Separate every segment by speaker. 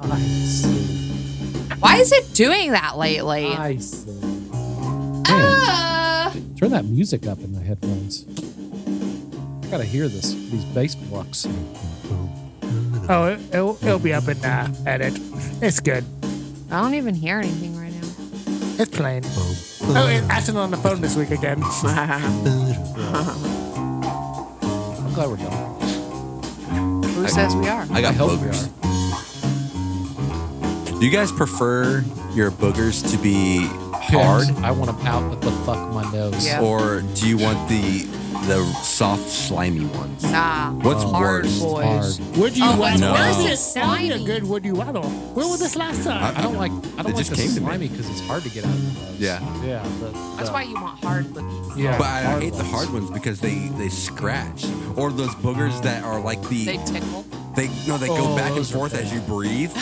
Speaker 1: I see.
Speaker 2: Why is it doing that lately?
Speaker 1: I see. Man,
Speaker 2: Ah!
Speaker 1: turn that music up in the headphones. I gotta hear this. These bass blocks.
Speaker 3: Oh, it, it'll, it'll be up in the edit. It's good.
Speaker 2: I don't even hear anything right now.
Speaker 3: It's plain. Oh, it, Ashton on the phone this week again.
Speaker 1: I'm glad we're done.
Speaker 2: Who says we are?
Speaker 4: I
Speaker 1: I
Speaker 4: got
Speaker 1: hope we
Speaker 4: boogers.
Speaker 1: are.
Speaker 4: Do you guys prefer your boogers to be hard,
Speaker 1: I want them out with the fuck my nose.
Speaker 2: Yeah.
Speaker 4: or do you want the the soft, slimy ones?
Speaker 2: Nah.
Speaker 4: What's
Speaker 2: hard
Speaker 4: worse?
Speaker 2: boys.
Speaker 1: Hard.
Speaker 3: Would you
Speaker 2: Oh,
Speaker 3: waddle?
Speaker 4: no.
Speaker 3: Where is
Speaker 4: No.
Speaker 3: this sounding a
Speaker 2: Slimy.
Speaker 3: good would you waddle? Where was this last time?
Speaker 1: I don't like. I don't
Speaker 4: It
Speaker 1: like
Speaker 4: just
Speaker 1: the
Speaker 4: came to me.
Speaker 1: slimy because it's hard to get out of the nose.
Speaker 4: Yeah.
Speaker 1: Yeah. but-
Speaker 2: That's
Speaker 1: uh,
Speaker 2: why you want hard cookies.
Speaker 1: Yeah.
Speaker 4: But I hate the
Speaker 1: ones.
Speaker 4: hard ones because they they scratch, or those boogers that are like the
Speaker 2: They tickle.
Speaker 4: They no, they
Speaker 1: Oh,
Speaker 4: go back and
Speaker 1: those are
Speaker 4: forth as
Speaker 1: bad.
Speaker 4: you breathe.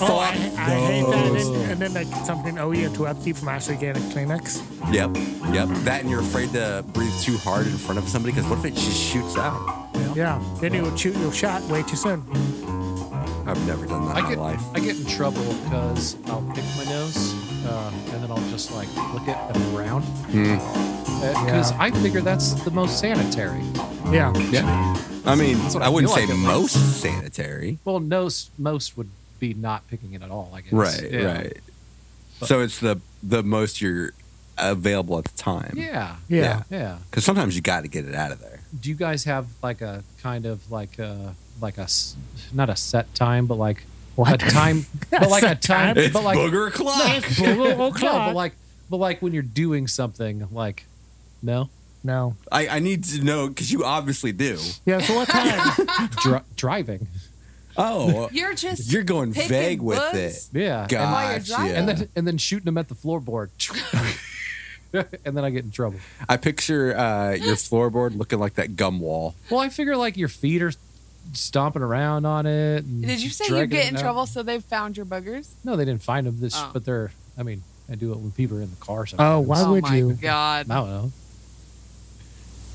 Speaker 3: Oh, I, I
Speaker 4: Fuck
Speaker 3: hate that.
Speaker 4: those.
Speaker 3: And, and then like something oh you interrupt you from actually getting Kleenex.
Speaker 4: Yep, yep. That and you're afraid to breathe too hard in front of somebody because what if it just shoots out?
Speaker 3: Yeah. Then you will shoot your shot way too soon.
Speaker 4: I've never done that
Speaker 1: I
Speaker 4: in
Speaker 1: get
Speaker 4: my life.
Speaker 1: I get in trouble because I'll pick my nose uh, and then I'll just like flick it and around because
Speaker 3: Yeah.
Speaker 1: I figure that's the most sanitary.
Speaker 3: Yeah.
Speaker 4: Yeah. I mean,
Speaker 1: That's what I
Speaker 4: I wouldn't
Speaker 1: feel
Speaker 4: say
Speaker 1: like at
Speaker 4: most sanitary.
Speaker 1: Well, most most would be not picking it at all. I guess.
Speaker 4: Right,
Speaker 1: Yeah.
Speaker 4: right. so it's the the most you're available at the time.
Speaker 1: Yeah.
Speaker 3: Yeah.
Speaker 4: Yeah.
Speaker 1: Yeah.
Speaker 4: Because sometimes you got to get it out of there.
Speaker 1: Do you guys have like a kind of like a like a s- not a set time, but like
Speaker 3: What?
Speaker 1: a time, but like a
Speaker 3: Set
Speaker 1: time,
Speaker 3: time?
Speaker 4: It's
Speaker 1: but like
Speaker 4: booger o'clock.
Speaker 1: no,
Speaker 3: o'clock.
Speaker 1: but like but like when you're doing something like no
Speaker 3: No.
Speaker 4: I, I need to know because you obviously do.
Speaker 3: Yeah, so what time?
Speaker 1: dri- driving.
Speaker 4: Oh,
Speaker 2: You're just.
Speaker 4: you're going
Speaker 2: picking
Speaker 4: vague with
Speaker 2: bugs?
Speaker 1: Yeah.
Speaker 4: it.
Speaker 2: while you're
Speaker 4: Gotcha.
Speaker 2: driving.
Speaker 1: and then and then shooting them at the floorboard, and then I get in trouble.
Speaker 4: I picture uh, your floorboard looking like that gum wall.
Speaker 1: Well, I figure like your feet are stomping around on it. and
Speaker 2: Did you say you
Speaker 1: dragging
Speaker 2: get
Speaker 1: it
Speaker 2: in
Speaker 1: out.
Speaker 2: trouble so they found your boogers?
Speaker 1: No, they didn't find them. This,
Speaker 2: Oh.
Speaker 1: but they're. I mean, I do it when people are in the car.
Speaker 3: Oh,
Speaker 1: Sometimes.
Speaker 3: why
Speaker 2: oh
Speaker 3: would
Speaker 2: my
Speaker 3: you?
Speaker 2: god.
Speaker 1: I don't know.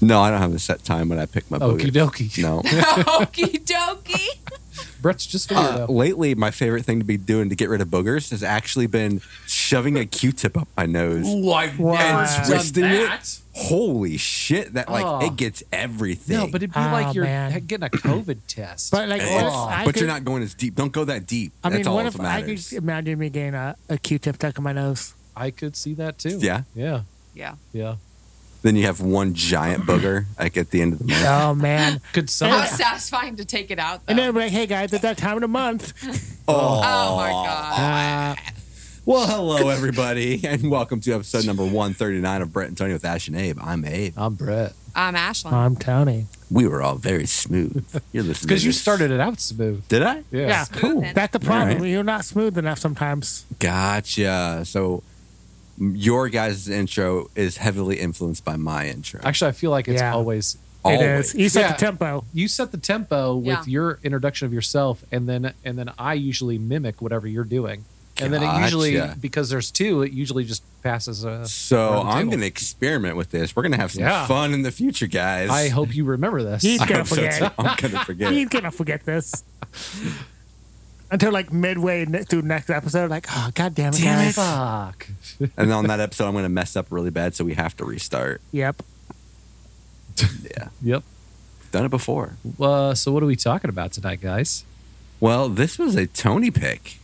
Speaker 4: No, I don't have a set time when I pick my
Speaker 1: Okie
Speaker 4: boogers.
Speaker 1: dokie.
Speaker 4: No.
Speaker 2: Okie dokie.
Speaker 1: Brett's just a
Speaker 4: Uh,
Speaker 1: weirdo.
Speaker 4: lately, my favorite thing to be doing to get rid of boogers has actually been shoving a Q-tip up my nose.
Speaker 1: Why?
Speaker 3: Wow.
Speaker 4: And twisting
Speaker 1: that?
Speaker 4: it. Holy shit! That like
Speaker 1: Oh.
Speaker 4: it gets everything.
Speaker 1: No, but it'd be
Speaker 3: Oh,
Speaker 1: like you're
Speaker 3: man.
Speaker 1: getting a COVID test.
Speaker 3: But like what if
Speaker 4: It's-
Speaker 3: I
Speaker 4: but
Speaker 3: could,
Speaker 4: you're not going as deep. Don't go that deep.
Speaker 3: I
Speaker 4: That's
Speaker 3: mean
Speaker 4: all
Speaker 3: what
Speaker 4: that
Speaker 3: if I could
Speaker 4: matters.
Speaker 3: imagine me getting a, a Q tip stuck in my nose?
Speaker 1: I could see that too.
Speaker 4: Yeah.
Speaker 1: Yeah.
Speaker 2: Yeah.
Speaker 1: Yeah.
Speaker 4: Then you have one giant booger like at the end of the month.
Speaker 3: Oh man.
Speaker 1: Could
Speaker 2: How
Speaker 1: someone?
Speaker 2: satisfying to take it out though.
Speaker 3: And then I'd be like, hey guys, it's that time of the month.
Speaker 4: Oh.
Speaker 2: oh my god.
Speaker 1: Uh,
Speaker 4: Well, hello everybody, and welcome to episode number 139 of Brett and Tony with Ash and Abe. I'm Abe.
Speaker 1: I'm Brett.
Speaker 2: I'm Ashlyn.
Speaker 3: I'm Tony.
Speaker 4: We were all very smooth. You're listening
Speaker 1: Because
Speaker 4: to
Speaker 1: you
Speaker 4: this.
Speaker 1: started it out smooth.
Speaker 4: Did I?
Speaker 3: Yeah.
Speaker 2: Cool.
Speaker 3: That's the problem.
Speaker 4: All right.
Speaker 3: You're not smooth enough sometimes.
Speaker 4: Gotcha. So your guys' intro is heavily influenced by my intro.
Speaker 1: Actually, I feel like it's
Speaker 3: Yeah.
Speaker 1: always
Speaker 3: It
Speaker 4: Always.
Speaker 3: is. You set
Speaker 1: Yeah.
Speaker 3: the tempo.
Speaker 1: you set the tempo with
Speaker 2: Yeah.
Speaker 1: your introduction of yourself, and then and then I usually mimic whatever you're doing, and then it usually
Speaker 4: Gotcha.
Speaker 1: because there's two, it usually just passes a.
Speaker 4: So
Speaker 1: around the
Speaker 4: I'm
Speaker 1: table.
Speaker 4: going to experiment with this. We're going to have some
Speaker 1: Yeah.
Speaker 4: fun in the future, guys.
Speaker 1: I hope you remember this.
Speaker 3: He's
Speaker 4: I
Speaker 3: gonna
Speaker 4: hope so,
Speaker 3: forget.
Speaker 4: too. I'm going to forget.
Speaker 3: He's gonna forget this until like midway ne- through next episode. Like, oh god damn it,
Speaker 4: Damn
Speaker 3: guys.
Speaker 4: it.
Speaker 1: Fuck.
Speaker 4: and on that episode, I'm going to mess up really bad, so we have to restart.
Speaker 3: Yep.
Speaker 4: Yeah,
Speaker 1: Yep.
Speaker 4: done it before.
Speaker 1: Uh, so what are we talking about tonight, guys?
Speaker 4: Well, this was a Tony pick.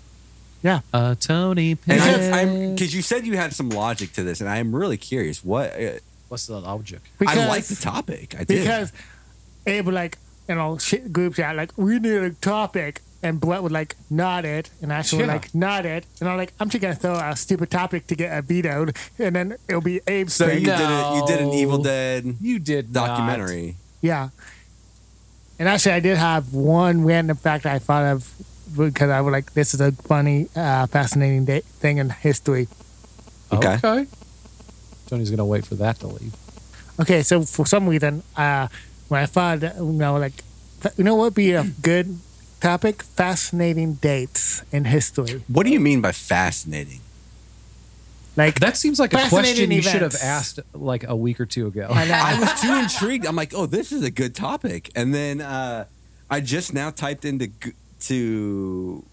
Speaker 3: Yeah.
Speaker 1: Uh, Tony.
Speaker 4: And
Speaker 1: Pitt.
Speaker 4: I, I'm because you said you had some logic to this, and I'm really curious. What uh,
Speaker 1: What's the object?
Speaker 3: Because
Speaker 4: I like the topic. I did.
Speaker 3: because Abe would like you know shit group chat like we need a topic and Brett would like not it and Ashley would
Speaker 1: Yeah.
Speaker 3: like not it and I'm like I'm just gonna throw out a stupid topic to get a vetoed and then it'll be Abe's
Speaker 4: so
Speaker 3: thing.
Speaker 4: you did it. You did an
Speaker 1: No.
Speaker 4: Evil Dead
Speaker 1: You did not.
Speaker 4: documentary.
Speaker 3: Yeah. And actually, I did have one random fact I thought of because I was like, this is a funny, uh, fascinating da- thing in history.
Speaker 4: Okay.
Speaker 1: okay. Tony's gonna wait for that to leave.
Speaker 3: Okay, so for some reason, uh, when I thought, you know, like, you know what would be a good topic? Fascinating dates in history.
Speaker 4: What do you mean by fascinating?
Speaker 3: Like,
Speaker 1: That seems like a
Speaker 3: Fascinating
Speaker 1: question you should have
Speaker 3: events.
Speaker 1: asked like a week or two ago.
Speaker 3: I know.
Speaker 4: I was too intrigued. I'm like, oh, this is a good topic. And then uh, I just now typed into G- to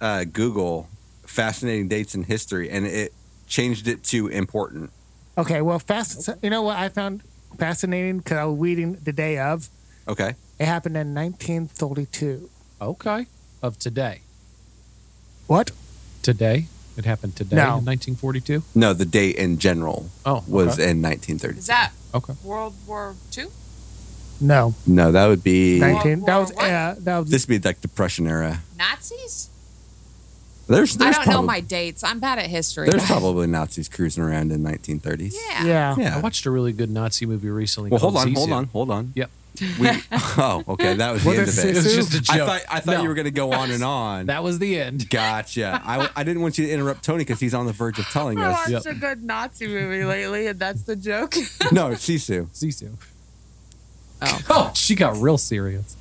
Speaker 4: uh, Google fascinating dates in history and it changed it to important.
Speaker 3: Okay, well, fast. You know what I found fascinating because I was reading the day of.
Speaker 4: Okay.
Speaker 3: It happened in 1932.
Speaker 1: Okay. Of today.
Speaker 3: What?
Speaker 1: Today? It happened today
Speaker 3: No.
Speaker 1: in 1942?
Speaker 4: No, the date in general
Speaker 1: Oh,
Speaker 4: was
Speaker 1: okay.
Speaker 4: in 1930.
Speaker 2: Is that
Speaker 1: Okay.
Speaker 2: World War Two?
Speaker 3: No,
Speaker 4: No, that would be
Speaker 3: 19.
Speaker 2: World
Speaker 3: That
Speaker 2: War
Speaker 3: was
Speaker 2: One?
Speaker 3: uh, that was
Speaker 4: this would be like Depression era.
Speaker 2: Nazis?
Speaker 4: There's,
Speaker 2: I
Speaker 4: there's
Speaker 2: don't know
Speaker 4: probably,
Speaker 2: my dates. I'm bad at history.
Speaker 4: there's probably Nazis cruising around in 1930s.
Speaker 2: yeah.
Speaker 3: yeah.
Speaker 1: I
Speaker 4: Yeah.
Speaker 1: watched a really good Nazi movie recently.
Speaker 4: Well,
Speaker 1: called
Speaker 4: hold on, hold
Speaker 1: Zizou.
Speaker 4: on, hold on.
Speaker 1: Yep.
Speaker 4: We, oh, okay. That was the
Speaker 3: What
Speaker 4: end
Speaker 3: is
Speaker 4: of it.
Speaker 1: It was
Speaker 3: Zizou?
Speaker 1: just a joke.
Speaker 4: I thought, I thought
Speaker 1: No,
Speaker 4: you were going to go on and on.
Speaker 1: That was the end.
Speaker 4: Gotcha. I, I didn't want you to interrupt Tony because he's on the verge of telling
Speaker 2: I
Speaker 4: us.
Speaker 2: watched
Speaker 1: Yep.
Speaker 2: a good Nazi movie lately, and that's the joke.
Speaker 4: No, Sisu.
Speaker 1: Sisu.
Speaker 2: Oh.
Speaker 1: Oh, she got real serious.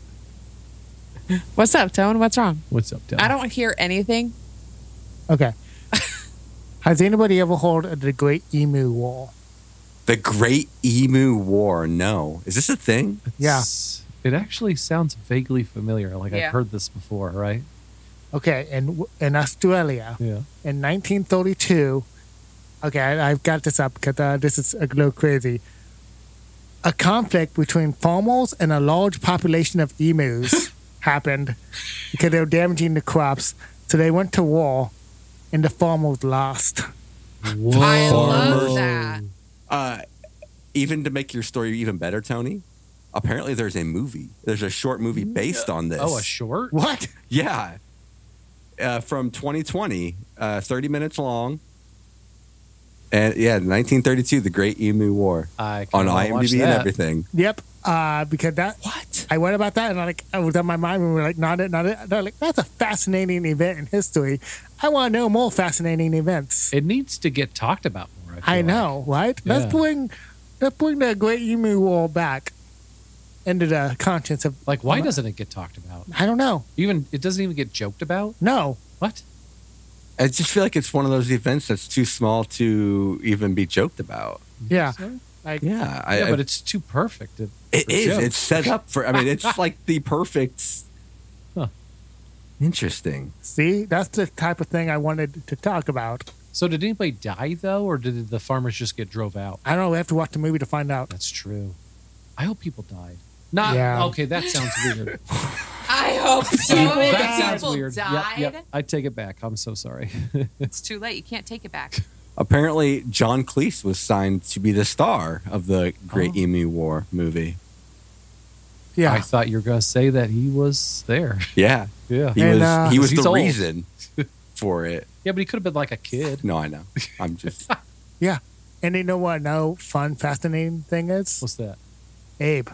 Speaker 2: What's up, Tone? What's wrong?
Speaker 1: What's up, Dell?
Speaker 2: I don't hear anything.
Speaker 3: Okay. Has anybody ever heard of the Great Emu War?
Speaker 4: The Great Emu War. No. Is this a thing?
Speaker 1: It's- It actually sounds vaguely familiar. Like
Speaker 2: Yeah.
Speaker 1: I've heard this before, right?
Speaker 3: Okay, in in Australia
Speaker 1: Yeah.
Speaker 3: in 1932. Okay, I, I've got this up because uh, this is a little crazy. A conflict between farmers and a large population of emus happened because they were damaging the crops. So they went to war, and the farmers lost.
Speaker 1: Whoa.
Speaker 2: I love that.
Speaker 4: Uh, even to make your story even better, Tony, apparently there's a movie. There's a short movie based on this.
Speaker 1: Oh, a short?
Speaker 3: What?
Speaker 4: Yeah. Uh, from 2020, uh, 30 minutes long. And yeah, 1932, the Great Emu War
Speaker 1: I
Speaker 4: on
Speaker 1: kinda wanna watch
Speaker 4: IMDb and
Speaker 1: that.
Speaker 4: everything.
Speaker 3: Yep. Uh, because that
Speaker 4: What?
Speaker 3: I went about that and I like I was on my mind and we were like not it, not it. And I'm like that's a fascinating event in history. I want to know more fascinating events.
Speaker 1: It needs to get talked about more. feel
Speaker 3: I
Speaker 1: like.
Speaker 3: know, right?
Speaker 1: Yeah.
Speaker 3: Let's bring let's bring the Great Emu Wall back into the conscience of
Speaker 1: Like, why doesn't it get talked about?
Speaker 3: I don't know.
Speaker 1: Even it doesn't even get joked about.
Speaker 3: No,
Speaker 1: What?
Speaker 4: I just feel like it's one of those events that's too small to even be joked about.
Speaker 3: yeah,
Speaker 1: So-
Speaker 3: like
Speaker 4: Yeah, I,
Speaker 1: yeah,
Speaker 4: I-
Speaker 1: but it's too perfect. It,
Speaker 4: it
Speaker 1: for
Speaker 4: is.
Speaker 1: jokes.
Speaker 4: It's set up for. I mean, it's like the perfect.
Speaker 1: Huh.
Speaker 4: Interesting.
Speaker 3: see, that's the type of thing I wanted to talk about.
Speaker 1: so did anybody die though, or did the farmers just get drove out?
Speaker 3: I don't know. We have to watch the movie to find out.
Speaker 1: That's true. I hope people died. Not
Speaker 3: Yeah.
Speaker 1: okay. That sounds weird.
Speaker 2: I hope so.
Speaker 3: People
Speaker 2: many
Speaker 1: that sounds
Speaker 2: people
Speaker 1: weird. Yep,
Speaker 2: died.
Speaker 1: Yep, I take it back. I'm so sorry.
Speaker 2: It's too late. You can't take it back.
Speaker 4: Apparently, John Cleese was signed to be the star of the Great
Speaker 1: Oh.
Speaker 4: Emu War movie.
Speaker 1: I
Speaker 3: Yeah,
Speaker 1: thought you were gonna say that he was there.
Speaker 4: Yeah,
Speaker 1: Yeah.
Speaker 4: he
Speaker 3: And,
Speaker 4: was.
Speaker 3: uh,
Speaker 4: he was
Speaker 1: He's
Speaker 4: the
Speaker 1: old.
Speaker 4: reason for it.
Speaker 1: Yeah, but he could have been like a kid.
Speaker 4: No, I know. I'm just.
Speaker 3: yeah. And you know what? No fun, fascinating thing is.
Speaker 1: What's that?
Speaker 3: Abe,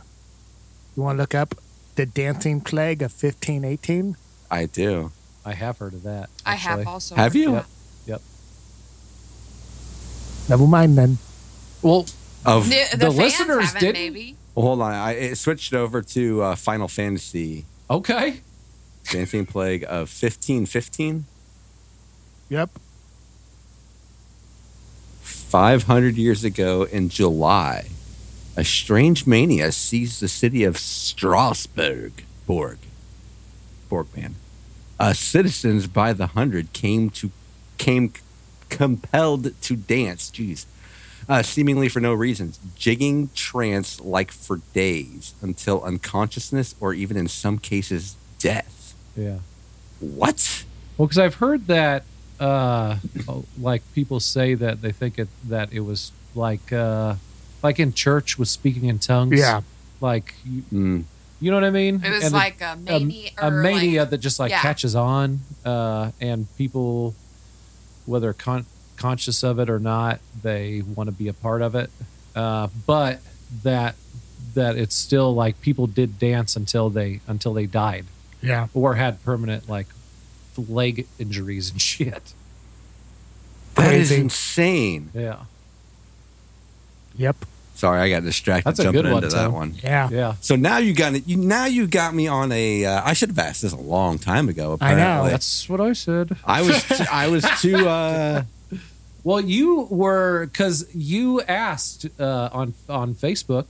Speaker 3: you want to look up the Dancing Plague of 1518?
Speaker 4: I do.
Speaker 1: I have heard of that.
Speaker 2: I have
Speaker 1: actually.
Speaker 2: also.
Speaker 4: Have you?
Speaker 1: Yep. Yep.
Speaker 3: Never mind then.
Speaker 1: Well,
Speaker 4: Of
Speaker 2: N-
Speaker 1: The
Speaker 2: The, fans
Speaker 1: listeners
Speaker 2: haven't,
Speaker 1: didn't?
Speaker 2: Maybe.
Speaker 4: well, hold on. I it switched over to uh, Final Fantasy
Speaker 1: okay.
Speaker 4: Dancing Plague of fifteen fifteen.
Speaker 3: Yep.
Speaker 4: 500 years ago in July, a strange mania seized the city of Strasbourg. Borg. Borgman. Uh, citizens by the hundred came to came compelled to dance. Jeez. Uh, seemingly for no reasons, jigging trance like for days until unconsciousness or even in some cases death.
Speaker 1: Yeah.
Speaker 4: What?
Speaker 1: Well, because I've heard that, uh, oh, like people say that they think it that it was like, uh, like in church with speaking in tongues.
Speaker 3: Yeah.
Speaker 1: Like you,
Speaker 4: Mm.
Speaker 1: you know what I mean?
Speaker 2: It was
Speaker 1: And
Speaker 2: like a
Speaker 1: a,
Speaker 2: mania.
Speaker 1: a
Speaker 2: or
Speaker 1: mania
Speaker 2: Like,
Speaker 1: that just like
Speaker 2: yeah.
Speaker 1: catches on, uh, and people, whether con- conscious of it or not, they want to be a part of it. Uh, but that that it's still like people did dance until they until they died
Speaker 3: Yeah.
Speaker 1: or had permanent like leg injuries and shit.
Speaker 4: That is
Speaker 3: Crazy.
Speaker 4: insane.
Speaker 1: Yeah.
Speaker 3: Yep.
Speaker 4: Sorry, I got distracted
Speaker 1: That's a
Speaker 4: jumping
Speaker 1: good one,
Speaker 4: into that
Speaker 1: Tom.
Speaker 4: one.
Speaker 3: Yeah.
Speaker 1: Yeah.
Speaker 4: So now you got it. You now you got me on a. Uh, I should have asked this a long time ago.
Speaker 3: I know.
Speaker 4: Apparently.
Speaker 1: That's what I said.
Speaker 4: I was. T- I was too. Uh,
Speaker 1: Well, you were because you asked uh, on on Facebook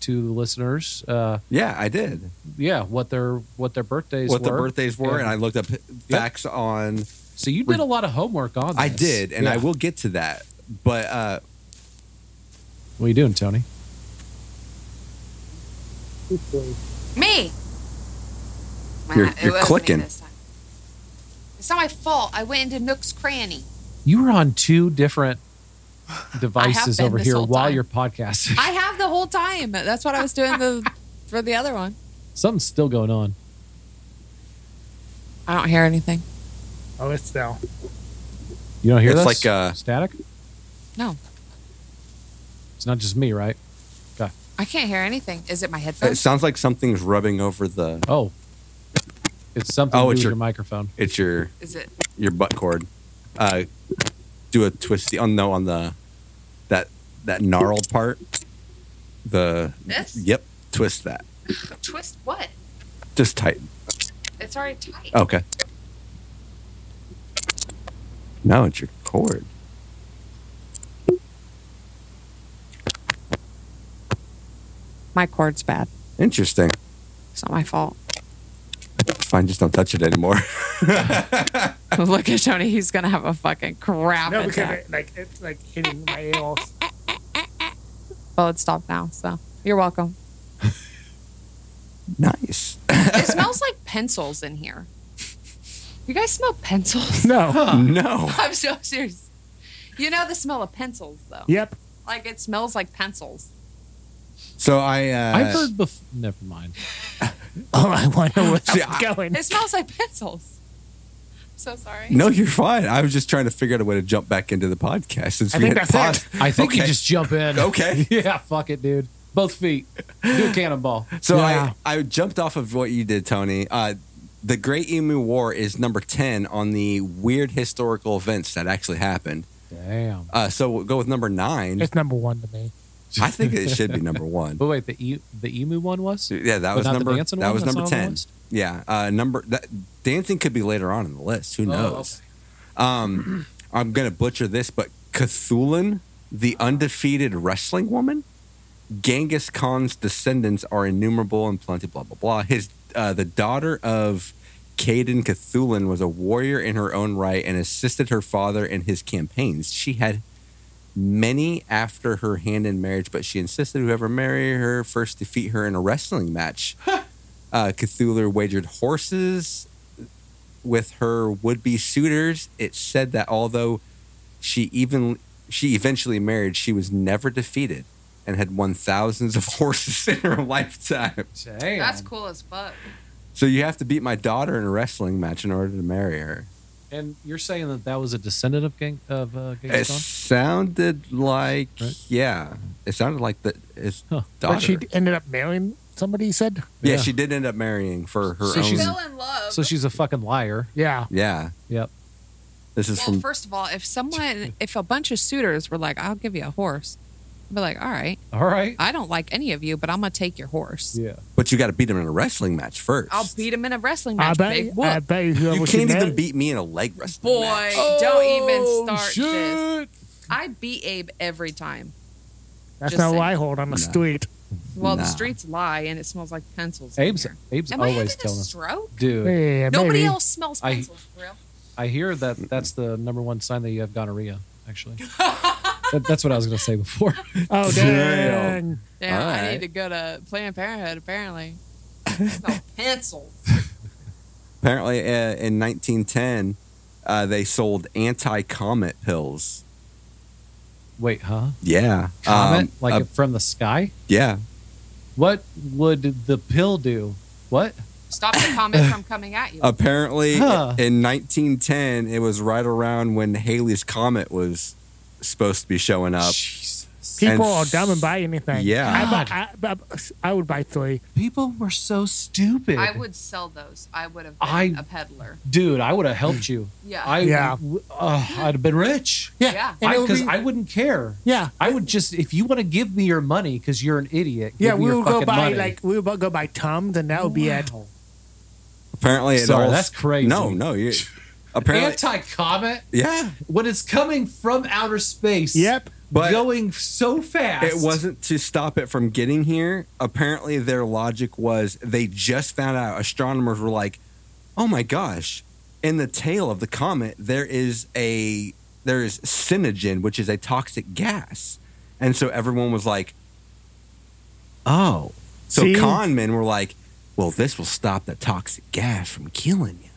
Speaker 1: to the listeners. Uh,
Speaker 4: Yeah, I did.
Speaker 1: yeah, what their what their birthdays
Speaker 4: what
Speaker 1: were.
Speaker 4: the birthdays were,
Speaker 1: Yeah.
Speaker 4: and I looked up facts on.
Speaker 1: so you did a lot of homework on. This.
Speaker 4: I did, and I
Speaker 1: Yeah.
Speaker 4: will get to that. But uh,
Speaker 1: What are you doing, Tony?
Speaker 5: Me. Why
Speaker 4: You're-
Speaker 5: not? It
Speaker 4: you're
Speaker 5: was me
Speaker 4: clicking.
Speaker 5: this time. It's not my fault. I went into Nook's cranny.
Speaker 1: You were on two different devices
Speaker 5: been
Speaker 1: over
Speaker 5: this
Speaker 1: here
Speaker 5: whole
Speaker 1: while
Speaker 5: time.
Speaker 1: you're podcasting.
Speaker 5: I have the whole time. That's what I was doing the for the other one.
Speaker 1: Something's still going on.
Speaker 5: I don't hear anything.
Speaker 3: Oh, it's still.
Speaker 1: You don't hear
Speaker 4: It's
Speaker 1: this?
Speaker 4: like, uh,
Speaker 1: static.
Speaker 5: No,
Speaker 1: It's not just me, right?
Speaker 5: I can't hear anything. Is it my
Speaker 4: it
Speaker 5: headphones?
Speaker 4: sounds like something's rubbing over the.
Speaker 1: Oh, it's something.
Speaker 4: Oh,
Speaker 1: to do
Speaker 4: it's
Speaker 1: with
Speaker 4: your-
Speaker 1: your microphone.
Speaker 4: It's your
Speaker 5: Is it?
Speaker 4: your butt cord. Uh, do a twisty on no on the that that gnarled part. The
Speaker 5: This?
Speaker 4: yep, twist that
Speaker 5: Twist what?
Speaker 4: just tighten.
Speaker 5: It's already tight.
Speaker 4: Okay. No, it's your cord.
Speaker 5: My cord's bad.
Speaker 4: Interesting.
Speaker 5: It's not my fault.
Speaker 4: Fine, just don't touch it anymore.
Speaker 5: Look at Tony. He's gonna have a fucking crap.
Speaker 3: No,
Speaker 5: No,
Speaker 3: because it, like it's like hitting my ears.
Speaker 5: well, it stopped now. So you're welcome.
Speaker 4: nice.
Speaker 5: it smells like pencils in here. You guys smell pencils?
Speaker 3: No.
Speaker 4: No.
Speaker 5: I'm so serious. You know the smell of pencils though.
Speaker 3: Yep.
Speaker 5: Like it smells like pencils.
Speaker 4: So I uh,
Speaker 1: I've heard before. Never mind.
Speaker 3: Oh, I wonder what's
Speaker 4: See, I-
Speaker 3: going.
Speaker 5: It smells like pencils. I'm so sorry.
Speaker 4: No, you're fine. I was just trying to figure out a way to jump back into the podcast since
Speaker 3: I
Speaker 4: we
Speaker 3: think
Speaker 4: had
Speaker 3: that's
Speaker 4: paused.
Speaker 3: it.
Speaker 1: I think you
Speaker 4: Okay.
Speaker 1: just jump in.
Speaker 4: Okay.
Speaker 1: yeah, fuck it, dude. Both feet. Do a cannonball.
Speaker 4: So
Speaker 3: Yeah.
Speaker 4: I, I jumped off of what you did, Tony. Uh, the Great Emu War is number 10 on the weird historical events that actually happened.
Speaker 1: Damn.
Speaker 4: Uh, so we'll go with number nine.
Speaker 3: It's number one to me.
Speaker 4: I think it should be number one.
Speaker 1: But wait, the e- the emu one was.
Speaker 4: Yeah, that
Speaker 1: But
Speaker 4: was
Speaker 1: not the
Speaker 4: number
Speaker 1: dancing
Speaker 4: that
Speaker 1: one?
Speaker 4: was
Speaker 1: That's
Speaker 4: number
Speaker 1: not on the
Speaker 4: ten.
Speaker 1: list?
Speaker 4: Yeah, uh, number that dancing could be later on in the list. Who
Speaker 1: Oh,
Speaker 4: knows? Um, I'm gonna butcher this, but Cthulhu, the undefeated wrestling woman, Genghis Khan's descendants are innumerable and plenty. Blah blah blah. His uh, the daughter of Caden Cthulhu was a warrior in her own right and assisted her father in his campaigns. She had many after her hand in marriage, but she insisted whoever marry her first defeat her in a wrestling match. uh, Cthulhu wagered horses with her would-be suitors. It said that although she even she eventually married, she was never defeated and had won thousands of horses in her lifetime.
Speaker 1: Damn.
Speaker 5: That's cool as fuck.
Speaker 4: So you have to beat my daughter in a wrestling match in order to marry her.
Speaker 1: And you're saying that that was a descendant of Gang of uh,
Speaker 4: It
Speaker 1: Genghis Khan?
Speaker 4: sounded like
Speaker 1: Right.
Speaker 4: yeah. It sounded like the his
Speaker 1: Huh.
Speaker 4: daughter.
Speaker 3: But she d- ended up marrying somebody. You said.
Speaker 4: yeah,
Speaker 1: Yeah.
Speaker 4: she did end up marrying for her
Speaker 1: So
Speaker 4: own.
Speaker 1: she's-
Speaker 5: Fell in love.
Speaker 1: So she's a fucking liar.
Speaker 3: Yeah.
Speaker 4: yeah.
Speaker 1: Yep.
Speaker 4: This is
Speaker 5: well,
Speaker 4: from
Speaker 5: first of all, if someone, if a bunch of suitors were like, "I'll give you a horse," I'd be like, "All right,
Speaker 1: All right.
Speaker 5: I don't like any of you, but I'm gonna take your horse.
Speaker 1: Yeah.
Speaker 4: but you got to beat him in a wrestling match first.
Speaker 5: I'll beat him in a wrestling
Speaker 3: I
Speaker 5: match.
Speaker 3: bet.
Speaker 5: big
Speaker 3: I
Speaker 5: whoop.
Speaker 3: bet you whoever
Speaker 4: You
Speaker 3: she
Speaker 4: can't even
Speaker 3: married-
Speaker 4: beat me in a leg wrestling
Speaker 5: Boy,
Speaker 4: match.
Speaker 5: don't even
Speaker 1: Oh,
Speaker 5: start this.
Speaker 1: shit.
Speaker 5: I beat Abe every time.
Speaker 3: That's
Speaker 5: Just
Speaker 3: not
Speaker 5: saying.
Speaker 3: what I hold on the
Speaker 4: Nah.
Speaker 3: street.
Speaker 5: Well, the
Speaker 4: Nah.
Speaker 5: streets lie, and it smells like pencils. in
Speaker 1: Abe's
Speaker 5: here.
Speaker 1: Abe's
Speaker 5: Am I
Speaker 1: always
Speaker 5: having a
Speaker 1: telling us,
Speaker 5: stroke?
Speaker 1: dude.
Speaker 3: Yeah,
Speaker 5: Nobody
Speaker 3: maybe.
Speaker 5: else smells
Speaker 1: I-
Speaker 5: pencils, for real.
Speaker 1: I hear that that's the number one sign that you have gonorrhea. Actually, That- that's what I was gonna say before.
Speaker 3: Oh
Speaker 4: Damn.
Speaker 3: dang!
Speaker 5: Yeah,
Speaker 4: All
Speaker 5: I
Speaker 4: right.
Speaker 5: need to go to Planned Parenthood. Apparently, I smell pencils.
Speaker 4: Apparently, uh, in 1910, uh, they sold anti-comet pills.
Speaker 1: Wait, huh?
Speaker 4: Yeah,
Speaker 1: Comment
Speaker 4: Um,
Speaker 1: like
Speaker 4: uh,
Speaker 1: it from the sky.
Speaker 4: yeah.
Speaker 1: What would the pill do? What?
Speaker 5: Stop the comment from coming at you.
Speaker 4: Apparently,
Speaker 1: Huh.
Speaker 4: in 1910, it was right around when Haley's comet was supposed to be showing
Speaker 3: Uh,
Speaker 4: up.
Speaker 1: Jesus.
Speaker 3: People
Speaker 4: And
Speaker 3: are dumb and buy anything.
Speaker 4: Yeah.
Speaker 3: I, bu- I, bu- I would buy three.
Speaker 1: People were so stupid.
Speaker 5: I would sell those. I would have
Speaker 1: I-
Speaker 5: been a peddler.
Speaker 1: dude. I would have helped you.
Speaker 5: Yeah.
Speaker 1: I
Speaker 3: Yeah.
Speaker 1: w- uh, I'd have been rich.
Speaker 3: Yeah,
Speaker 5: Yeah.
Speaker 3: and it would
Speaker 1: Because
Speaker 3: be-
Speaker 1: I, wouldn't care.
Speaker 3: yeah,
Speaker 1: I would just if you want to give me your money because you're an idiot. Give
Speaker 3: yeah.
Speaker 1: me
Speaker 3: We
Speaker 1: your
Speaker 3: would go
Speaker 1: fucking
Speaker 3: buy
Speaker 1: money.
Speaker 3: like we would go buy Tums, and that would be it.
Speaker 1: Wow.
Speaker 4: Apparently, it
Speaker 1: Sorry,
Speaker 4: all,
Speaker 1: that's crazy.
Speaker 4: No, no. You, apparently,
Speaker 1: Anti comet
Speaker 4: yeah.
Speaker 1: when it's coming from outer space.
Speaker 3: Yep.
Speaker 4: But-
Speaker 1: going so fast.
Speaker 4: It wasn't to stop it from getting here. Apparently, their logic was they just found out astronomers were like, "Oh my gosh, in the tail of the comet there is a there is cyanogen, which is a toxic gas." And so everyone was like, "Oh." So
Speaker 3: See?
Speaker 4: con men were like, "Well, this will stop the toxic gas from killing you."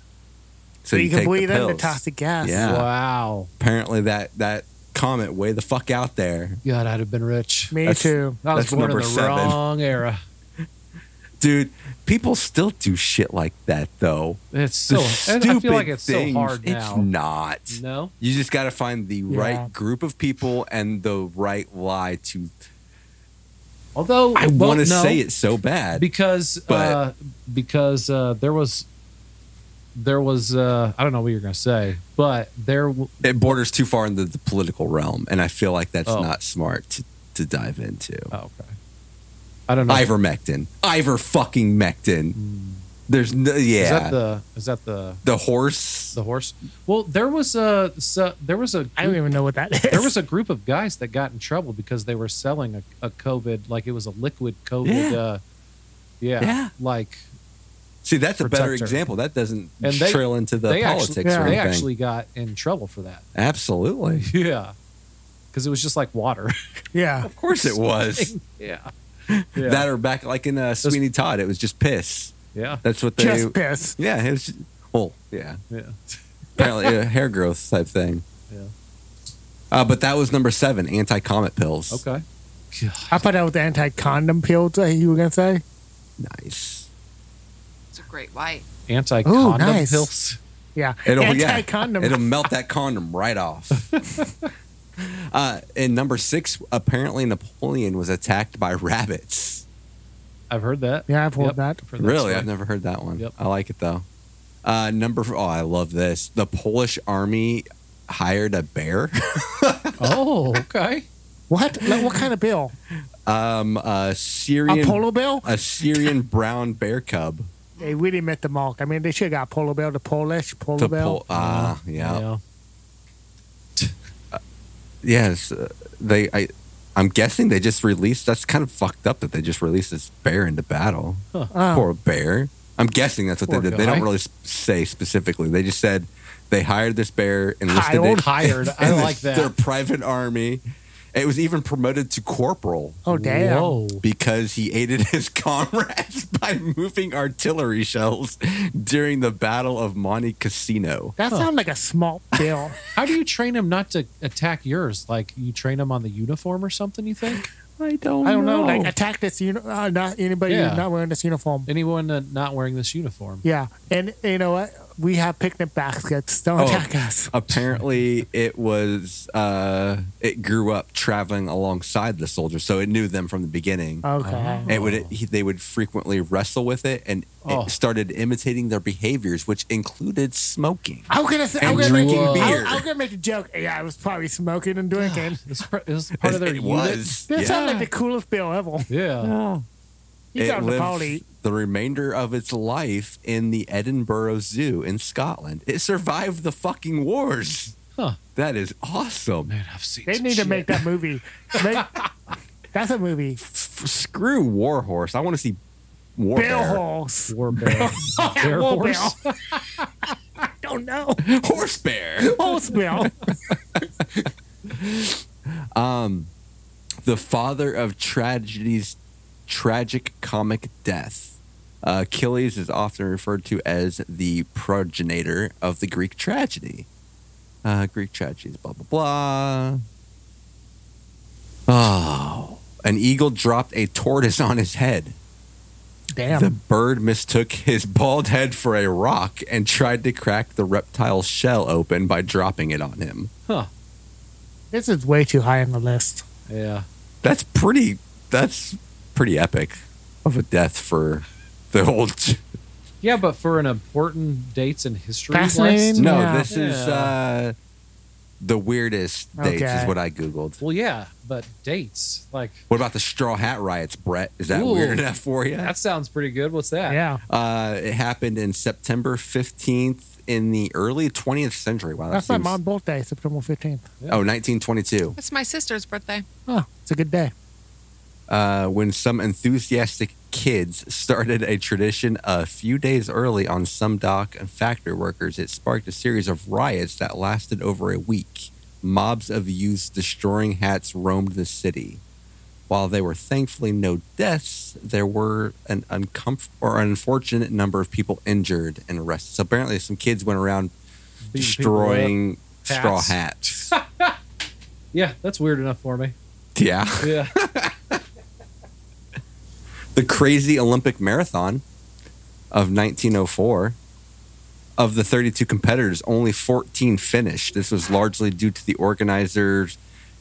Speaker 3: So, you, can
Speaker 4: take the
Speaker 3: breathe in the
Speaker 4: pills.
Speaker 3: toxic gas.
Speaker 4: Yeah.
Speaker 1: Wow.
Speaker 4: Apparently, that that comet way the fuck out there,
Speaker 1: God, I'd have been rich.
Speaker 3: Me
Speaker 4: That's-
Speaker 3: too.
Speaker 1: I was
Speaker 4: That's
Speaker 1: born in
Speaker 4: number
Speaker 1: the
Speaker 4: seven.
Speaker 1: wrong era.
Speaker 4: dude. People still do shit like that though.
Speaker 1: It's so.
Speaker 4: The
Speaker 1: and I feel like
Speaker 4: stupid
Speaker 1: it's
Speaker 4: things,
Speaker 1: so hard
Speaker 4: It's
Speaker 1: now.
Speaker 4: not.
Speaker 1: No.
Speaker 4: You just got to find the right group of people and the right lie to.
Speaker 1: Although
Speaker 4: I
Speaker 1: well,
Speaker 4: want to
Speaker 1: no,
Speaker 4: say it so bad.
Speaker 1: because
Speaker 4: but-
Speaker 1: uh, because uh, there was there was uh, I don't know what you're gonna say, but there w-
Speaker 4: it borders too far into the political realm, and I feel like that's
Speaker 1: Oh.
Speaker 4: not smart to, to dive into.
Speaker 1: oh, okay. I don't know.
Speaker 4: Ivermectin, Iver fucking mectin.
Speaker 1: Mm.
Speaker 4: There's no,
Speaker 1: Is
Speaker 4: yeah,
Speaker 1: that
Speaker 4: the,
Speaker 1: the is that the
Speaker 4: horse.
Speaker 1: the horse? Well, there was a so, there was a
Speaker 3: I don't even know what that is.
Speaker 1: there was a group of guys that got in trouble because they were selling a, a COVID like it was a liquid COVID.
Speaker 4: Yeah.
Speaker 1: Uh, yeah,
Speaker 4: Yeah.
Speaker 1: Like
Speaker 4: See, that's a better
Speaker 1: protector.
Speaker 4: example. That doesn't
Speaker 1: And they-
Speaker 4: trail into the
Speaker 1: they
Speaker 4: politics
Speaker 1: actually
Speaker 4: or
Speaker 1: they
Speaker 4: anything.
Speaker 1: actually got in trouble for that.
Speaker 4: Absolutely,
Speaker 1: Yeah, because it was just like water.
Speaker 3: yeah.
Speaker 4: of course it was.
Speaker 1: yeah.
Speaker 4: That or back like in uh, Sweeney Todd, it was just piss.
Speaker 1: yeah.
Speaker 4: That's what they.
Speaker 3: Just piss.
Speaker 4: Yeah, it was. Just, well, yeah.
Speaker 1: Yeah.
Speaker 4: Apparently, a hair growth type thing.
Speaker 1: Yeah.
Speaker 4: Uh, but that was number seven, anti comet pills.
Speaker 1: Okay.
Speaker 3: I thought that was the anti condom pill that you were going to say.
Speaker 4: Nice.
Speaker 2: It's a great white.
Speaker 1: Anti
Speaker 3: Ooh,
Speaker 1: condom
Speaker 3: nice.
Speaker 1: pills.
Speaker 3: Yeah.
Speaker 4: It'll- yeah.
Speaker 3: anti condom.
Speaker 4: It'll melt that condom right off. uh, and number six, apparently Napoleon was attacked by rabbits.
Speaker 1: I've heard that.
Speaker 3: Yeah, I've heard
Speaker 1: Yep.
Speaker 3: that.
Speaker 1: Heard that
Speaker 4: Really?
Speaker 1: story.
Speaker 4: I've never heard that one.
Speaker 1: Yep.
Speaker 4: I like it though. Uh, number oh, I love this. The Polish army hired a bear.
Speaker 1: oh, okay.
Speaker 3: What? Like, what kind of bill?
Speaker 4: um, a Syrian,
Speaker 3: A polo bill?
Speaker 4: a Syrian brown bear cub.
Speaker 3: They really met the mark. I mean, they should have got polo bill, the Polish polo
Speaker 4: to
Speaker 3: bill.
Speaker 1: Oh,
Speaker 4: pull. Ah, yeah. Yes, uh, they. I, I'm guessing they just released. That's kind of fucked up that they just released this bear into battle.
Speaker 3: Oh.
Speaker 4: Poor bear. I'm guessing that's what
Speaker 1: Ah. Poor
Speaker 4: they did. They
Speaker 1: guy.
Speaker 4: don't really s- say specifically. They just said they hired this bear, enlisted
Speaker 1: Hired.
Speaker 4: it,
Speaker 1: Hired. I
Speaker 4: in
Speaker 1: like that.
Speaker 4: Their private army. It was even promoted to corporal
Speaker 3: oh, damn.
Speaker 1: Whoa.
Speaker 4: because he aided his comrades by moving artillery shells during the Battle of Monte Cassino.
Speaker 3: That
Speaker 1: Huh.
Speaker 3: sounds like a small bill.
Speaker 1: How do you train him not to attack yours? Like you train him on the uniform or something? You think
Speaker 4: I don't.
Speaker 3: I don't know. Like, attack this, uni- uh, not anybody
Speaker 1: Yeah.
Speaker 3: not wearing this uniform.
Speaker 1: anyone uh, not wearing this uniform?
Speaker 3: Yeah. And you know what? We have picnic baskets. Don't
Speaker 4: Oh.
Speaker 3: attack us.
Speaker 4: apparently it was uh it grew up traveling alongside the soldiers so it knew them from the beginning
Speaker 3: Okay.
Speaker 1: Oh.
Speaker 4: it would he, they would frequently wrestle with it and
Speaker 1: Oh.
Speaker 4: it started imitating their behaviors which included smoking
Speaker 3: I was gonna say, I
Speaker 4: and
Speaker 3: was gonna, make,
Speaker 4: drinking
Speaker 1: Whoa.
Speaker 3: I,
Speaker 4: beer
Speaker 3: was- I was gonna make a joke. Yeah, I was probably smoking and drinking.
Speaker 1: This pr- this is part of their
Speaker 4: it
Speaker 1: unit.
Speaker 4: was
Speaker 3: That
Speaker 4: yeah.
Speaker 3: sounds like the coolest bill ever.
Speaker 1: Yeah.
Speaker 4: Yeah.
Speaker 3: You
Speaker 4: it
Speaker 3: got E. the
Speaker 4: lived
Speaker 3: party.
Speaker 4: the remainder of its life in the Edinburgh Zoo in Scotland. It survived the fucking wars.
Speaker 1: Huh.
Speaker 4: That is awesome.
Speaker 1: Man, I've seen.
Speaker 3: They
Speaker 1: some
Speaker 3: need to
Speaker 1: shit.
Speaker 3: make that movie. Make- that's a movie.
Speaker 4: F- screw Warhorse. I want to see War
Speaker 3: Bill
Speaker 4: Bear.
Speaker 3: horse.
Speaker 1: war bear. bear
Speaker 3: War
Speaker 1: horse?
Speaker 3: Bill. I don't know.
Speaker 4: Horse Bear.
Speaker 3: Horse bill.
Speaker 4: Um, the father of tragedies, tragic comic death. Uh, Achilles is often referred to as the progenitor of the Greek tragedy. Uh, Greek tragedies, blah, blah, blah. Oh, an eagle dropped a tortoise on his head.
Speaker 3: Damn.
Speaker 4: The bird mistook his bald head for a rock and tried to crack the reptile's shell open by dropping it on him.
Speaker 3: this is way too high on the list.
Speaker 1: Yeah.
Speaker 4: that's pretty that's pretty epic of a death for the old
Speaker 1: Yeah, but for an important dates in history.
Speaker 3: Fascinating.
Speaker 1: list,
Speaker 4: no
Speaker 3: Yeah.
Speaker 4: this is
Speaker 1: Yeah.
Speaker 4: uh the weirdest dates
Speaker 3: Okay.
Speaker 4: is what I googled.
Speaker 1: Well, yeah, but dates like
Speaker 4: What about the Straw Hat Riots, Brett? Is that
Speaker 1: Ooh.
Speaker 4: weird enough for you?
Speaker 1: that sounds pretty good. What's that?
Speaker 3: Yeah.
Speaker 4: Uh, it happened in September 15th in the early 20th century. Wow, that
Speaker 3: That's my
Speaker 4: seems-
Speaker 3: mom's birthday, September 15th.
Speaker 4: Oh, 1922.
Speaker 2: It's my sister's birthday.
Speaker 3: Oh, it's a good day.
Speaker 4: Uh, when some enthusiastic kids started a tradition a few days early on some dock and factory workers, it sparked a series of riots that lasted over a week. Mobs of youths destroying hats roamed the city. While there were thankfully no deaths, there were an uncomf- or unfortunate number of people injured and arrested. So apparently, some kids went around
Speaker 1: Beating people up.
Speaker 4: destroying
Speaker 1: Hats.
Speaker 4: straw hats.
Speaker 1: Yeah, that's weird enough for me.
Speaker 4: yeah.
Speaker 1: Yeah.
Speaker 4: the crazy Olympic marathon of 1904. Of the 32 competitors, only 14 finished. This was largely due to the organizers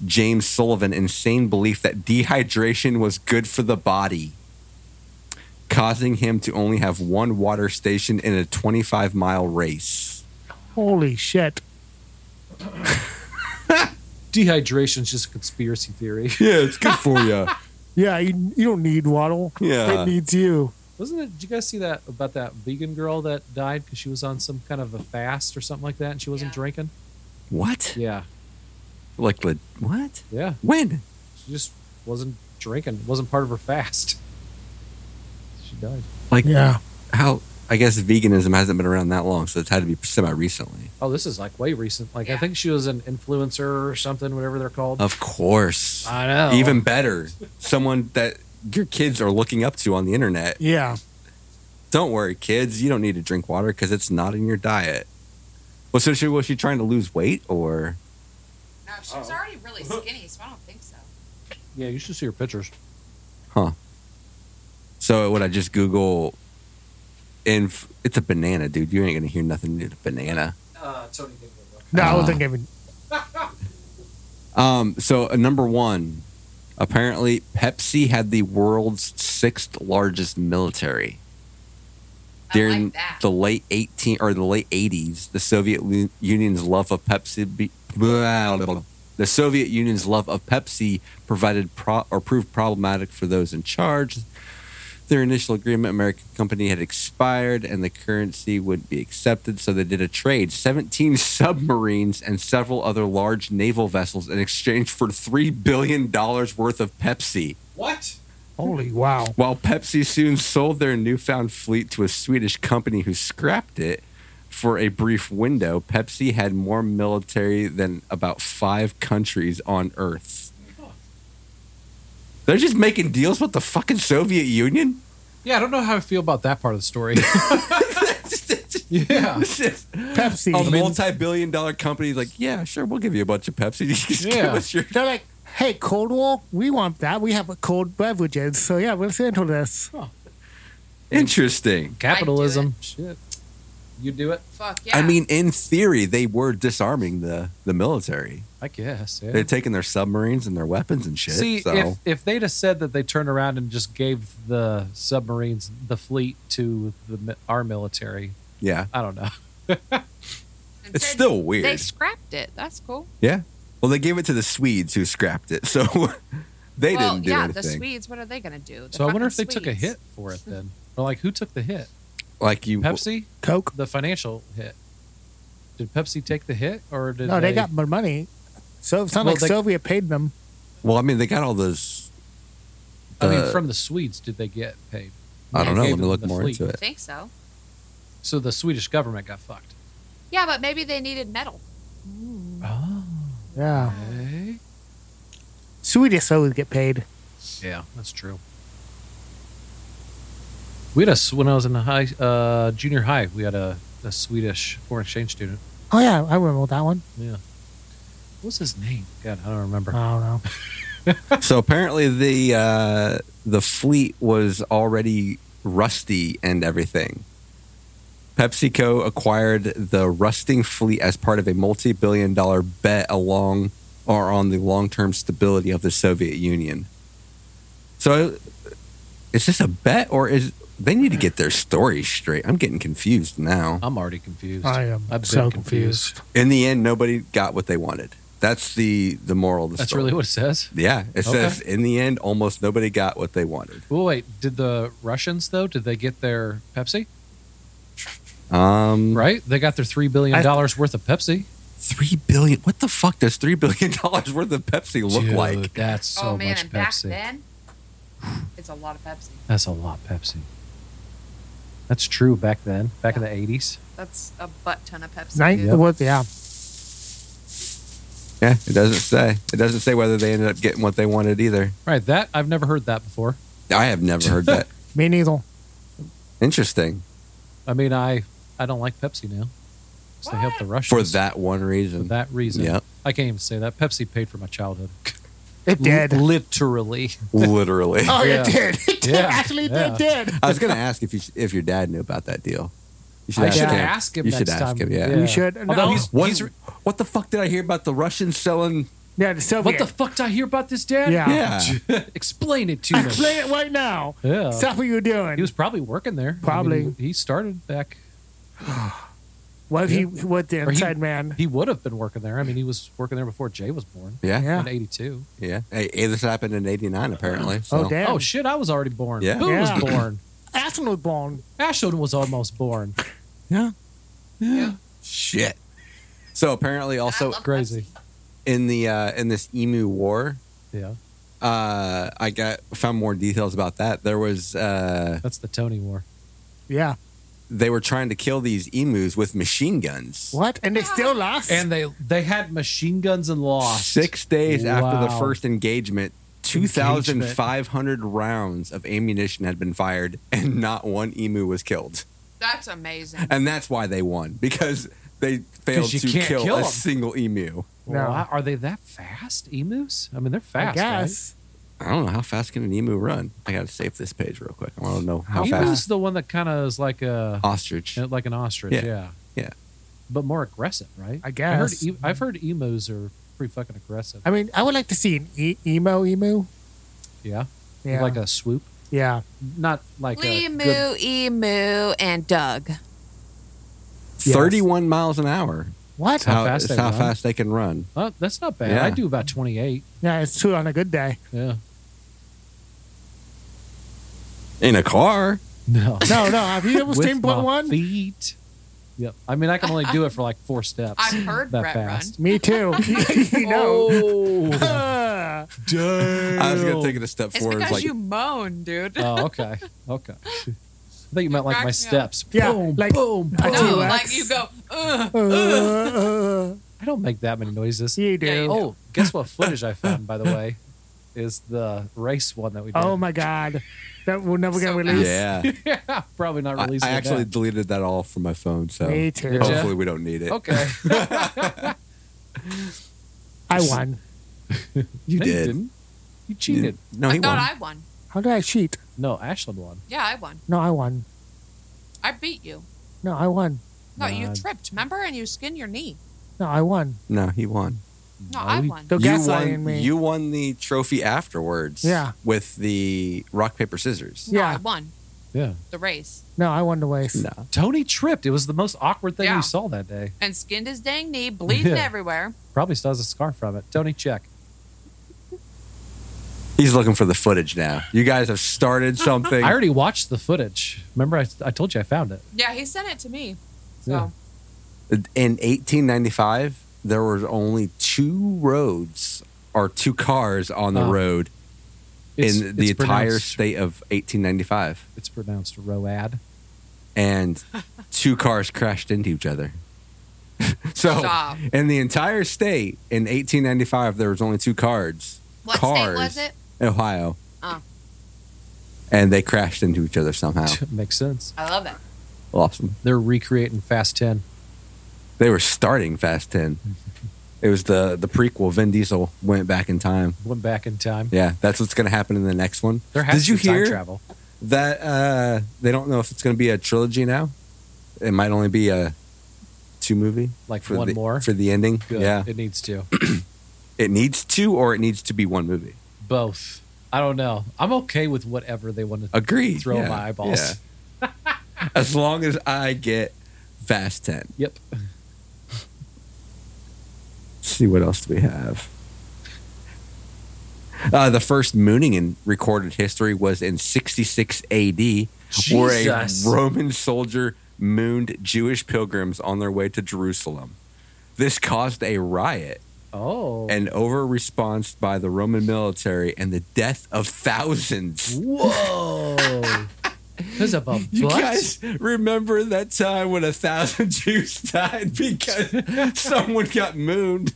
Speaker 4: James Sullivan insane belief that dehydration was good for the body, causing him to only have one water station in a 25 mile race.
Speaker 3: Holy shit.
Speaker 1: Dehydration's just a conspiracy theory.
Speaker 4: Yeah, it's good for you.
Speaker 3: Yeah, you, you don't need Waddle.
Speaker 4: Yeah.
Speaker 3: It needs you.
Speaker 1: Wasn't it? Did you guys see that about that vegan girl that died because she was on some kind of a fast or something like that and she wasn't
Speaker 2: Yeah.
Speaker 1: drinking?
Speaker 4: What?
Speaker 1: Yeah,
Speaker 4: Like, le- what?
Speaker 1: yeah.
Speaker 4: When?
Speaker 1: She just wasn't drinking. wasn't part of her fast. She died.
Speaker 4: Like,
Speaker 3: Yeah.
Speaker 4: how? I guess veganism hasn't been around that long, so it's had to be semi recently.
Speaker 1: Oh, this is like way recent. Like I
Speaker 2: Yeah.
Speaker 1: think she was an influencer or something, whatever they're called.
Speaker 4: Of course.
Speaker 1: I know.
Speaker 4: Oh, Even better. Someone that your kids are looking up to on the internet.
Speaker 3: Yeah.
Speaker 4: Don't worry, kids. You don't need to drink water because it's not in your diet. Well, so she, was she trying to lose weight or?
Speaker 2: No, she was already really
Speaker 1: Uh-huh.
Speaker 2: skinny, so I don't think so.
Speaker 1: yeah, you should see her pictures.
Speaker 4: So would I just Google? Inf- it's a banana, dude. You ain't going to hear nothing new to banana.
Speaker 1: Uh, Tony did
Speaker 3: No, I
Speaker 4: Ah.
Speaker 3: wasn't giving.
Speaker 4: Um, so uh, number one, apparently Pepsi had the world's sixth largest military.
Speaker 2: I
Speaker 4: during
Speaker 2: like that.
Speaker 4: the late 18 or the late 80s the soviet Lu- union's love of pepsi be, blah, blah, blah. the soviet union's love of pepsi provided pro, or proved problematic for those in charge their initial agreement american company had expired and the currency would be accepted so they did a trade 17 submarines and several other large naval vessels in exchange for 3 billion dollars worth of pepsi
Speaker 1: What?
Speaker 3: Holy wow.
Speaker 4: while Pepsi soon sold their newfound fleet to a Swedish company who scrapped it for a brief window, Pepsi had more military than about five countries on Earth. They're just making deals with the fucking Soviet Union?
Speaker 1: Yeah, I don't know how I feel about that part of the story. yeah.
Speaker 4: This is
Speaker 3: Pepsi.
Speaker 4: a multi billion dollar company is like, yeah, sure, we'll give you a bunch of Pepsi. Just give
Speaker 1: Yeah.
Speaker 4: us your.
Speaker 3: They're like, hey, Cold War, we want that. We have cold beverages. So, yeah, we'll see into this.
Speaker 4: Interesting.
Speaker 1: Capitalism. Shit. You do it?
Speaker 2: Fuck yeah.
Speaker 4: I mean, in theory, they were disarming the, the military.
Speaker 1: I guess. Yeah.
Speaker 4: They're taking their submarines and their weapons and shit.
Speaker 1: See,
Speaker 4: so.
Speaker 1: if, if they'd have said that they turned around and just gave the submarines the fleet to the mi- our military,
Speaker 4: Yeah,
Speaker 1: I don't know.
Speaker 2: And
Speaker 4: it's
Speaker 2: said
Speaker 4: still weird.
Speaker 2: They scrapped it. That's cool.
Speaker 4: yeah. Well, they gave it to the Swedes who scrapped it, so they
Speaker 2: well,
Speaker 4: didn't do
Speaker 2: yeah, the
Speaker 4: anything.
Speaker 2: Swedes. What are they gonna do? The
Speaker 1: So I wonder if they
Speaker 2: fucking
Speaker 1: took a
Speaker 2: Swedes.
Speaker 1: hit for it then. Or like, who took the hit?
Speaker 4: like you,
Speaker 1: Pepsi,
Speaker 3: Coke.
Speaker 1: the financial hit. Did Pepsi take the hit, or did
Speaker 3: No,
Speaker 1: they,
Speaker 3: they got more money. So, it sounds
Speaker 1: Well,
Speaker 3: like
Speaker 1: they-
Speaker 3: Soviet paid them.
Speaker 4: Well, I mean, they got all those.
Speaker 1: I mean,
Speaker 4: uh,
Speaker 1: from the Swedes, did they get paid?
Speaker 4: I don't know.
Speaker 1: They
Speaker 4: Let
Speaker 1: gave
Speaker 4: me
Speaker 1: them
Speaker 4: look
Speaker 1: the
Speaker 4: more
Speaker 1: fleet.
Speaker 4: into
Speaker 2: I
Speaker 4: it.
Speaker 2: think so.
Speaker 1: So the Swedish government got fucked.
Speaker 2: Yeah, but maybe they needed metal.
Speaker 1: Oh,
Speaker 3: Yeah. Swedish always get paid.
Speaker 1: yeah, that's true. We had a s- when I was in the high uh, junior high, we had a, a Swedish foreign exchange student.
Speaker 3: Oh, yeah, I remember that one.
Speaker 1: What's his name? God, I don't
Speaker 3: I
Speaker 1: remember.
Speaker 3: don't know.
Speaker 4: so apparently, the uh, the fleet was already rusty and everything. PepsiCo acquired the rusting fleet as part of a multi-billion-dollar bet along or on the long-term stability of the Soviet Union. So Is this a bet or is they need to get their story straight? I'm getting confused now.
Speaker 1: I'm already confused.
Speaker 3: I am
Speaker 1: I've been
Speaker 3: so
Speaker 1: confused.
Speaker 3: confused.
Speaker 4: In the end, nobody got what they wanted. That's the the moral of the
Speaker 1: That's
Speaker 4: story.
Speaker 1: really what it says.
Speaker 4: Yeah, it
Speaker 1: Okay.
Speaker 4: says in the end, almost nobody got what they wanted.
Speaker 1: Well, wait. Did the Russians though? Did they get their Pepsi?
Speaker 4: Um,
Speaker 1: Right? They got their three billion dollars worth of Pepsi.
Speaker 4: three billion. What the fuck does three billion dollars worth of Pepsi look
Speaker 1: Dude,
Speaker 4: like?
Speaker 1: that's so
Speaker 5: oh man,
Speaker 1: much
Speaker 5: and back
Speaker 1: Pepsi.
Speaker 5: then, it's a lot of Pepsi.
Speaker 1: That's a lot Pepsi. That's true. Back then, back in
Speaker 5: Yeah.
Speaker 1: the eighties.
Speaker 5: That's a butt ton of Pepsi.
Speaker 3: Nine,
Speaker 5: dude.
Speaker 3: what, yeah.
Speaker 4: Yeah, it doesn't say. It doesn't say whether they ended up getting what they wanted either.
Speaker 1: Right. That I've never heard that before.
Speaker 4: I have never heard that.
Speaker 3: Me neither.
Speaker 4: Interesting
Speaker 1: I mean, I I don't like Pepsi now. 'Cause They helped the Russians
Speaker 4: for that one
Speaker 1: for
Speaker 4: reason.
Speaker 1: that reason.
Speaker 4: Yep.
Speaker 1: I can't even say that. Pepsi paid for my childhood.
Speaker 3: It did.
Speaker 1: L- literally.
Speaker 4: Literally.
Speaker 3: oh,
Speaker 1: Yeah.
Speaker 3: it did. It did.
Speaker 1: Yeah.
Speaker 3: Actually,
Speaker 1: Yeah.
Speaker 3: it did.
Speaker 4: I was gonna ask if you if your dad knew about that deal. You
Speaker 1: I should
Speaker 3: him.
Speaker 1: ask him.
Speaker 4: You
Speaker 1: next
Speaker 4: should ask
Speaker 1: time.
Speaker 4: him, yeah.
Speaker 3: You should.
Speaker 1: Although
Speaker 3: No.
Speaker 1: he's,
Speaker 4: What,
Speaker 1: he's re-
Speaker 4: what the fuck did I hear about the Russians selling?
Speaker 3: Yeah, the Soviet.
Speaker 1: what the fuck did I hear about this, Dad?
Speaker 3: Yeah.
Speaker 1: Explain it to me.
Speaker 3: Explain it right now.
Speaker 1: Yeah.
Speaker 3: Stop what you're doing.
Speaker 1: Uh, He was probably working there. I mean,
Speaker 3: Probably.
Speaker 1: he started back.
Speaker 3: what if he
Speaker 1: Yeah.
Speaker 3: was the
Speaker 1: Or he-
Speaker 3: inside man?
Speaker 1: He would have been working there. I mean, he was working there before Jay was born
Speaker 4: Yeah, yeah.
Speaker 3: Yeah.
Speaker 1: in 82.
Speaker 4: yeah. Hey, hey, this happened in '89, apparently. So.
Speaker 3: oh, damn.
Speaker 1: Oh, shit. I was already born.
Speaker 4: Yeah.
Speaker 1: Who
Speaker 3: Yeah.
Speaker 1: was born?
Speaker 3: Ashton was born.
Speaker 1: Ashton was almost born.
Speaker 4: Yeah. Yeah. Shit. So apparently, also
Speaker 5: love
Speaker 1: Crazy.
Speaker 4: in the uh, in this Emu War,
Speaker 1: Yeah.
Speaker 4: uh, I got found more details about that. There was uh,
Speaker 1: That's the Tony War.
Speaker 3: Yeah.
Speaker 4: they were trying to kill these emus with machine guns.
Speaker 3: What? And they still lost?
Speaker 1: And they they had machine guns and lost.
Speaker 4: Six days after the
Speaker 1: Wow.
Speaker 4: first engagement, two thousand five hundred rounds of ammunition had been fired, and not one emu was killed.
Speaker 5: That's amazing.
Speaker 4: And that's why they won because they failed
Speaker 1: 'Cause you
Speaker 4: to
Speaker 1: can't
Speaker 4: kill,
Speaker 1: kill
Speaker 4: a
Speaker 1: 'em.
Speaker 4: single emu.
Speaker 3: No.
Speaker 1: Wow, Are they that fast, emus? I mean, they're
Speaker 3: I
Speaker 1: fast.
Speaker 3: guess.
Speaker 4: I don't know how fast can an emu run. I gotta save this page real quick. I want to know how
Speaker 1: Right?
Speaker 4: fast
Speaker 1: Emu's the one that kind of is like a
Speaker 4: ostrich.
Speaker 1: Yeah, like an ostrich.
Speaker 4: Yeah.
Speaker 1: Yeah.
Speaker 4: Yeah.
Speaker 1: But more aggressive, right? I
Speaker 3: I
Speaker 1: heard,
Speaker 3: guess.
Speaker 1: e- I've heard emos are pretty fucking aggressive.
Speaker 3: I mean, I would like to see an e- emo emu.
Speaker 1: yeah.
Speaker 3: Yeah.
Speaker 1: Like a swoop.
Speaker 3: yeah.
Speaker 1: Not like a.
Speaker 5: Emu,
Speaker 1: good-
Speaker 2: E
Speaker 5: Emu, and Doug.
Speaker 3: Yes.
Speaker 4: Thirty-one miles an hour.
Speaker 3: What?
Speaker 4: That's
Speaker 1: How
Speaker 4: how,
Speaker 1: fast
Speaker 4: it's
Speaker 1: they
Speaker 4: how
Speaker 1: run.
Speaker 4: fast they can run.
Speaker 1: Oh, that's not bad.
Speaker 4: Yeah.
Speaker 1: I do about 28.
Speaker 3: Yeah, it's true on a good day.
Speaker 1: Yeah.
Speaker 4: In a car.
Speaker 1: No.
Speaker 3: No, no. Have you ever
Speaker 1: With
Speaker 3: seen
Speaker 1: my
Speaker 3: Blue One?
Speaker 1: Feet. Yep. I mean, I can only do it for like four steps.
Speaker 5: I've heard
Speaker 1: that
Speaker 5: Brett
Speaker 1: fast.
Speaker 3: Me too. you know.
Speaker 1: Oh,
Speaker 3: Uh,
Speaker 1: damn.
Speaker 4: I was gonna take it a step
Speaker 5: It's
Speaker 4: forward.
Speaker 5: because
Speaker 4: like,
Speaker 5: you moan, dude.
Speaker 1: Oh, okay. Okay. I thought you meant like
Speaker 5: cracked me
Speaker 1: my
Speaker 5: up.
Speaker 1: steps.
Speaker 3: Yeah,
Speaker 1: Boom,
Speaker 3: like-
Speaker 1: boom,
Speaker 3: I
Speaker 1: boom.
Speaker 3: do
Speaker 5: no,
Speaker 3: T-Rex.
Speaker 5: like you go, Ugh.
Speaker 3: uh, uh,
Speaker 1: I don't make that many noises.
Speaker 3: you do.
Speaker 5: Yeah, you
Speaker 1: Oh, guess what footage I found, by the way, is the race one that we did.
Speaker 3: Oh my God. That will never get
Speaker 5: So bad.
Speaker 3: released.
Speaker 4: yeah.
Speaker 1: yeah, probably not
Speaker 4: I,
Speaker 1: releasing.
Speaker 4: I
Speaker 1: it
Speaker 4: actually
Speaker 1: now.
Speaker 4: deleted that all from my phone, so
Speaker 3: Me too. Oh,
Speaker 1: Did ya?
Speaker 4: hopefully we don't need it.
Speaker 1: okay.
Speaker 3: I won.
Speaker 4: You
Speaker 1: No,
Speaker 4: did.
Speaker 1: didn't. You cheated.
Speaker 4: No,
Speaker 5: I
Speaker 4: he
Speaker 5: thought
Speaker 4: won.
Speaker 5: I won.
Speaker 3: How did I cheat?
Speaker 1: No, Ashland won.
Speaker 5: Yeah, I won.
Speaker 3: No, I won.
Speaker 5: I beat you.
Speaker 3: No, I won.
Speaker 5: No, you
Speaker 1: Nah.
Speaker 5: tripped, remember? And you skinned your knee.
Speaker 3: No, I won.
Speaker 4: No, he won.
Speaker 5: No,
Speaker 1: No,
Speaker 5: I
Speaker 1: you-
Speaker 5: won.
Speaker 3: Go
Speaker 4: you won.
Speaker 3: gaslighting me.
Speaker 4: You won the trophy afterwards.
Speaker 3: Yeah.
Speaker 4: With the rock paper scissors.
Speaker 5: No,
Speaker 3: yeah.
Speaker 5: I won
Speaker 1: Yeah.
Speaker 5: the race
Speaker 3: No, I won the race.
Speaker 4: No.
Speaker 1: Tony tripped. It was the most awkward thing
Speaker 5: Yeah.
Speaker 1: we saw that day.
Speaker 5: and skinned his dang knee, bleeding
Speaker 1: Yeah.
Speaker 5: everywhere.
Speaker 1: Probably still has a scar from it. Tony, check.
Speaker 4: He's looking for the footage now. You guys have started something.
Speaker 1: I already watched the footage. Remember, I, I told you I found it.
Speaker 5: Yeah, he sent it to me. So
Speaker 1: Yeah.
Speaker 4: In 1895, there were only two roads or two cars on the
Speaker 1: Oh.
Speaker 4: road
Speaker 1: It's,
Speaker 4: in the
Speaker 1: it's
Speaker 4: entire
Speaker 1: pronounced-
Speaker 4: state of 1895,
Speaker 1: It's pronounced Road.
Speaker 4: and two cars crashed into each other.
Speaker 1: Oh,
Speaker 4: so,
Speaker 5: Stop.
Speaker 4: in the entire state in 1895, there was only two cars.
Speaker 5: what
Speaker 4: cars.
Speaker 5: state was it?
Speaker 4: Ohio.
Speaker 5: Oh.
Speaker 4: And they crashed into each other somehow.
Speaker 1: Makes sense.
Speaker 5: I love it.
Speaker 4: Lost them.
Speaker 1: They're recreating Fast Ten.
Speaker 4: They were starting Fast 10. It was the, the prequel. Vin Diesel went back in time.
Speaker 1: Went back in time.
Speaker 4: Yeah, that's what's going to happen in the next one.
Speaker 1: There has
Speaker 4: Did
Speaker 1: to
Speaker 4: you
Speaker 1: be time
Speaker 4: hear
Speaker 1: travel.
Speaker 4: that uh, they don't know if it's going to be a trilogy now? It might only be a two movie.
Speaker 1: Like one
Speaker 4: the,
Speaker 1: more.
Speaker 4: for the ending.
Speaker 1: Good.
Speaker 4: Yeah,
Speaker 1: It needs to.
Speaker 4: it needs two, or it needs to be one movie.
Speaker 1: Both. I don't know. I'm okay with whatever they want to
Speaker 4: Agreed.
Speaker 1: throw
Speaker 4: yeah,
Speaker 1: my eyeballs.
Speaker 4: yeah. as long as I get fast 10.
Speaker 1: Yep.
Speaker 4: Let's see what else do we have. Uh, the first mooning in recorded history was in 66 AD,
Speaker 1: Jesus.
Speaker 4: where a Roman soldier mooned Jewish pilgrims on their way to Jerusalem. This caused a riot
Speaker 1: Oh.
Speaker 4: and over response by the Roman military and the death of thousands.
Speaker 1: whoa. Because of a butt.
Speaker 4: You guys remember that time when a thousand Jews died because someone got mooned?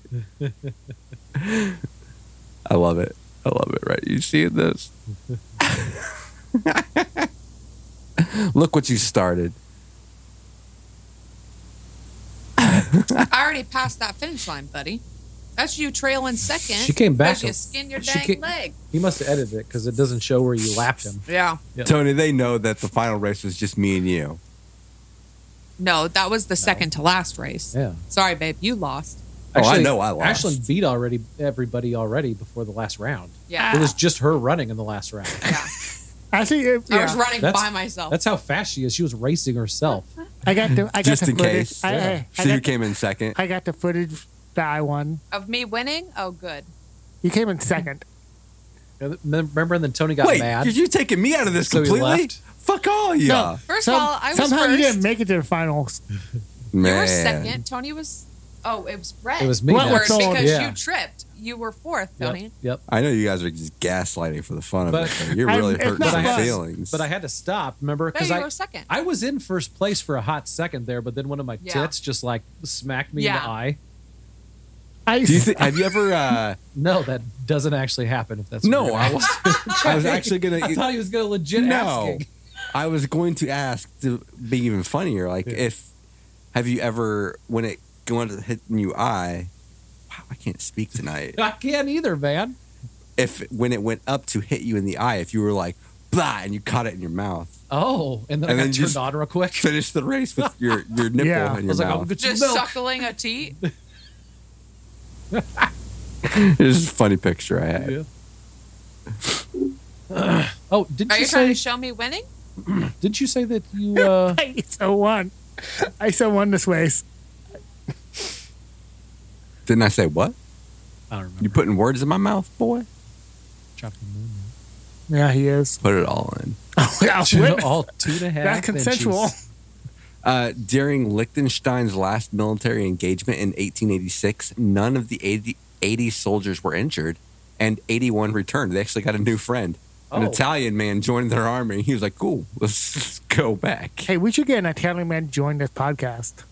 Speaker 4: I love it. I love it, right? You see this? Look what you started.
Speaker 5: I already passed that finish line, buddy. That's you trailing second.
Speaker 1: She came back
Speaker 5: because You
Speaker 1: a-
Speaker 5: skin your
Speaker 1: she
Speaker 5: dang
Speaker 1: came-
Speaker 5: leg.
Speaker 1: He must have edited it because it doesn't show where you lapped him.
Speaker 5: Yeah.
Speaker 4: Tony, they know that the final race was just me and you.
Speaker 5: No, that was the second to last race.
Speaker 1: Yeah.
Speaker 5: Sorry, babe, you lost.
Speaker 4: Oh, I know I lost.
Speaker 1: Ashlyn beat already everybody already before the last round.
Speaker 5: Yeah.
Speaker 1: It was just her running in the last round.
Speaker 5: yeah.
Speaker 3: Actually, if,
Speaker 5: I was
Speaker 3: uh, yeah,
Speaker 5: running
Speaker 1: That's-
Speaker 5: by myself.
Speaker 1: That's how fast she is. She was racing herself.
Speaker 3: I got the I got
Speaker 4: Just
Speaker 3: the
Speaker 4: in
Speaker 3: footage.
Speaker 4: case.
Speaker 3: I,
Speaker 1: Yeah.
Speaker 3: I, I,
Speaker 4: So you
Speaker 3: got,
Speaker 4: came in second.
Speaker 3: I got the footage that I won.
Speaker 5: Of me winning? Oh, good.
Speaker 3: You came in second.
Speaker 1: Remember, and then Tony got
Speaker 4: Wait,
Speaker 1: mad.
Speaker 4: you're you taking me out of this
Speaker 1: So he
Speaker 4: completely?
Speaker 1: left?
Speaker 4: Fuck all y'all.
Speaker 5: First
Speaker 3: Some-
Speaker 5: of all, I was
Speaker 3: somehow
Speaker 5: first.
Speaker 3: you didn't make it to the finals.
Speaker 5: You
Speaker 4: Man.
Speaker 5: were second. Tony was. Oh, it was red.
Speaker 1: It was me.
Speaker 3: What
Speaker 1: that-
Speaker 3: was
Speaker 5: Worse
Speaker 3: so-
Speaker 5: because
Speaker 1: Yeah.
Speaker 5: you tripped. You were fourth,
Speaker 1: Yep,
Speaker 5: Tony.
Speaker 1: yep.
Speaker 4: I know you guys are just gaslighting for the fun
Speaker 1: But-
Speaker 4: of it. though. You're
Speaker 3: I'm-
Speaker 4: really
Speaker 3: it's
Speaker 4: hurting
Speaker 3: not
Speaker 4: my
Speaker 3: fun.
Speaker 4: feelings.
Speaker 1: But I had to stop. Remember,
Speaker 5: No,
Speaker 1: because
Speaker 5: you
Speaker 1: I
Speaker 5: were second.
Speaker 1: I was in first place for a hot second there, but then one of my
Speaker 5: Yeah.
Speaker 1: tits just like smacked me in
Speaker 5: Yeah.
Speaker 1: the eye.
Speaker 3: I
Speaker 4: Do you think, have you ever? Uh,
Speaker 1: No, that doesn't actually happen. If that's
Speaker 4: no,
Speaker 1: weird.
Speaker 4: I was, I was actually gonna. e
Speaker 1: I thought he was gonna legit
Speaker 4: no,
Speaker 1: asking.
Speaker 4: I was going to ask to be even funnier. Like,
Speaker 1: Yeah.
Speaker 4: if have you ever when it going to hit you eye? Wow, I can't speak tonight.
Speaker 1: I can't either, man.
Speaker 4: if when it went up to hit you in the eye, if you were like blah and you caught it in your mouth,
Speaker 1: Oh, and then
Speaker 4: And
Speaker 1: I got
Speaker 4: then
Speaker 1: turned
Speaker 4: just-
Speaker 1: on real quick.
Speaker 4: finish the race with your your nipple
Speaker 3: Yeah.
Speaker 4: in
Speaker 1: I
Speaker 4: your
Speaker 1: was like, "Oh, I'm
Speaker 4: mouth.
Speaker 1: good
Speaker 5: Just
Speaker 1: milk.
Speaker 5: suckling a teat.
Speaker 4: This is a funny picture I had.
Speaker 1: Yeah. oh, did
Speaker 5: Are
Speaker 1: you
Speaker 5: you trying
Speaker 1: say?
Speaker 5: to show me winning?
Speaker 1: Did you say that you? Uh,
Speaker 3: I so won. I so won this race.
Speaker 4: Didn't I say what?
Speaker 1: I don't remember.
Speaker 4: You putting words in my mouth, boy?
Speaker 1: Chopped the moon.
Speaker 3: Yeah, he is.
Speaker 4: Put it all in.
Speaker 3: Yeah,
Speaker 1: Two-
Speaker 3: win.
Speaker 1: all two and a half.
Speaker 3: That consensual.
Speaker 1: inches.
Speaker 4: Uh, during Liechtenstein's last military engagement in 1886, none of the 80, 80 soldiers were injured, and 81 returned. They actually got a new friend. An
Speaker 1: Oh.
Speaker 4: Italian man joined their army. He was like, cool, let's go back.
Speaker 3: Hey, we should get an Italian man join this podcast.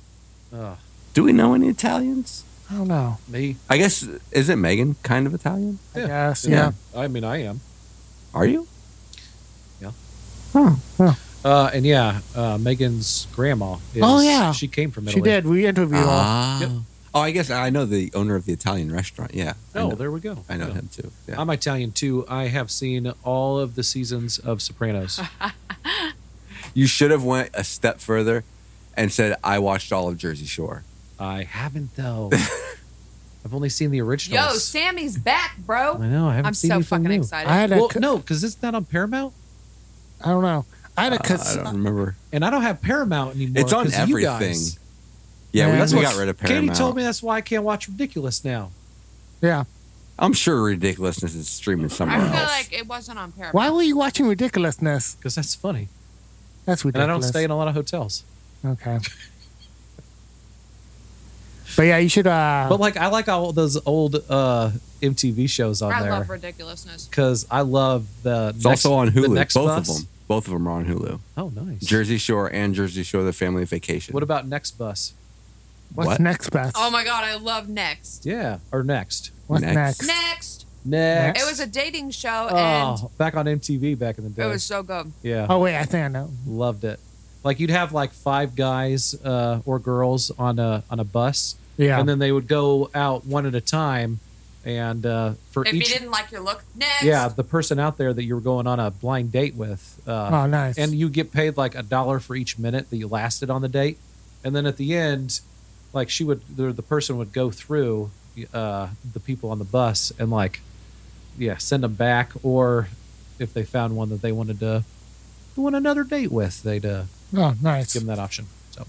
Speaker 1: Ugh,
Speaker 4: Do we know any Italians?
Speaker 3: I don't know.
Speaker 1: Uh, me.
Speaker 4: I guess, isn't Megan kind of Italian?
Speaker 3: I
Speaker 1: Yeah.
Speaker 3: guess.
Speaker 1: Yeah.
Speaker 3: Yeah.
Speaker 1: I mean, I am.
Speaker 4: Are you?
Speaker 3: Oh, well,
Speaker 1: Uh, and yeah, uh, Megan's grandma. Is,
Speaker 3: Oh, yeah.
Speaker 1: she came from Italy.
Speaker 3: she did. We interviewed
Speaker 5: Uh,
Speaker 3: her.
Speaker 4: Ah.
Speaker 1: Yep.
Speaker 4: Oh, I guess I know the owner of the Italian restaurant. Yeah. I
Speaker 1: Oh,
Speaker 4: know,
Speaker 1: there we go.
Speaker 4: I know
Speaker 1: Yeah. Um,
Speaker 4: him too. Yeah.
Speaker 1: I'm Italian too. I have seen all of the seasons of Sopranos.
Speaker 4: You should have went a step further and said, I watched all of Jersey Shore.
Speaker 1: I haven't though. I've only seen the originals.
Speaker 5: Yo, Sammy's back,
Speaker 1: I
Speaker 5: bro.
Speaker 1: know. I haven't
Speaker 5: Oh, I'm
Speaker 1: seen
Speaker 5: so
Speaker 1: anything
Speaker 5: fucking
Speaker 1: new.
Speaker 5: excited.
Speaker 3: I had a.
Speaker 1: Well,
Speaker 3: co-
Speaker 1: no, because isn't that on Paramount?
Speaker 3: I don't know. I had a.
Speaker 4: Uh, I
Speaker 3: cons-
Speaker 4: don't remember.
Speaker 1: And I don't have Paramount anymore.
Speaker 4: It's on
Speaker 1: 'cause you
Speaker 4: everything.
Speaker 1: guys-
Speaker 4: Yeah,
Speaker 3: Yeah.
Speaker 4: we,
Speaker 3: That's
Speaker 4: we
Speaker 1: what
Speaker 4: got rid of Paramount.
Speaker 1: Katie told me that's why I can't watch Ridiculous now.
Speaker 3: yeah.
Speaker 4: I'm sure ridiculousness is streaming
Speaker 5: I
Speaker 4: somewhere
Speaker 5: feel
Speaker 4: else.
Speaker 5: like it wasn't on Paramount.
Speaker 3: Why were you watching ridiculousness?
Speaker 1: Because that's funny.
Speaker 3: That's
Speaker 1: And I
Speaker 3: ridiculous.
Speaker 1: don't stay in a lot of hotels.
Speaker 3: Okay. but yeah, you should.
Speaker 5: Uh-huh.
Speaker 3: Uh,
Speaker 1: But like I like all those old uh, MTV shows on
Speaker 5: I love
Speaker 1: there
Speaker 5: ridiculousness.
Speaker 1: because I love the.
Speaker 4: it's
Speaker 1: next-
Speaker 4: also on
Speaker 1: the
Speaker 4: Hulu. Both
Speaker 1: next
Speaker 4: of
Speaker 1: Bus.
Speaker 4: them. Both of them are on Hulu.
Speaker 1: Oh, nice.
Speaker 4: Jersey Shore and Jersey Shore: The Family Vacation.
Speaker 1: What about Next Bus?
Speaker 3: what's
Speaker 4: what?
Speaker 3: next, best?
Speaker 5: Oh my god, I love Next.
Speaker 1: Yeah, or Next.
Speaker 3: what's
Speaker 4: Next.
Speaker 3: next?
Speaker 5: Next.
Speaker 1: Next.
Speaker 5: It was a dating show and
Speaker 1: oh, back on MTV back in the day.
Speaker 5: it was so good.
Speaker 1: yeah,
Speaker 3: Oh wait, I think I know.
Speaker 1: loved it. Like you'd have like five guys uh, or girls on a on a bus,
Speaker 3: Yeah.
Speaker 1: and then they would go out one at a time, and uh, for
Speaker 5: If you
Speaker 1: each
Speaker 5: didn't like your look, next.
Speaker 1: yeah the person out there that you were going on a blind date with, uh,
Speaker 3: oh nice.
Speaker 1: and you get paid like a dollar for each minute that you lasted on the date, and then at the end, like she would the, the person would go through uh, the people on the bus and like yeah, send them back, or if they found one that they wanted to do another date with, they'd uh,
Speaker 3: Oh, nice.
Speaker 1: give them that option. So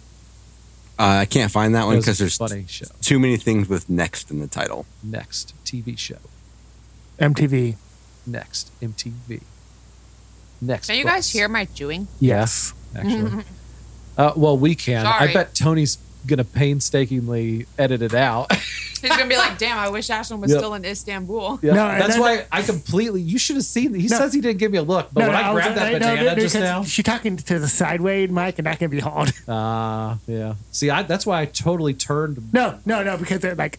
Speaker 4: Uh, I can't find that one
Speaker 1: those
Speaker 4: because
Speaker 1: are
Speaker 4: there's
Speaker 1: funny show
Speaker 4: too many things with next in the title.
Speaker 1: next TV show
Speaker 3: MTV.
Speaker 1: next MTV next.
Speaker 5: Can you guys
Speaker 1: Buzz.
Speaker 5: hear my chewing?
Speaker 3: Yes.
Speaker 1: Actually, uh, well, we can. I
Speaker 5: Sorry.
Speaker 1: bet Tony's gonna painstakingly edit it out.
Speaker 5: He's gonna be like, "Damn, I wish Ashton was
Speaker 1: Yep.
Speaker 5: still in Istanbul."
Speaker 1: Yeah,
Speaker 3: No, and
Speaker 1: that's
Speaker 3: then-
Speaker 1: why I completely. You should have seen. He
Speaker 3: No.
Speaker 1: says he didn't give me a look, but when I
Speaker 3: was-
Speaker 1: grabbed that
Speaker 3: no, no,
Speaker 1: banana
Speaker 3: no,
Speaker 1: just
Speaker 3: 'cause
Speaker 1: now,
Speaker 3: She talking to the sideways mic, and that can be hard.
Speaker 1: ah, yeah. See, I, that's why I totally turned.
Speaker 3: No, no, no, because they're like,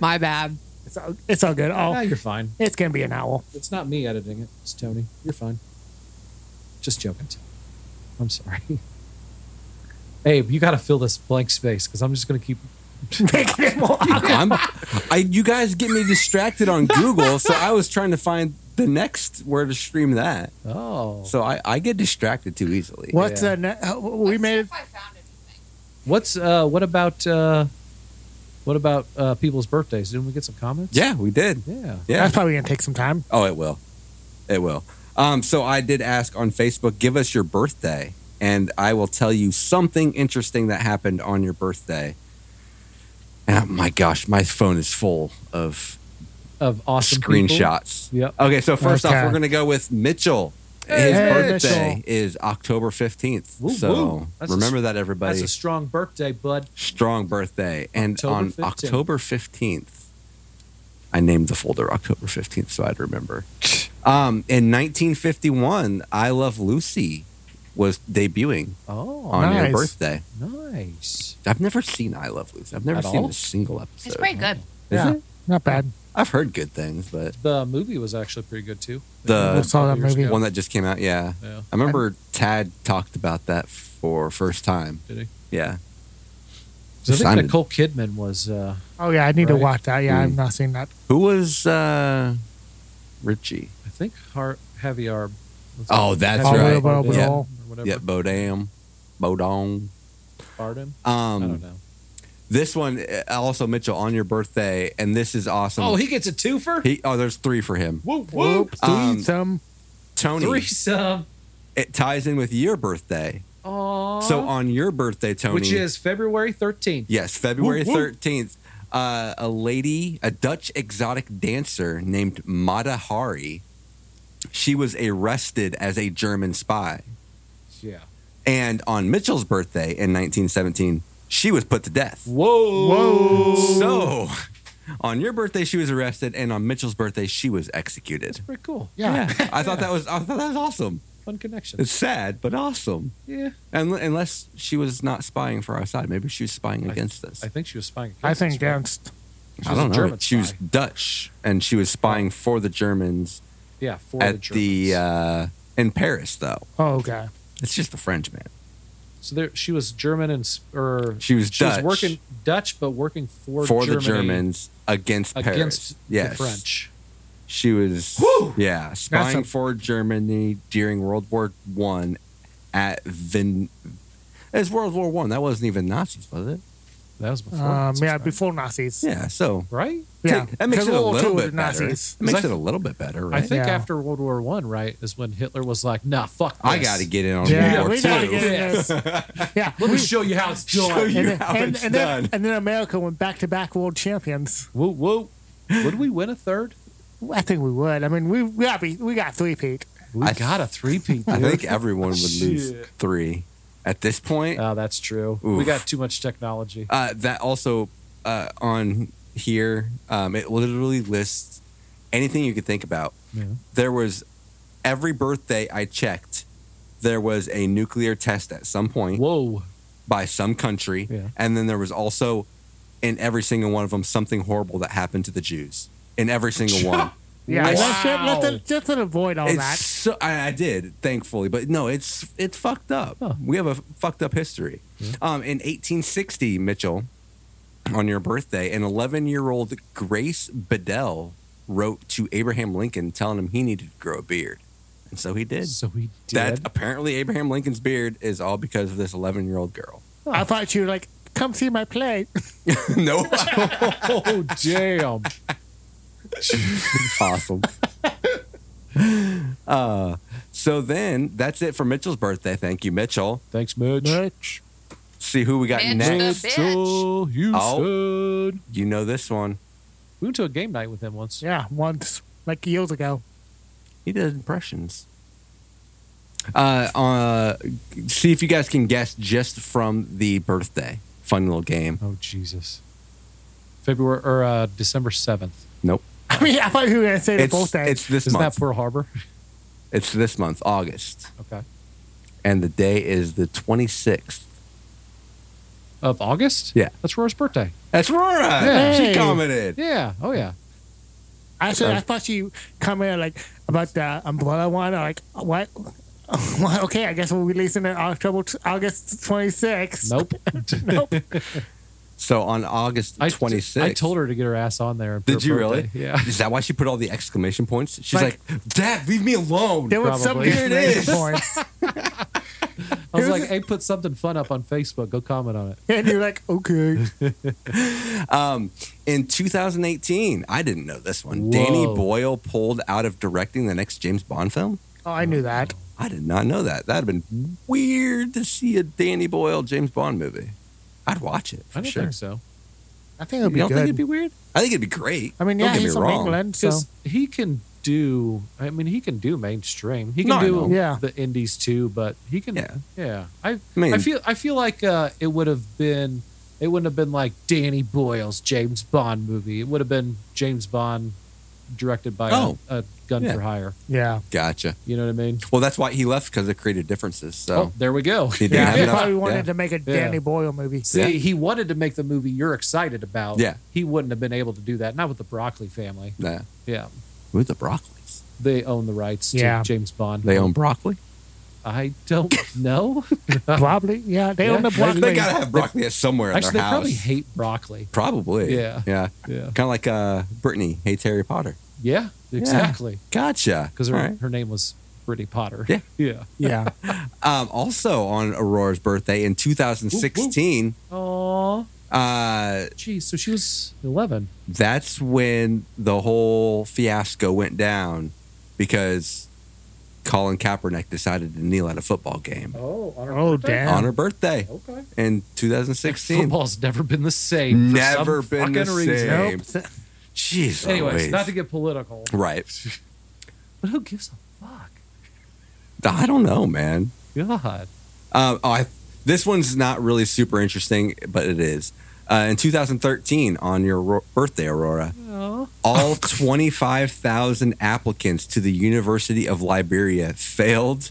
Speaker 2: My bad.
Speaker 3: it's all, it's all good.
Speaker 1: Ah,
Speaker 3: Oh,
Speaker 1: you're fine.
Speaker 3: it's gonna be an owl.
Speaker 1: It's not me editing it. It's Tony. You're fine. Just joking. Tony. I'm sorry. Abe, you got to fill this blank space because I'm just going to keep.
Speaker 3: Making it more awkward.
Speaker 4: I'm, I, you guys get me distracted on Google, so I was trying to find the next where to stream that.
Speaker 1: Oh.
Speaker 4: So I, I get distracted too easily.
Speaker 3: What's
Speaker 1: Yeah.
Speaker 3: the ne- uh, we
Speaker 5: Let's see
Speaker 3: made?
Speaker 5: if I found anything.
Speaker 1: What's, uh, what about, uh, what about, uh, people's birthdays? Didn't we get some comments?
Speaker 4: Yeah, we did.
Speaker 1: Yeah.
Speaker 4: Yeah.
Speaker 3: That's probably gonna take some time.
Speaker 4: Oh, it will. It will. Um, so I did ask on Facebook, give us your birthday, and I will tell you something interesting that happened on your birthday. And oh my gosh, my phone is full of
Speaker 1: Of awesome people.
Speaker 4: screenshots.
Speaker 1: Yep.
Speaker 4: Okay, so first
Speaker 3: Okay.
Speaker 4: off, we're gonna go with Mitchell.
Speaker 1: Hey,
Speaker 4: His
Speaker 3: Mitch.
Speaker 4: birthday
Speaker 3: Mitchell.
Speaker 4: is October fifteenth.
Speaker 1: Woo, woo.
Speaker 4: So
Speaker 1: That's a
Speaker 4: remember that,
Speaker 1: That's
Speaker 4: everybody.
Speaker 1: a strong birthday, bud.
Speaker 4: Strong birthday, and
Speaker 1: October
Speaker 4: on
Speaker 1: 15th.
Speaker 4: October fifteenth, I named the folder October fifteenth, so I'd remember. um, in nineteen fifty-one, I Love Lucy was debuting
Speaker 1: Oh,
Speaker 4: on your
Speaker 3: nice.
Speaker 4: birthday.
Speaker 1: nice.
Speaker 4: I've never seen I Love Lucy. I've never
Speaker 1: At
Speaker 4: seen
Speaker 1: all?
Speaker 4: a single episode.
Speaker 5: It's pretty good.
Speaker 4: Is
Speaker 3: yeah,
Speaker 4: it?
Speaker 3: not bad.
Speaker 4: I've heard good things, but
Speaker 1: The movie was actually pretty good too.
Speaker 4: The-
Speaker 1: A
Speaker 4: I
Speaker 3: saw that
Speaker 1: couple years
Speaker 3: movie.
Speaker 1: ago.
Speaker 4: one that just came out, yeah.
Speaker 1: Yeah.
Speaker 4: I remember Tad talked about that for first time.
Speaker 1: Did he?
Speaker 4: Yeah.
Speaker 1: 'Cause I think
Speaker 4: Simon.
Speaker 1: Nicole Kidman was. Uh,
Speaker 3: Oh yeah, I need
Speaker 1: Right.
Speaker 3: to watch that. Yeah,
Speaker 4: Mm.
Speaker 3: I've not seen that.
Speaker 4: Who was uh Richie?
Speaker 1: I think Har- Javier. what's
Speaker 4: Oh,
Speaker 1: it?
Speaker 4: that's
Speaker 3: right.
Speaker 1: Bardem
Speaker 3: Yeah.
Speaker 1: or whatever.
Speaker 4: Yeah, Bodam. Bodong.
Speaker 1: Bardem. I don't
Speaker 4: Um
Speaker 1: know.
Speaker 4: this one uh, also Mitchell on your birthday and this is awesome.
Speaker 1: Oh, he gets a twofer.
Speaker 4: He- oh there's 3 for him.
Speaker 1: whoop whoop.
Speaker 3: Whoop,
Speaker 4: Um,
Speaker 3: see some.
Speaker 4: Tony.
Speaker 1: Threesome.
Speaker 4: It ties in with your birthday.
Speaker 1: Aww.
Speaker 4: So on your birthday Tony
Speaker 1: which is February thirteenth.
Speaker 4: Yes, February
Speaker 1: Woo, woo.
Speaker 4: 13th. Uh, a lady, a Dutch exotic dancer named Mata Hari, she was arrested as a German spy.
Speaker 1: Yeah.
Speaker 4: And on Mitchell's birthday in 1917, she was put to death.
Speaker 1: Whoa.
Speaker 3: Whoa.
Speaker 4: So, on your birthday, she was arrested, and on Mitchell's birthday, she was executed.
Speaker 1: Pretty cool.
Speaker 3: Yeah.
Speaker 4: I thought that was I thought that was awesome.
Speaker 1: Fun connection.
Speaker 4: It's sad, but awesome.
Speaker 1: yeah.
Speaker 4: And, unless she was not spying for our side, maybe she was spying against us.
Speaker 1: I think she was spying.
Speaker 3: I
Speaker 1: against
Speaker 3: think
Speaker 1: us, right?
Speaker 3: against.
Speaker 1: was a German
Speaker 4: She was
Speaker 1: spy.
Speaker 4: Dutch, and she was spying for the Germans
Speaker 1: Yeah. For
Speaker 4: at the,
Speaker 1: Germans.
Speaker 4: uh, in Paris, though.
Speaker 3: Oh okay.
Speaker 4: It's just a Frenchman.
Speaker 1: so there, she was German and sp- or
Speaker 4: She was
Speaker 1: she
Speaker 4: Dutch.
Speaker 1: was working Dutch, but working for
Speaker 4: for
Speaker 1: Germany
Speaker 4: the Germans against, Paris.
Speaker 1: against
Speaker 4: Yes,
Speaker 1: the French.
Speaker 4: She was
Speaker 1: Whew!
Speaker 4: yeah spying
Speaker 3: a-
Speaker 4: for Germany during World War One at Vin. It's World War One. That wasn't even Nazis, was it?
Speaker 1: That was before.
Speaker 3: Um,
Speaker 1: Nazis,
Speaker 3: yeah,
Speaker 1: right?
Speaker 3: before Nazis.
Speaker 4: Yeah. So
Speaker 1: right?
Speaker 3: Yeah,
Speaker 4: that makes
Speaker 3: because
Speaker 4: it a
Speaker 3: World War
Speaker 4: little
Speaker 3: Two
Speaker 4: bit
Speaker 3: was
Speaker 4: better.
Speaker 3: Nazis.
Speaker 4: It makes
Speaker 1: Because
Speaker 4: it
Speaker 1: I-
Speaker 4: a little bit better,
Speaker 1: I
Speaker 4: right?
Speaker 1: think
Speaker 3: Yeah.
Speaker 1: after World War One, right, is when Hitler was like, "Nah, fuck." This.
Speaker 4: I, got to get in on
Speaker 3: Yeah,
Speaker 4: World
Speaker 3: we
Speaker 4: War
Speaker 3: gotta
Speaker 4: Two.
Speaker 3: get in this. Yeah,
Speaker 1: Let me show you how it's
Speaker 4: Show
Speaker 1: done.
Speaker 4: you
Speaker 3: and then,
Speaker 4: how
Speaker 3: and,
Speaker 4: it's
Speaker 3: and then,
Speaker 4: done.
Speaker 3: and then America went back to back world champions.
Speaker 1: Whoa, whoa! Would we win a third?
Speaker 3: I think we would. I mean, we we got be, we got three peat.
Speaker 1: We
Speaker 4: I-
Speaker 1: got a three peat.
Speaker 4: I think everyone would lose
Speaker 1: Shit.
Speaker 4: three at this point.
Speaker 3: Uh,
Speaker 1: Oh, that's true. We
Speaker 4: Oof.
Speaker 1: got too much technology.
Speaker 4: Uh, that also uh, on here, um, it literally lists anything you could think about.
Speaker 1: Yeah.
Speaker 4: There was every birthday I checked, there was a nuclear test at some point
Speaker 1: Whoa!
Speaker 4: by some country,
Speaker 1: Yeah.
Speaker 4: and then there was also in every single one of them something horrible that happened to the Jews. In every single one,
Speaker 3: Yeah,
Speaker 4: Wow.
Speaker 3: let's, just, let's, just- just to avoid
Speaker 1: Oh,
Speaker 3: all
Speaker 4: it's
Speaker 3: that.
Speaker 4: so, I, I did thankfully, but no, it's it's fucked up.
Speaker 1: Huh. Hmm.
Speaker 4: We have a f- fucked up history. Um, in 1860, Mitchell, on your birthday, an 11 year old Grace Bedell wrote to Abraham Lincoln telling him he needed to grow a beard, and so he did.
Speaker 1: So we did.
Speaker 4: That apparently Abraham Lincoln's beard is all because of this 11 year old girl.
Speaker 3: I thought you were like, come see my play.
Speaker 4: no,
Speaker 1: oh damn!
Speaker 4: awesome. Uh, so then that's it for Mitchell's birthday. Thank you, Mitchell.
Speaker 1: Thanks, Mitch.
Speaker 3: Mitch.
Speaker 4: See who we got
Speaker 5: Mitch
Speaker 4: next.
Speaker 5: the bitch.
Speaker 1: Mitchell Houston.
Speaker 4: You know this one.
Speaker 1: We went to a game night with him once.
Speaker 3: Yeah, once like years ago.
Speaker 4: He does impressions. Uh, uh, see if you guys can guess just from the birthday. Fun little game.
Speaker 1: Oh Jesus. February or uh, December seventh.
Speaker 4: Nope.
Speaker 3: I mean, I thought you were gonna say the
Speaker 4: It's,
Speaker 3: birthday.
Speaker 4: it's this
Speaker 1: Isn't
Speaker 4: month.
Speaker 1: that Pearl Harbor?
Speaker 4: it's this month, August,
Speaker 1: Okay.
Speaker 4: and the day is the twenty sixth.
Speaker 1: Of August?
Speaker 4: Yeah.
Speaker 1: That's Rora's birthday.
Speaker 4: That's Rora.
Speaker 1: Yeah.
Speaker 4: She
Speaker 3: Hey.
Speaker 4: commented.
Speaker 1: Yeah. Oh yeah.
Speaker 3: Actually, I
Speaker 4: Uh,
Speaker 3: thought you commented like about the umbrella one. Or, like what? Well, okay, I guess we're releasing it October August twenty sixth.
Speaker 1: Nope.
Speaker 3: nope.
Speaker 4: So on August
Speaker 1: I
Speaker 4: twenty sixth,
Speaker 1: I told her to get her ass on there. for
Speaker 4: Did
Speaker 1: her
Speaker 4: you
Speaker 1: birthday.
Speaker 4: really?
Speaker 1: Yeah.
Speaker 4: Is that why she put all the exclamation points? She's like,
Speaker 3: Like-
Speaker 4: Dad, leave me alone.
Speaker 3: There was some
Speaker 1: Probably.
Speaker 4: Here it is.
Speaker 3: exclamation points,
Speaker 1: I was
Speaker 3: Here's
Speaker 1: like,
Speaker 3: a-
Speaker 1: "Hey, put something fun up on Facebook. Go comment on it."
Speaker 3: and you're like, okay.
Speaker 4: Um, in 2018, I didn't know this one. Danny
Speaker 1: Whoa.
Speaker 4: Boyle pulled out of directing the next James Bond film.
Speaker 3: Oh, I knew that.
Speaker 4: I did not know that. That'd have been weird to see a Danny Boyle James Bond movie. I'd watch it
Speaker 1: I
Speaker 4: for
Speaker 1: don't
Speaker 4: sure.
Speaker 1: think so.
Speaker 3: I think it'll
Speaker 4: You
Speaker 3: be
Speaker 4: don't think it'd
Speaker 3: good.
Speaker 4: be weird? I think it'd be great.
Speaker 3: I mean,
Speaker 4: Don't
Speaker 3: yeah,
Speaker 4: get me
Speaker 3: he's from
Speaker 4: wrong.
Speaker 3: England, so
Speaker 1: Because he can do. I mean, he can do mainstream. He can
Speaker 4: No, I know.
Speaker 1: do
Speaker 3: Yeah.
Speaker 1: the indies too. But he can.
Speaker 4: Yeah.
Speaker 1: Yeah. I.
Speaker 4: I mean,
Speaker 1: I feel. I feel like uh, it would have been. It wouldn't have been like Danny Boyle's James Bond movie. It would have been James Bond, directed by
Speaker 4: Oh.
Speaker 1: a, a gun
Speaker 4: Yeah.
Speaker 1: for hire.
Speaker 3: yeah.
Speaker 4: gotcha.
Speaker 1: You know what I mean?
Speaker 4: Well, that's why he left because it created differences. So
Speaker 1: Oh, there we go.
Speaker 4: he didn't
Speaker 3: Yeah,
Speaker 4: have
Speaker 3: he
Speaker 4: enough-
Speaker 3: probably
Speaker 4: yeah.
Speaker 3: wanted to make a Danny Boyle movie.
Speaker 1: See,
Speaker 4: Yeah.
Speaker 1: he wanted to make the movie you're excited about.
Speaker 4: Yeah.
Speaker 1: He wouldn't have been able to do that. Not with the Broccoli family.
Speaker 4: Nah.
Speaker 1: Yeah.
Speaker 4: Who's the Broccoli's?
Speaker 1: They own the rights to
Speaker 3: Yeah.
Speaker 1: James Bond.
Speaker 4: They own broccoli.
Speaker 1: I don't know.
Speaker 3: Probably, yeah. They
Speaker 1: Yeah,
Speaker 3: own the block.
Speaker 4: They gotta have broccoli somewhere in
Speaker 1: Actually, they
Speaker 4: their house.
Speaker 1: probably hate broccoli.
Speaker 4: Probably.
Speaker 1: Yeah.
Speaker 4: Yeah.
Speaker 1: Yeah.
Speaker 4: Kind of like uh, Brittany hates Harry Potter.
Speaker 1: Yeah, exactly.
Speaker 4: Gotcha.
Speaker 1: Because
Speaker 4: All
Speaker 1: her,
Speaker 4: right.
Speaker 1: her name was Brittany Potter.
Speaker 4: Yeah.
Speaker 1: Yeah.
Speaker 3: yeah.
Speaker 4: um, also on Aurora's birthday in 2016,
Speaker 1: Oh,
Speaker 4: uh,
Speaker 1: geez. So she was 11.
Speaker 4: that's when the whole fiasco went down because Colin Kaepernick decided to kneel at a football game
Speaker 1: Oh, on
Speaker 3: Oh, birthday? damn.
Speaker 4: on her birthday
Speaker 1: Okay.
Speaker 4: in 2016.
Speaker 1: Football's never been the same. for
Speaker 4: Never
Speaker 1: some
Speaker 4: been the
Speaker 1: fucking reason.
Speaker 4: same. Jeez.
Speaker 1: Anyways,
Speaker 4: Louise.
Speaker 1: not to get political,
Speaker 4: right.
Speaker 1: but who gives a fuck?
Speaker 4: I don't know, man.
Speaker 1: God.
Speaker 4: Um, oh, I, this one's not really super interesting, but it is. Uh, in 2013, on your ro- birthday, Aurora,
Speaker 1: Oh.
Speaker 4: all 25,000 applicants to the University of Liberia failed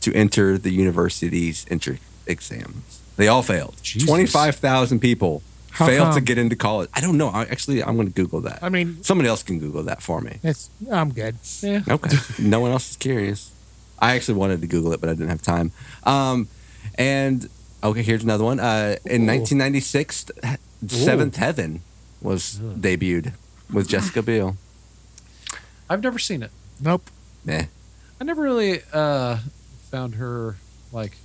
Speaker 4: to enter the university's entry exams. They all failed.
Speaker 1: Jesus.
Speaker 4: 25,000 people
Speaker 3: How
Speaker 4: failed to
Speaker 3: come?
Speaker 4: get into college. I don't know. I, actually, I'm going to Google that.
Speaker 3: I mean,
Speaker 4: Somebody else can Google that for me.
Speaker 3: it's I'm good.
Speaker 1: Yeah.
Speaker 4: Okay. no one else is curious. I actually wanted to Google it, but I didn't have time. Um, and okay, here's another one. Uh, in
Speaker 1: Ooh.
Speaker 4: 1996, th- Seventh Heaven was
Speaker 1: Ugh.
Speaker 4: debuted with Jessica Biel.
Speaker 1: I've never seen it.
Speaker 3: Nope.
Speaker 4: Nah,
Speaker 1: I never really uh, found her like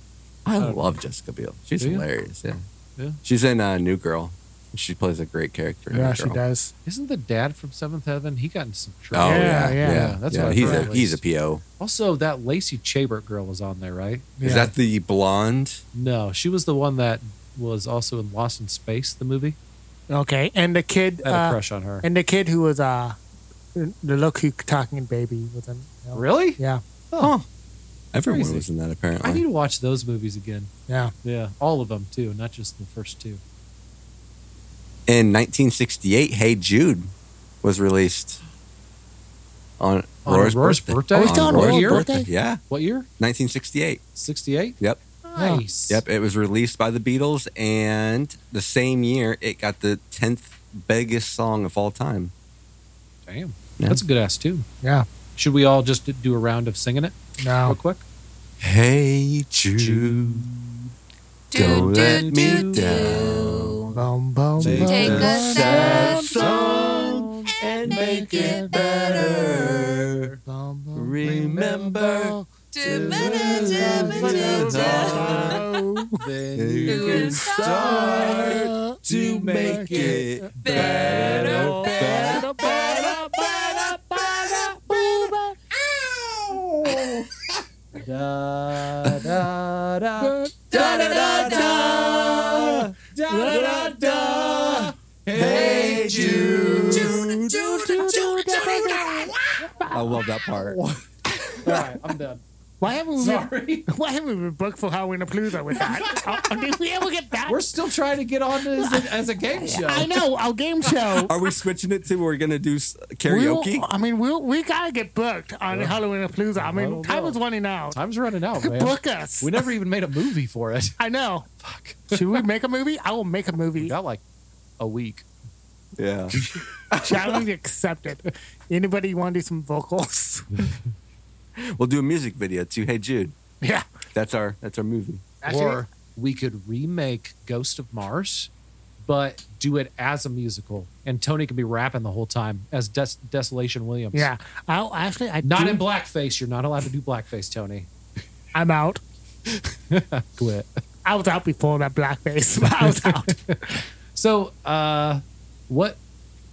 Speaker 4: I
Speaker 1: Oh.
Speaker 4: love Jessica Biel. She's
Speaker 1: Do you?
Speaker 4: hilarious. Yeah.
Speaker 1: Yeah.
Speaker 4: She's in uh, New Girl. She plays a great character. in
Speaker 3: Yeah,
Speaker 4: New
Speaker 3: she
Speaker 4: Girl.
Speaker 3: does.
Speaker 1: Isn't the dad from Seventh Heaven? He got in some
Speaker 4: Oh
Speaker 1: trouble.
Speaker 4: yeah, yeah,
Speaker 3: Yeah, yeah.
Speaker 1: That's
Speaker 4: yeah.
Speaker 1: what I
Speaker 4: he's
Speaker 1: heard,
Speaker 4: a
Speaker 1: at
Speaker 4: he's a
Speaker 1: least.
Speaker 4: PO.
Speaker 1: Also, that Lacey Chabert girl was on there, right?
Speaker 3: Yeah.
Speaker 4: Is that the blonde?
Speaker 1: No, she was the one that was also in Lost in Space, the movie.
Speaker 3: okay? And the kid,
Speaker 1: I had a
Speaker 3: uh,
Speaker 1: crush on her.
Speaker 3: and the kid who was uh, the look who talking baby with him.
Speaker 1: Really?
Speaker 3: Yeah,
Speaker 4: Oh, everyone
Speaker 1: Crazy.
Speaker 4: was in that apparently.
Speaker 1: I need to watch those movies again.
Speaker 3: yeah.
Speaker 1: Yeah, all of them too, not just the first two.
Speaker 4: In 1968, Hey Jude was released on,
Speaker 1: On
Speaker 4: Aurora's
Speaker 1: Aurora's
Speaker 4: birthday.
Speaker 1: birthday? Are we
Speaker 3: still on
Speaker 4: Aurora's
Speaker 3: Aurora's birthday?
Speaker 4: Yeah,
Speaker 1: What year?
Speaker 4: 1968.
Speaker 1: Sixty-eight.
Speaker 4: Yep.
Speaker 1: Nice.
Speaker 4: Yep, it was released by the Beatles, and the same year it got the 10th biggest song of all time.
Speaker 1: Damn.
Speaker 4: Yeah.
Speaker 1: That's a good ass too.
Speaker 3: Yeah.
Speaker 1: Should we all just do a round of singing it real
Speaker 3: No.
Speaker 1: quick?
Speaker 4: Hey Jude,
Speaker 5: Do,
Speaker 4: don't let
Speaker 5: do, do,
Speaker 4: me down.
Speaker 3: Boom, boom,
Speaker 4: Take
Speaker 3: boom.
Speaker 5: Take a
Speaker 4: a
Speaker 5: sad
Speaker 4: sad song and make it better.
Speaker 3: Boom, boom,
Speaker 4: Remember
Speaker 5: do, ba, da, da, ba, da, da.
Speaker 3: boom.
Speaker 1: Then
Speaker 4: you
Speaker 5: can
Speaker 4: can start
Speaker 3: Uh,
Speaker 4: to make it better, better, better. I love that part.
Speaker 1: All right, I'm done.
Speaker 3: Why haven't we?
Speaker 1: Sorry.
Speaker 3: Why haven't we been booked for Halloween Palooza with that? Oh, did we ever get that?
Speaker 1: We're still trying to get on this as a, as a game show.
Speaker 3: I know our game show.
Speaker 4: Are we switching it to we're gonna do s-
Speaker 3: We'll-
Speaker 4: karaoke?
Speaker 3: I mean, we will we gotta get booked on
Speaker 1: Well,
Speaker 3: Halloween Palooza. I
Speaker 1: I
Speaker 3: mean,
Speaker 1: don't
Speaker 3: time
Speaker 1: know.
Speaker 3: is running out.
Speaker 1: Time's running out, man.
Speaker 3: Book us.
Speaker 1: We never even made a movie for it.
Speaker 3: I know. Should we make a movie? I will make a
Speaker 1: We
Speaker 3: movie.
Speaker 1: got like a week.
Speaker 4: yeah.
Speaker 3: Challenge accepted. Anybody want to do some vocals?
Speaker 4: We'll do a music video too. Hey Jude.
Speaker 3: yeah.
Speaker 4: That's our that's our movie.
Speaker 3: Actually,
Speaker 1: or we could remake Ghost of Mars, but do it as a musical, and Tony can be rapping the whole time as Des- Desolation Williams.
Speaker 3: yeah. I'll actually. I
Speaker 1: Not
Speaker 3: do-
Speaker 1: in blackface. You're not allowed to do blackface, Tony.
Speaker 3: I'm out.
Speaker 1: Quit.
Speaker 3: I was out before that blackface. I was out.
Speaker 1: So, uh, what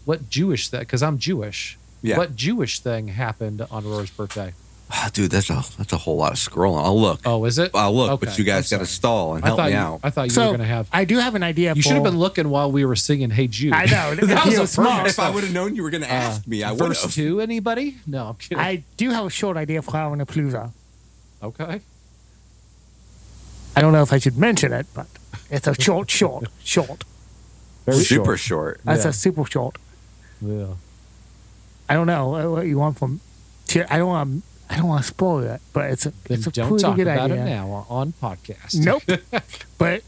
Speaker 1: what Jewish that? Because I'm Jewish.
Speaker 4: Yeah.
Speaker 1: What Jewish thing happened on Aurora's birthday?
Speaker 4: Oh, dude, that's a that's a whole lot of scrolling. I'll look.
Speaker 1: Oh, is it?
Speaker 4: I'll look, but
Speaker 1: Okay,
Speaker 4: you
Speaker 1: I'm
Speaker 4: guys
Speaker 1: sorry.
Speaker 4: gotta stall and
Speaker 1: I
Speaker 4: help
Speaker 1: thought
Speaker 4: me
Speaker 1: you,
Speaker 4: out.
Speaker 1: I thought you
Speaker 3: so
Speaker 1: were gonna have.
Speaker 3: I do have an idea.
Speaker 1: You should have
Speaker 3: for-
Speaker 1: been looking while we were singing "Hey Jude."
Speaker 3: I know.
Speaker 1: That
Speaker 3: He
Speaker 1: was a
Speaker 3: was smart.
Speaker 1: perfect-
Speaker 4: if I would have known you were gonna ask me, I would
Speaker 1: Verse
Speaker 4: have.
Speaker 1: Uh, two, anybody? No, I'm kidding.
Speaker 3: I do have a short idea for Halloween Palooza.
Speaker 1: okay.
Speaker 3: I don't know if I should mention it, but it's a short, short, short.
Speaker 4: Super short.
Speaker 3: That's
Speaker 1: Yeah.
Speaker 3: a super short.
Speaker 1: Yeah.
Speaker 3: I don't know uh, what you want from. Ti- I don't want. I don't want to spoil it, but it's a,
Speaker 1: Then
Speaker 3: it's a
Speaker 1: don't
Speaker 3: pretty
Speaker 1: talk
Speaker 3: good
Speaker 1: about
Speaker 3: idea.
Speaker 1: it now on- on podcast.
Speaker 3: Nope. but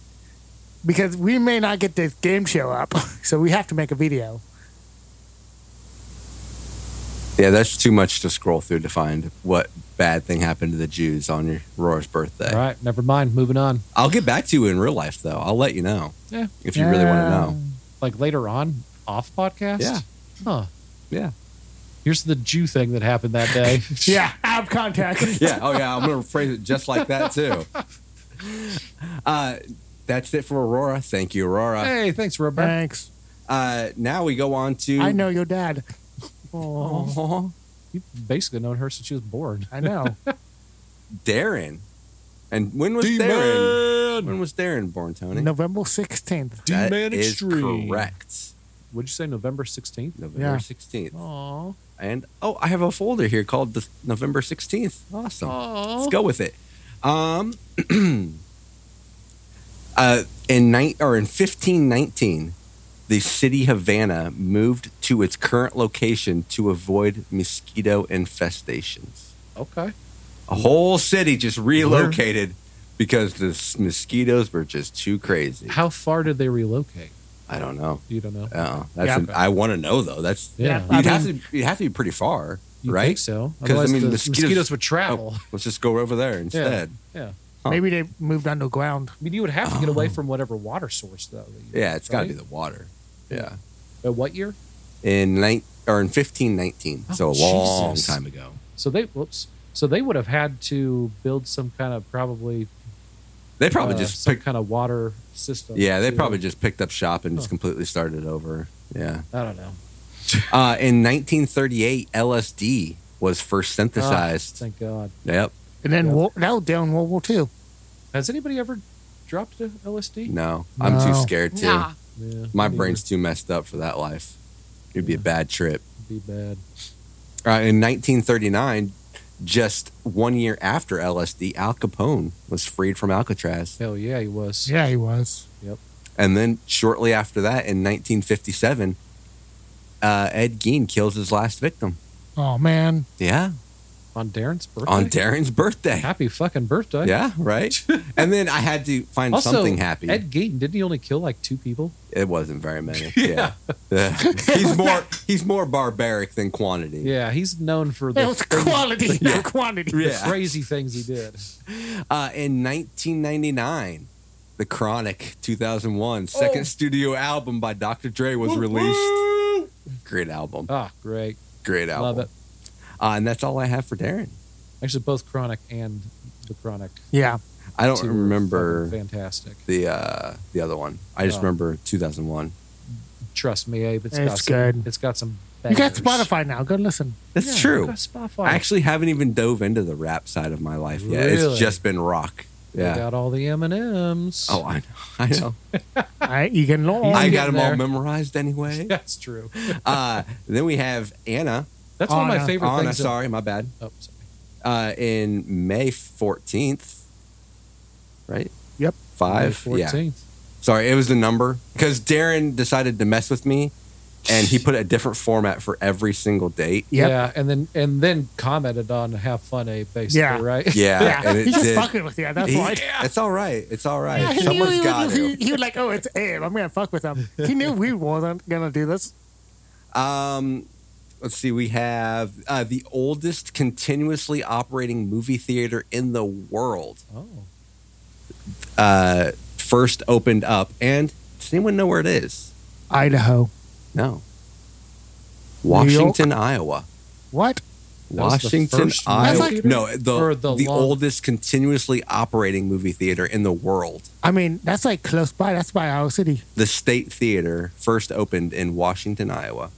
Speaker 3: because we may not get this game show up, so we have to make a video.
Speaker 4: Yeah, that's too much to scroll through to find what bad thing happened to the Jews on your Aurora's birthday.
Speaker 1: All right, never mind. Moving on.
Speaker 4: I'll get back to you in real life though. I'll let you know.
Speaker 1: Yeah.
Speaker 4: If you really want to
Speaker 3: Yeah.
Speaker 4: know.
Speaker 1: Like later on, off podcast.
Speaker 4: Yeah.
Speaker 1: Huh.
Speaker 4: Yeah.
Speaker 1: Here's the Jew thing that happened that day.
Speaker 3: Yeah, out of contact.
Speaker 4: yeah. Oh, yeah. I'm going to phrase it just like that, too. Uh, that's it for Aurora. Thank you, Aurora.
Speaker 1: Hey, thanks, Robert.
Speaker 3: Thanks.
Speaker 4: Uh, now we go on to.
Speaker 3: I know your dad. Oh,
Speaker 4: Aw,
Speaker 1: You've basically known her since she was born.
Speaker 3: I know.
Speaker 4: Darren. And when was Darren? When
Speaker 1: D-Man.
Speaker 4: was Darren born, Tony?
Speaker 3: November sixteenth.
Speaker 4: That
Speaker 1: D-Man
Speaker 4: is
Speaker 1: Extreme.
Speaker 4: correct.
Speaker 1: Would you say November 16th?
Speaker 4: November
Speaker 3: Yeah.
Speaker 4: 16th.
Speaker 1: Aww.
Speaker 4: And oh, I have a folder here called the November 16th. Awesome.
Speaker 1: Aww.
Speaker 4: Let's go with it. Um, uh, in night or in 1519, the city Havana moved to its current location to avoid mosquito infestations.
Speaker 1: Okay.
Speaker 4: A whole city just relocated because the s- mosquitoes were just too crazy.
Speaker 1: How far did they relocate?
Speaker 4: I don't know.
Speaker 1: You don't know.
Speaker 4: Uh, that's
Speaker 3: Yeah.
Speaker 4: an- I want to know though. That's
Speaker 1: Yeah.
Speaker 3: I
Speaker 4: you'd have
Speaker 3: mean-
Speaker 4: to you'd have to be pretty far,
Speaker 1: You
Speaker 4: right?
Speaker 1: think so?
Speaker 4: 'Cause, I
Speaker 1: Otherwise,
Speaker 4: mean,
Speaker 1: the
Speaker 4: mosquitoes-
Speaker 1: mosquitoes, would travel.
Speaker 4: Oh, let's just go over there instead.
Speaker 1: Yeah.
Speaker 4: Huh.
Speaker 3: Maybe they moved underground.
Speaker 1: I mean, you would have to get away
Speaker 4: Oh.
Speaker 1: from whatever water source, though. that you-
Speaker 4: Yeah, it's got to
Speaker 1: right?
Speaker 4: be the water. Yeah.
Speaker 1: Uh, what year?
Speaker 4: in nine or in fifteen nineteen. so a
Speaker 1: Oh,
Speaker 4: long
Speaker 1: Jesus.
Speaker 4: time ago.
Speaker 1: So they whoops. So they would have had to build some kind of probably
Speaker 4: They probably
Speaker 1: uh,
Speaker 4: just
Speaker 1: some
Speaker 4: picked.
Speaker 1: kind of water system.
Speaker 4: Yeah, they
Speaker 1: to-
Speaker 4: probably just picked up shop and just
Speaker 1: Huh.
Speaker 4: completely started over. Yeah.
Speaker 1: I don't know.
Speaker 4: Uh, in 1938, LSD was first
Speaker 1: Ah,
Speaker 4: synthesized.
Speaker 1: thank God.
Speaker 4: yep.
Speaker 3: And then
Speaker 1: Yeah.
Speaker 3: war, that was down World War Two.
Speaker 1: Has anybody ever dropped a LSD?
Speaker 4: No, I'm too
Speaker 3: No.
Speaker 4: scared too.
Speaker 5: Nah.
Speaker 1: Yeah,
Speaker 4: My
Speaker 1: maybe
Speaker 4: brain's too messed up for that life. It'd be a
Speaker 1: Yeah.
Speaker 4: bad trip.
Speaker 1: it'd be bad.
Speaker 4: Uh, in 1939, just one year after LSD, Al Capone was freed from Alcatraz.
Speaker 1: Hell yeah, he was.
Speaker 3: Yeah, he was.
Speaker 4: And then shortly after that, in 1957, uh, Ed Gein kills his last victim.
Speaker 3: Oh man,
Speaker 4: Yeah,
Speaker 1: On Darren's birthday.
Speaker 4: on Darren's birthday.
Speaker 1: Happy fucking birthday.
Speaker 4: Yeah, right. and then I had to find
Speaker 1: Also,
Speaker 4: something happy.
Speaker 1: Ed Gein didn't he only kill like two people?
Speaker 4: it wasn't very many. Yeah, Uh, he's more he's more barbaric than quantity.
Speaker 1: Yeah, he's known for
Speaker 3: it
Speaker 1: the,
Speaker 3: was quality, not quantity.
Speaker 1: the
Speaker 4: Yeah.
Speaker 1: crazy things he did.
Speaker 4: Uh, in 1999, The Chronic 2001
Speaker 1: Oh.
Speaker 4: second studio album by Dr. Dre was released. Great album.
Speaker 1: Ah, great.
Speaker 4: Great album.
Speaker 1: Love it.
Speaker 4: Uh, and that's all I have for Darren.
Speaker 1: Actually, both Chronic and the Chronic.
Speaker 3: Yeah,
Speaker 4: I don't
Speaker 1: two were
Speaker 4: remember.
Speaker 1: fucking Fantastic.
Speaker 4: the uh the other one. I just
Speaker 1: Oh.
Speaker 4: remember 2001.
Speaker 1: Trust me, Abe. It's, got
Speaker 3: It's
Speaker 1: some,
Speaker 3: good.
Speaker 1: It's got some.
Speaker 3: you got
Speaker 1: bangers.
Speaker 3: Spotify now. Go listen.
Speaker 4: That's
Speaker 1: Yeah,
Speaker 4: true.
Speaker 1: I got Spotify.
Speaker 4: I actually haven't even dove into the rap side of my life yet. It's
Speaker 1: Really?
Speaker 4: just been rock.
Speaker 1: I
Speaker 4: Yeah.
Speaker 1: got all the M and M's.
Speaker 4: Oh, I know. I know.
Speaker 3: I, you can learn.
Speaker 4: I
Speaker 1: He's
Speaker 4: got
Speaker 1: getting
Speaker 4: them all
Speaker 1: there.
Speaker 4: memorized anyway.
Speaker 1: that's true.
Speaker 4: Uh, then we have Anna
Speaker 1: That's one of my
Speaker 3: Anna.
Speaker 1: favorite
Speaker 4: Anna,
Speaker 1: things.
Speaker 4: sorry, my bad.
Speaker 1: Oh, sorry.
Speaker 4: Uh, in May 14th, right?
Speaker 3: Yep.
Speaker 4: Five.
Speaker 1: May
Speaker 4: Yeah.
Speaker 1: 14th.
Speaker 4: Sorry, it was the number because Darren decided to mess with me, and he put a different format for every single date.
Speaker 3: Yep.
Speaker 1: Yeah, and then and then commented on "Have fun, Abe." Basically,
Speaker 3: Yeah.
Speaker 1: right?
Speaker 4: Yeah,
Speaker 3: Yeah,
Speaker 4: and it
Speaker 3: he's just
Speaker 4: did.
Speaker 3: fucking with you. That's
Speaker 4: He-
Speaker 3: why.
Speaker 4: It's all right. It's all right.
Speaker 3: Yeah, he, knew
Speaker 4: Someone's
Speaker 3: he,
Speaker 4: got
Speaker 3: was, he,
Speaker 4: to.
Speaker 3: he was like, "Oh, it's Abe. I'm gonna fuck with him." He knew we wasn't gonna do this.
Speaker 4: Um, let's see. We have uh, the oldest continuously operating movie theater in the world.
Speaker 1: Oh,
Speaker 4: Uh, first opened up, and does anyone know where it is?
Speaker 3: Idaho.
Speaker 4: No.
Speaker 3: New York?
Speaker 4: Washington, Iowa.
Speaker 3: What?
Speaker 1: That was the
Speaker 4: Washington,
Speaker 1: first movie
Speaker 4: Iowa.
Speaker 3: theater?
Speaker 4: no, the
Speaker 1: Or
Speaker 4: the,
Speaker 1: the long-
Speaker 4: oldest continuously operating movie theater in the world.
Speaker 3: I mean, that's like close by. That's by our city.
Speaker 4: The State Theater first opened in Washington, Iowa.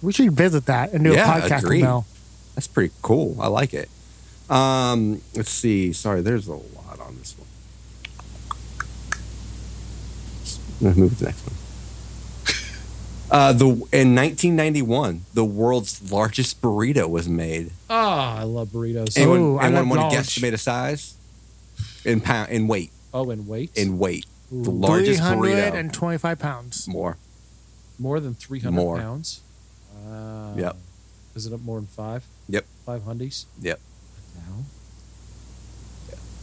Speaker 3: We should visit that and do
Speaker 4: Yeah,
Speaker 3: a podcast
Speaker 4: agreed.
Speaker 3: now.
Speaker 4: That's pretty cool. I like it. Um, let's see. Sorry, there's a lot on this one. Let's move to the next one. Uh, the in 1991, the world's largest burrito was made.
Speaker 1: ah, I love burritos.
Speaker 3: And-
Speaker 4: Anyone,
Speaker 3: Ooh, I
Speaker 4: anyone
Speaker 3: like
Speaker 4: want to
Speaker 3: large.
Speaker 4: guesstimate a size? In pound, in weight,
Speaker 1: oh, and weight
Speaker 4: in weight, the
Speaker 1: Ooh,
Speaker 4: largest burrito.
Speaker 3: 325 pounds.
Speaker 4: more.
Speaker 1: more than three hundred
Speaker 4: More.
Speaker 1: pounds. Wow.
Speaker 4: Yep.
Speaker 1: Is it up more than five?
Speaker 4: Yep.
Speaker 1: Five hundies.
Speaker 4: Yep.
Speaker 1: Wow.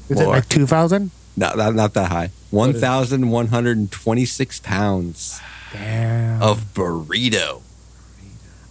Speaker 3: Is it
Speaker 4: More.
Speaker 3: like 2,000?
Speaker 4: Not, not, not that high. One
Speaker 1: What is-
Speaker 4: thousand one hundred twenty-six pounds
Speaker 3: Damn.
Speaker 4: of burrito.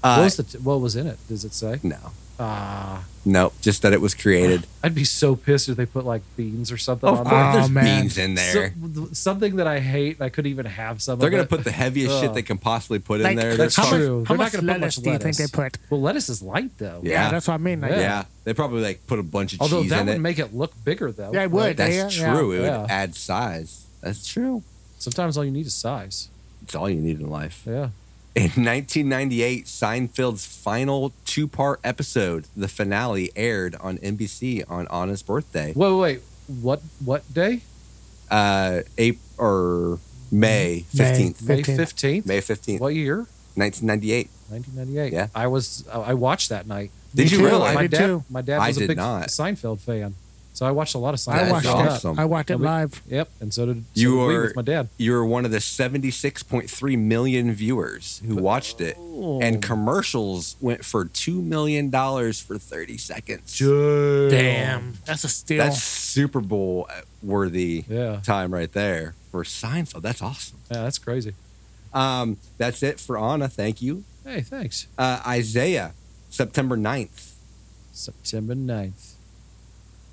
Speaker 4: Uh,
Speaker 1: what was the t- what was in it? Does it say?
Speaker 4: no,
Speaker 1: Ah,
Speaker 4: no, just that it was created.
Speaker 1: I'd be so pissed if they put like beans or something.
Speaker 4: Of
Speaker 1: on
Speaker 4: course,
Speaker 1: there.
Speaker 3: Oh,
Speaker 4: there's
Speaker 3: man.
Speaker 4: beans in
Speaker 1: So-
Speaker 4: there.
Speaker 1: something that I hate. and I couldn't even have some.
Speaker 4: They're
Speaker 1: of
Speaker 4: gonna
Speaker 1: it.
Speaker 4: put the heaviest shit they can possibly put in
Speaker 3: Like,
Speaker 4: there.
Speaker 1: That's
Speaker 4: They're
Speaker 3: how
Speaker 4: probably-
Speaker 1: true.
Speaker 3: Much, how
Speaker 1: They're not
Speaker 3: much
Speaker 1: gonna put
Speaker 3: lettuce
Speaker 1: much
Speaker 3: do you think they
Speaker 1: lettuce.
Speaker 3: put?
Speaker 1: Well, lettuce is light though.
Speaker 4: Yeah.
Speaker 3: that's what I mean. Like,
Speaker 4: yeah.
Speaker 1: Yeah.
Speaker 4: they probably like put a bunch of
Speaker 1: Although
Speaker 4: cheese
Speaker 1: that
Speaker 4: in
Speaker 1: would
Speaker 4: it.
Speaker 1: make it look bigger though.
Speaker 3: Yeah, it would.
Speaker 1: right?
Speaker 4: That's
Speaker 3: Yeah, yeah.
Speaker 4: true. It
Speaker 1: Yeah.
Speaker 4: would add size. That's true.
Speaker 1: Sometimes all you need is size.
Speaker 4: It's all you need in life.
Speaker 1: Yeah.
Speaker 4: In 1998, Seinfeld's final two part episode, the finale, aired on NBC on Anna's birthday,
Speaker 1: Wait, wait, wait. What what day?
Speaker 4: uh, April, or May
Speaker 3: May.
Speaker 4: 15th.
Speaker 1: May
Speaker 3: 15th.
Speaker 1: fifteenth.
Speaker 4: May 15th,
Speaker 1: What year?
Speaker 4: 1998.
Speaker 1: 1998.
Speaker 4: Yeah.
Speaker 1: I was. I I watched that night.
Speaker 4: Did
Speaker 3: Me
Speaker 4: you
Speaker 3: too.
Speaker 4: realize?
Speaker 3: I
Speaker 1: my
Speaker 3: did
Speaker 1: dad,
Speaker 3: too.
Speaker 1: My dad
Speaker 4: I
Speaker 1: was a
Speaker 4: did
Speaker 1: big
Speaker 4: not.
Speaker 1: Seinfeld fan, so I watched a lot of Seinfeld.
Speaker 4: That
Speaker 3: I
Speaker 4: is
Speaker 3: watched
Speaker 1: growing
Speaker 3: it.
Speaker 1: up.
Speaker 4: awesome.
Speaker 3: I watched it
Speaker 1: Nobody-
Speaker 3: live.
Speaker 1: Yep, and so did so
Speaker 4: You
Speaker 1: did we
Speaker 4: were-
Speaker 1: with my dad.
Speaker 4: You were one of the 76.3 million viewers who watched it,
Speaker 1: Oh.
Speaker 4: and commercials went for $2 million for 30 seconds.
Speaker 3: Damn. That's a steal.
Speaker 4: That's Super Bowl uh, worthy
Speaker 1: Yeah, yeah,
Speaker 4: time right there for Seinfeld. That's awesome.
Speaker 1: that's crazy.
Speaker 4: Um, that's it for Anna. Thank you.
Speaker 1: Hey, thanks.
Speaker 4: Uh, Isaiah, September 9th,
Speaker 1: September 9th.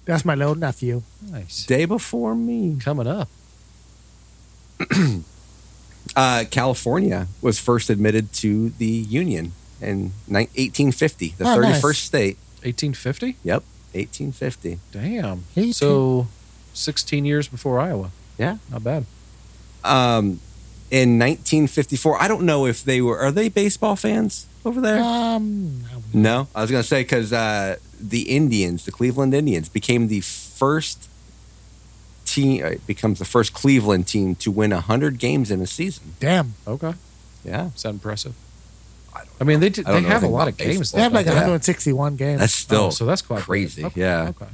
Speaker 3: That's my little nephew.
Speaker 1: Nice.
Speaker 4: day before me.
Speaker 1: Coming up.
Speaker 4: Uh, California was first admitted to the Union in ni- 1850, the
Speaker 3: Oh,
Speaker 4: 31st
Speaker 3: nice.
Speaker 4: state.
Speaker 1: 1850.
Speaker 4: Yep, 1850.
Speaker 1: Damn.
Speaker 3: 18.
Speaker 1: So, 16 years before Iowa.
Speaker 4: Yeah.
Speaker 1: Not bad.
Speaker 4: Um, in 1954, I don't know if they were, are they baseball fans over there?
Speaker 3: Um,
Speaker 4: No, I was going to say because uh, the Indians, the Cleveland Indians, became the first team, uh, becomes the first Cleveland team to win 100 games in a season.
Speaker 3: damn.
Speaker 1: Okay.
Speaker 4: Yeah.
Speaker 1: Is that impressive? I, mean, they did,
Speaker 4: I don't
Speaker 1: they
Speaker 4: know
Speaker 1: have a
Speaker 4: anything
Speaker 1: lot of
Speaker 4: about baseball.
Speaker 1: games.
Speaker 3: They have like
Speaker 1: that.
Speaker 4: Yeah.
Speaker 3: 161 games.
Speaker 4: That's
Speaker 1: Oh,
Speaker 4: still
Speaker 1: so that's quite good.
Speaker 4: crazy.
Speaker 1: Okay,
Speaker 4: Yeah.
Speaker 1: Okay.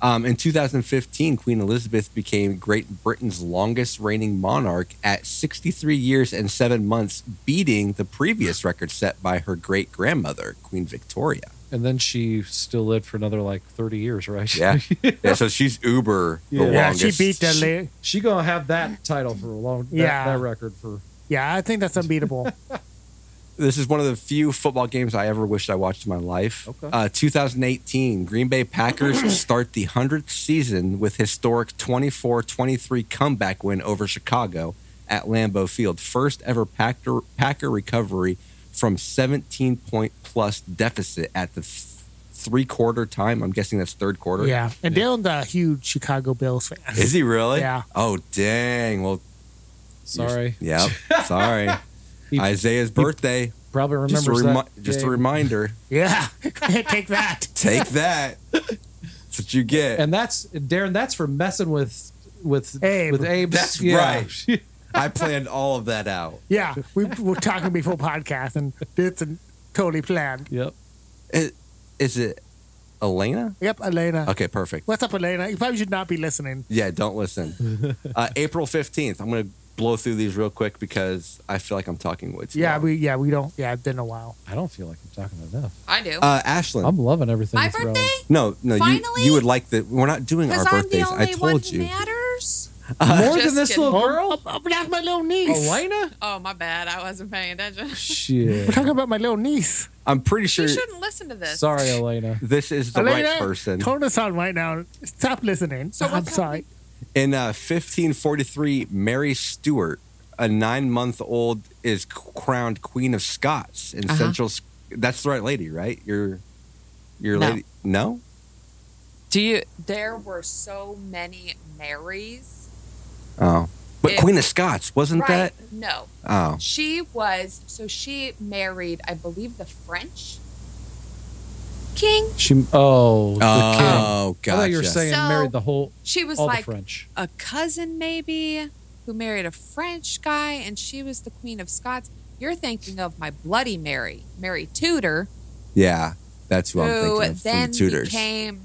Speaker 4: Um, in 2015, Queen Elizabeth became Great Britain's longest reigning monarch at 63 years and seven months, beating the previous record set by her great grandmother, Queen Victoria.
Speaker 1: And then she still lived for another like 30 years, right?
Speaker 4: Yeah. Yeah, so she's uber the
Speaker 1: Yeah.
Speaker 3: yeah,
Speaker 4: longest.
Speaker 3: she beat the. la-
Speaker 1: she gonna have that title for a long.
Speaker 3: Yeah.
Speaker 1: That, that record for.
Speaker 3: yeah, I think that's unbeatable.
Speaker 4: This is one of the few football games I ever wished I watched in my life.
Speaker 1: Okay.
Speaker 4: Uh, 2018, Green Bay Packers start the 100th season with historic 24 23 comeback win over Chicago at Lambeau Field. First ever Packer, Packer recovery from 17 point plus deficit at the th- three quarter time. I'm guessing that's third quarter.
Speaker 3: yeah, and they're the huge Chicago Bills fan.
Speaker 4: Is he really?
Speaker 3: Yeah.
Speaker 4: Oh, dang. Well,
Speaker 1: Sorry.
Speaker 4: yep. Sorry.
Speaker 1: He-
Speaker 4: Isaiah's birthday.
Speaker 1: Probably remembers
Speaker 4: Just a, remi-
Speaker 1: that.
Speaker 4: just a
Speaker 1: game.
Speaker 4: reminder.
Speaker 3: Yeah, take that.
Speaker 4: Take that. That's what you get.
Speaker 1: And that's Darren. That's for messing with with
Speaker 3: Abe.
Speaker 1: with Abe.
Speaker 4: That's right. I planned all of that out.
Speaker 3: Yeah, we were talking before podcast, and it's a totally planned.
Speaker 1: yep.
Speaker 4: Is, is it Elena?
Speaker 3: Yep, Elena.
Speaker 4: Okay, perfect.
Speaker 3: What's up, Elena? You probably should not be listening.
Speaker 4: Yeah, don't listen. uh, April 15th. I'm going to blow through these real quick because I feel like I'm talking way too
Speaker 3: Yeah,
Speaker 4: long.
Speaker 3: we yeah we don't yeah it's been a while.
Speaker 1: I don't feel like I'm talking enough.
Speaker 5: I do.
Speaker 4: uh, Ashlyn.
Speaker 1: I'm loving everything.
Speaker 5: My
Speaker 1: you throw in.
Speaker 5: birthday?
Speaker 4: no, no, you,
Speaker 5: Finally?
Speaker 4: you would like that. We're not doing our
Speaker 5: Because I'm the
Speaker 4: birthdays.
Speaker 5: only
Speaker 4: I
Speaker 5: one
Speaker 4: told
Speaker 5: who
Speaker 4: you.
Speaker 5: matters.
Speaker 1: More than
Speaker 5: Just
Speaker 1: this
Speaker 5: kidding.
Speaker 1: little
Speaker 3: Oh,
Speaker 1: girl,
Speaker 3: oh, that's my little niece.
Speaker 1: Elena.
Speaker 5: Oh, my bad. I wasn't paying attention.
Speaker 1: Shit.
Speaker 3: We're talking about my little niece.
Speaker 4: I'm pretty sure
Speaker 5: She shouldn't listen to this.
Speaker 1: Sorry, Elena.
Speaker 4: this is the
Speaker 3: Elena,
Speaker 4: right person.
Speaker 3: Turn this on right now. Stop listening.
Speaker 5: So
Speaker 3: I'm
Speaker 5: what's
Speaker 3: sorry.
Speaker 4: In uh, 1543, Mary Stuart, a nine month old, is crowned Queen of Scots in
Speaker 2: Uh-huh.
Speaker 4: Central. Sc- That's the right lady, right? Your, your
Speaker 2: No.
Speaker 4: lady. No?
Speaker 2: Do you?
Speaker 5: There were so many Marys.
Speaker 4: Oh. But
Speaker 5: It-
Speaker 4: Queen of Scots, wasn't
Speaker 5: right.
Speaker 4: that?
Speaker 5: No.
Speaker 4: Oh.
Speaker 5: She was, so she married, I believe, the French king.
Speaker 1: She. Oh. the king.
Speaker 4: Oh,
Speaker 1: I thought
Speaker 4: gotcha.
Speaker 1: you were saying
Speaker 5: So-
Speaker 1: married the whole
Speaker 5: She was
Speaker 1: all
Speaker 5: like
Speaker 1: the French.
Speaker 5: a cousin, maybe, who married a French guy, and she was the Queen of Scots. You're thinking of my Bloody Mary, Mary Tudor,
Speaker 4: Yeah, that's who I'm
Speaker 5: who
Speaker 4: thinking of. From
Speaker 5: then
Speaker 4: the Tudors.
Speaker 5: became.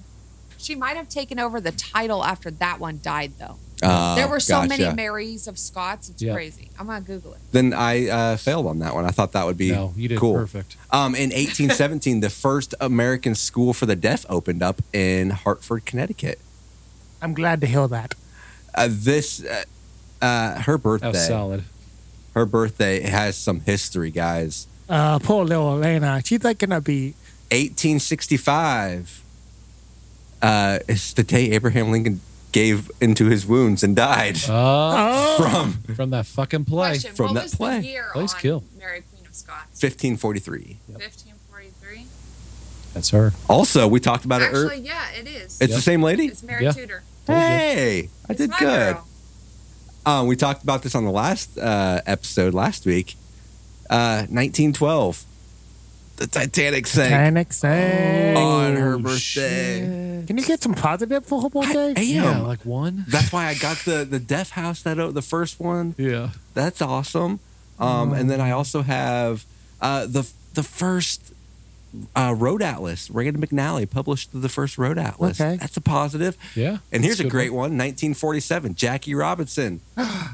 Speaker 5: She might have taken over the title after that one died, though.
Speaker 4: Oh,
Speaker 5: there were so many
Speaker 4: gotcha.
Speaker 5: Marys of Scots. It's
Speaker 1: Yeah.
Speaker 5: crazy. I'm gonna Google it.
Speaker 4: Then I uh, failed on that one. I thought that would be
Speaker 1: No, you did
Speaker 4: cool.
Speaker 1: perfect.
Speaker 4: Um, in 1817, the first American school for the deaf opened up in Hartford, Connecticut.
Speaker 3: I'm glad to hear that.
Speaker 4: Uh, this, uh, uh, her
Speaker 1: That was
Speaker 4: birthday,
Speaker 1: solid.
Speaker 4: her birthday has some history, guys.
Speaker 3: Uh, poor little Elena. She's like gonna be
Speaker 4: 1865 uh, is the day Abraham Lincoln gave into his wounds and died
Speaker 1: Uh,
Speaker 3: oh,
Speaker 4: from
Speaker 1: from that fucking play.
Speaker 5: Question:
Speaker 4: from
Speaker 5: What
Speaker 4: that
Speaker 5: was
Speaker 4: play.
Speaker 5: the year
Speaker 1: Place
Speaker 5: on
Speaker 1: kill.
Speaker 5: Mary Queen of Scots?
Speaker 4: 1543.
Speaker 5: 1543.
Speaker 1: That's her.
Speaker 4: Also, we talked about it. earlier.
Speaker 5: Actually, yeah, it is.
Speaker 1: Yep.
Speaker 4: it's the same lady.
Speaker 5: It's Mary
Speaker 1: Yeah.
Speaker 5: Tudor.
Speaker 1: Told you.
Speaker 4: Hey, I
Speaker 5: It's
Speaker 4: did
Speaker 5: my
Speaker 4: good.
Speaker 5: girl.
Speaker 4: Um, we talked about this on the last uh, episode last week. Uh, 1912, the Titanic sank
Speaker 3: Titanic sank.
Speaker 4: on her
Speaker 1: Oh,
Speaker 4: birthday.
Speaker 1: shit.
Speaker 3: Can you get some positive for her birthday?
Speaker 4: I am.
Speaker 1: Yeah, like one.
Speaker 4: That's why I got the the Deaf House that o- the first one.
Speaker 1: Yeah.
Speaker 4: That's awesome. Um, And then I also have uh, the the first uh, road atlas. Reagan McNally published the first road atlas.
Speaker 3: Okay.
Speaker 4: That's a positive.
Speaker 1: Yeah.
Speaker 4: And here's
Speaker 1: That's
Speaker 4: a
Speaker 1: good
Speaker 4: great one 1947. Jackie Robinson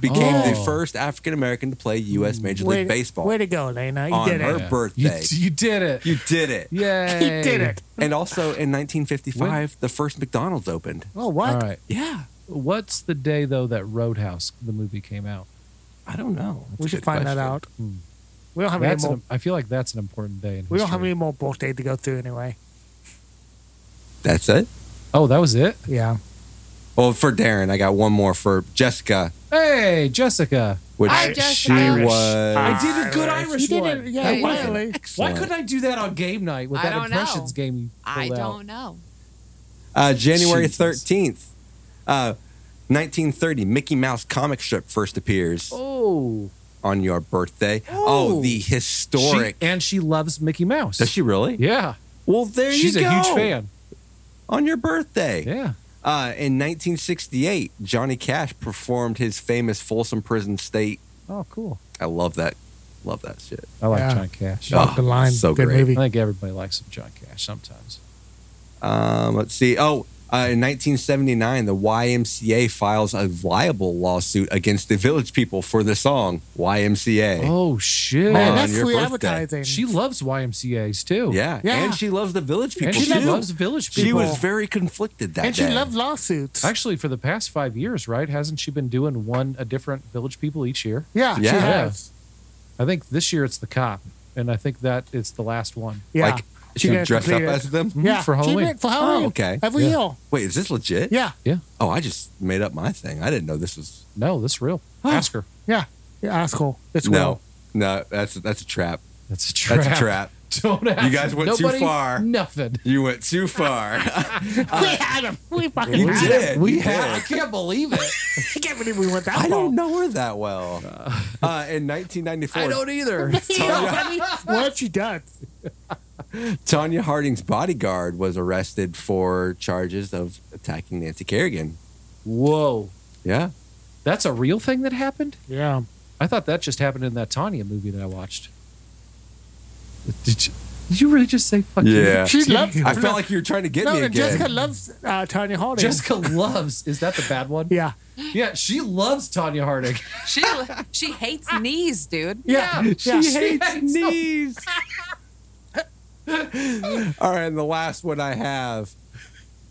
Speaker 4: became the
Speaker 1: Oh.
Speaker 4: first African American to play U.S. Major League
Speaker 3: way,
Speaker 4: Baseball
Speaker 3: Way to go, Elena. You
Speaker 4: on
Speaker 3: did
Speaker 4: her
Speaker 3: it.
Speaker 1: Yeah.
Speaker 4: birthday.
Speaker 1: You, you did it.
Speaker 4: You did it.
Speaker 1: Yay.
Speaker 3: You did it.
Speaker 4: And also in 1955, the first McDonald's opened.
Speaker 3: Oh, what?
Speaker 1: All right.
Speaker 4: Yeah.
Speaker 1: What's the day though that Roadhouse the movie came out?
Speaker 4: I don't know.
Speaker 3: We should find that out.
Speaker 1: Hmm.
Speaker 3: We don't have
Speaker 1: That's
Speaker 3: any more.
Speaker 1: an, I feel like that's an important day. In
Speaker 3: we don't have
Speaker 1: history.
Speaker 3: any more birthday to go through anyway.
Speaker 4: That's it.
Speaker 1: Oh, that was it.
Speaker 3: Yeah.
Speaker 4: Well, for Darren, I got one more for Jessica,
Speaker 1: Hey, Jessica.
Speaker 4: which
Speaker 5: Hi, Jessica.
Speaker 4: she
Speaker 5: Irish.
Speaker 4: was.
Speaker 1: I did a good Irish
Speaker 3: you
Speaker 1: one.
Speaker 3: Did it, yeah,
Speaker 4: That was
Speaker 3: finally.
Speaker 1: Why
Speaker 4: excellent.
Speaker 1: couldn't I do that on game night with
Speaker 5: I
Speaker 1: that
Speaker 5: don't know.
Speaker 1: impressions game you
Speaker 5: I
Speaker 1: pulled out?
Speaker 5: don't know.
Speaker 4: Uh, January
Speaker 1: Jesus.
Speaker 4: 13th, uh, 1930, Mickey Mouse comic strip first appears
Speaker 1: Oh,
Speaker 4: on your birthday.
Speaker 1: Oh.
Speaker 4: Oh, the
Speaker 1: She-
Speaker 4: historic.
Speaker 1: and she loves Mickey Mouse.
Speaker 4: Does she really?
Speaker 1: Yeah,
Speaker 4: Well, there
Speaker 1: she's
Speaker 4: you
Speaker 1: a
Speaker 4: go.
Speaker 1: huge fan.
Speaker 4: On your birthday.
Speaker 1: Yeah,
Speaker 4: Uh, in 1968, Johnny Cash performed his famous Folsom Prison State.
Speaker 1: oh, cool.
Speaker 4: I love that. Love that shit.
Speaker 1: I like
Speaker 3: Yeah.
Speaker 1: John Cash.
Speaker 4: Oh,
Speaker 3: Walk the line.
Speaker 4: so
Speaker 3: good
Speaker 4: great.
Speaker 1: I
Speaker 3: movie.
Speaker 1: think everybody likes some John Cash sometimes.
Speaker 4: Um, let's see. Oh, uh, in 1979, the YMCA files a liable lawsuit against the Village People for the song YMCA.
Speaker 1: Oh shit!
Speaker 4: Man,
Speaker 3: Man,
Speaker 4: on
Speaker 3: that's
Speaker 4: your
Speaker 3: free
Speaker 4: birthday.
Speaker 3: advertising.
Speaker 1: she loves YMCA's too.
Speaker 4: Yeah.
Speaker 3: Yeah.
Speaker 4: and she loves the Village People.
Speaker 1: and she
Speaker 4: too.
Speaker 1: loves Village People.
Speaker 4: She was very conflicted that
Speaker 3: and
Speaker 4: day.
Speaker 3: she loved lawsuits.
Speaker 1: Actually, for the past five years, right? Hasn't she been doing one a different Village People each year?
Speaker 3: yeah,
Speaker 4: Yeah.
Speaker 3: she has.
Speaker 1: I think this year it's the cop, and I think that it's the last one.
Speaker 3: Yeah.
Speaker 4: Like
Speaker 3: She
Speaker 4: she
Speaker 3: didn't
Speaker 4: dressed up
Speaker 3: complete it.
Speaker 4: as them.
Speaker 3: yeah.
Speaker 1: mm-hmm, for
Speaker 3: She
Speaker 1: Halloween.
Speaker 3: went for Halloween.
Speaker 4: Oh, okay.
Speaker 3: Every
Speaker 1: Yeah.
Speaker 3: year.
Speaker 4: Wait, is this legit?
Speaker 3: Yeah.
Speaker 4: Oh, I just made up my thing. I didn't know this was.
Speaker 1: No, that's real.
Speaker 3: Oh.
Speaker 1: Ask her.
Speaker 3: Yeah, asshole. It's
Speaker 4: no,
Speaker 3: well.
Speaker 4: no, that's that's a trap.
Speaker 1: That's a trap.
Speaker 4: That's a trap.
Speaker 1: Don't ask.
Speaker 4: guys went too
Speaker 1: nobody,
Speaker 4: far.
Speaker 1: Nothing.
Speaker 4: You went too far.
Speaker 3: we had him. We fucking
Speaker 4: Uh, You
Speaker 3: had him.
Speaker 4: did.
Speaker 1: We
Speaker 4: You
Speaker 1: had. I
Speaker 4: did.
Speaker 1: can't believe it.
Speaker 3: I can't believe we went that
Speaker 4: I
Speaker 3: far.
Speaker 4: don't know her that well. Uh, in 1994,
Speaker 1: I don't either.
Speaker 3: Oh, what she does.
Speaker 4: Tanya Harding's bodyguard was arrested for charges of attacking Nancy Kerrigan.
Speaker 1: Whoa,
Speaker 4: Yeah.
Speaker 1: that's a real thing that happened.
Speaker 3: Yeah.
Speaker 1: I thought that just happened in that Tanya movie that I watched. Did you, Did you really just say fuck you?
Speaker 4: Yeah.
Speaker 3: She loved
Speaker 4: I felt like you were trying to get
Speaker 3: no,
Speaker 4: me
Speaker 3: no,
Speaker 4: again.
Speaker 3: Jessica loves uh, Tanya Harding.
Speaker 1: Jessica loves. Is that the bad one?
Speaker 3: yeah.
Speaker 1: Yeah, she loves Tanya Harding.
Speaker 5: She she hates knees, dude.
Speaker 3: Yeah.
Speaker 1: Yeah,
Speaker 3: Yeah.
Speaker 1: she hates them.
Speaker 4: knees. All right, and the last one I have.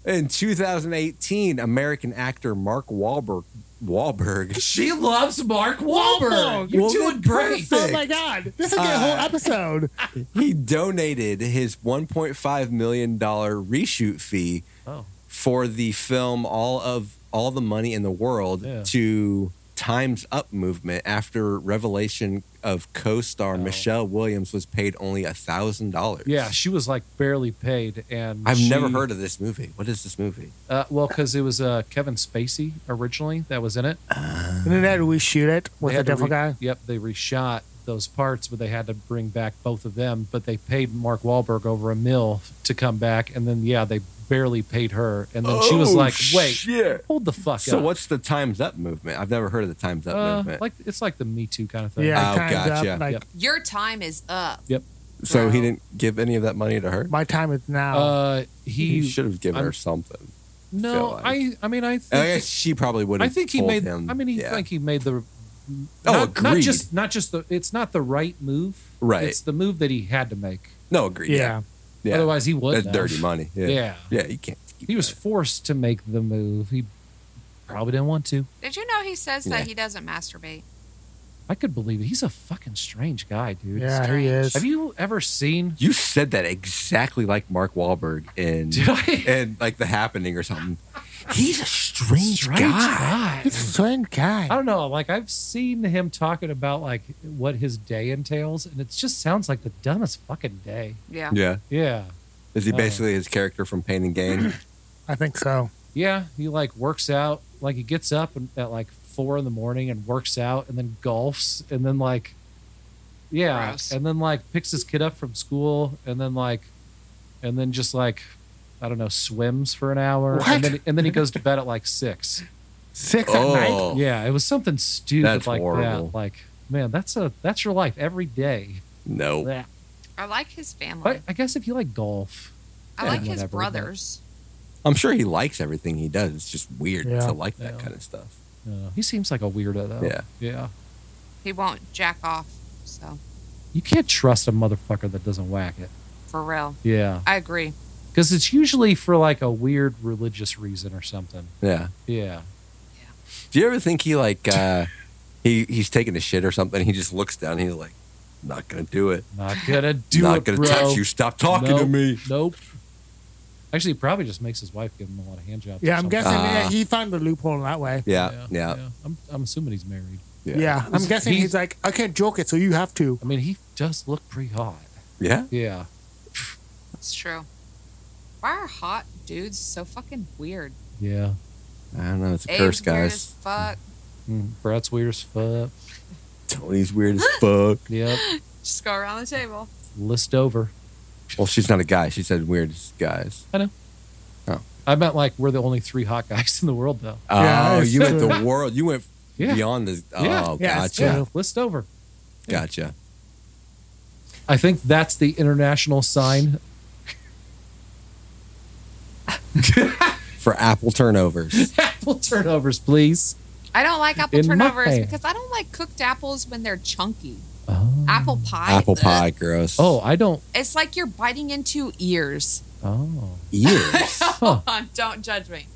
Speaker 4: In 2018, American actor Mark Wahlberg. Wahlberg.
Speaker 1: She loves Mark Wahlberg. You're
Speaker 4: Well,
Speaker 1: doing
Speaker 4: of
Speaker 1: great.
Speaker 4: course.
Speaker 3: Oh my God! This will get a whole
Speaker 4: Uh,
Speaker 3: episode.
Speaker 4: He donated his 1.5 million dollar reshoot fee
Speaker 1: Oh.
Speaker 4: for the film all of all the money in the world
Speaker 1: Yeah.
Speaker 4: to Time's Up movement after revelation of co-star
Speaker 1: Oh.
Speaker 4: Michelle Williams was paid only a thousand dollars.
Speaker 1: Yeah, she was like barely paid, and
Speaker 4: I've
Speaker 1: she-
Speaker 4: never heard of this movie. What is this movie?
Speaker 1: Uh, well, because it was uh, Kevin Spacey originally that was in it.
Speaker 3: And then that we shoot it with
Speaker 1: They
Speaker 3: a
Speaker 1: had to
Speaker 3: different
Speaker 1: re-
Speaker 3: guy.
Speaker 1: Yep, they reshot those parts, but they had to bring back both of them. But they paid Mark Wahlberg over a mill to come back, and then yeah, they barely paid her, and then she was
Speaker 4: Oh,
Speaker 1: like, "Wait,
Speaker 4: shit.
Speaker 1: hold the fuck
Speaker 4: So
Speaker 1: up."
Speaker 4: what's the Time's Up movement? I've never heard of the Time's Up
Speaker 1: Uh,
Speaker 4: movement.
Speaker 1: like it's like the Me Too kind of thing.
Speaker 3: Yeah,
Speaker 4: Oh,
Speaker 3: time's
Speaker 4: gotcha.
Speaker 3: up. Like
Speaker 1: Yep.
Speaker 5: Your time is up.
Speaker 4: so he
Speaker 5: wow.
Speaker 4: didn't give any of that money to her.
Speaker 3: my time is now.
Speaker 1: Uh, he,
Speaker 4: He, should have given
Speaker 1: I'm-
Speaker 4: her something.
Speaker 1: no,
Speaker 4: Phil, I-
Speaker 1: I I mean I think
Speaker 4: I guess she probably would
Speaker 1: I
Speaker 4: have.
Speaker 1: think he
Speaker 4: told
Speaker 1: made.
Speaker 4: Him,
Speaker 1: I mean, he,
Speaker 4: yeah.
Speaker 1: I think he made the.
Speaker 4: Oh,
Speaker 1: not, not
Speaker 4: agreed.
Speaker 1: just not just the. It's not the right move.
Speaker 4: Right.
Speaker 1: It's the move that he had to make.
Speaker 4: no, agree.
Speaker 3: yeah.
Speaker 4: Yeah, yeah.
Speaker 1: Otherwise, he would.
Speaker 4: that's
Speaker 1: have.
Speaker 4: dirty money. Yeah,
Speaker 1: Yeah.
Speaker 4: yeah. you can't. keep
Speaker 1: He was
Speaker 4: that.
Speaker 1: forced to make the move. He probably didn't want to.
Speaker 5: Did you know he says
Speaker 4: Yeah.
Speaker 5: that he doesn't masturbate?
Speaker 1: I could believe it. He's a fucking strange guy, dude.
Speaker 3: Yeah, he is.
Speaker 1: Have you ever seen?
Speaker 4: You said that exactly like Mark Wahlberg in
Speaker 1: Did I?
Speaker 4: and like The Happening or something. He's a strange,
Speaker 1: Strange
Speaker 4: guy.
Speaker 1: guy.
Speaker 3: He's a strange guy.
Speaker 1: I don't know. Like I've seen him talking about like what his day entails, and it just sounds like the dumbest fucking day.
Speaker 5: Yeah.
Speaker 4: Yeah,
Speaker 1: Yeah.
Speaker 4: is he
Speaker 1: Oh.
Speaker 4: basically his character from Pain and Gain?
Speaker 3: I think so.
Speaker 1: Yeah, he like works out. Like he gets up and, at like four in the morning and works out, and then golfs, and then like, yeah,
Speaker 5: Gross.
Speaker 1: and then like picks his kid up from school, and then like, and then just like, I don't know, swims for an hour,
Speaker 3: What?
Speaker 1: and then and then he goes to bed at like six.
Speaker 3: Six at night.
Speaker 4: oh,
Speaker 1: Yeah, it was something stupid
Speaker 4: That's
Speaker 1: like
Speaker 4: horrible.
Speaker 1: that. Like, man, that's a that's your life every day.
Speaker 4: no.
Speaker 1: But
Speaker 5: I like his family.
Speaker 1: I, guess if you like golf,
Speaker 5: I
Speaker 1: Yeah,
Speaker 5: like his
Speaker 1: whatever, but-
Speaker 5: brothers.
Speaker 4: I'm sure he likes everything he does. It's just weird
Speaker 3: Yeah.
Speaker 4: to like that
Speaker 1: Yeah.
Speaker 4: kind of stuff.
Speaker 1: uh, he seems like a weirdo though.
Speaker 4: Yeah.
Speaker 1: yeah.
Speaker 5: He won't jack off. So
Speaker 1: You can't trust a motherfucker that doesn't whack it.
Speaker 5: for real,
Speaker 1: Yeah.
Speaker 5: I agree.
Speaker 1: because it's usually for like a weird religious reason or something.
Speaker 4: Yeah.
Speaker 1: Yeah.
Speaker 4: Do you ever think he like uh he he's taking a shit or something? He just looks down. he's like, not gonna do it.
Speaker 1: Not gonna do
Speaker 4: not
Speaker 1: it,
Speaker 4: gonna
Speaker 1: bro.
Speaker 4: touch you. Stop talking to
Speaker 1: Nope.
Speaker 4: me.
Speaker 1: Nope. Actually, he probably just makes his wife give him a lot of hand jobs. or
Speaker 3: Yeah, I'm
Speaker 1: something.
Speaker 3: guessing
Speaker 4: Ah.
Speaker 3: yeah, he found the loophole in that way.
Speaker 4: Yeah. Uh, Yeah.
Speaker 1: I'm, I'm assuming he's married.
Speaker 4: Yeah.
Speaker 3: Yeah, I'm guessing
Speaker 1: He's-
Speaker 3: he's, like, I can't joke it, so you have to.
Speaker 1: I mean, he does look pretty hot.
Speaker 4: Yeah.
Speaker 1: Yeah.
Speaker 5: It's true. Why are hot dudes so fucking weird?
Speaker 1: Yeah.
Speaker 4: I don't know. It's a
Speaker 5: Abe's
Speaker 4: curse,
Speaker 5: weird
Speaker 4: guys.
Speaker 5: as fuck.
Speaker 1: Mm, Brett's weird as fuck.
Speaker 4: Tony's weird as fuck.
Speaker 1: Yep.
Speaker 5: Just go around the table.
Speaker 1: List over.
Speaker 4: Well, she's not a guy. She said weird as guys.
Speaker 1: I meant like we're the only three hot guys in the world, though.
Speaker 3: Yeah,
Speaker 4: oh,
Speaker 3: it's
Speaker 4: you went
Speaker 3: true.
Speaker 4: the world. You went
Speaker 1: Yeah.
Speaker 4: beyond the. Oh,
Speaker 1: Yeah.
Speaker 3: Yeah, it's
Speaker 4: gotcha.
Speaker 1: Yeah.
Speaker 3: True.
Speaker 1: List over.
Speaker 4: Gotcha.
Speaker 1: I think that's the international sign.
Speaker 4: For apple turnovers.
Speaker 1: Apple turnovers, please.
Speaker 5: I don't like apple
Speaker 1: In my
Speaker 5: turnovers
Speaker 1: hand.
Speaker 5: because I don't like cooked apples when they're chunky.
Speaker 1: Oh.
Speaker 5: Apple pie.
Speaker 4: Mm. apple
Speaker 5: bleh.
Speaker 4: pie, gross.
Speaker 1: Oh, I don't.
Speaker 5: It's like you're biting into ears.
Speaker 1: Oh.
Speaker 4: ears.
Speaker 1: Huh.
Speaker 5: don't judge me.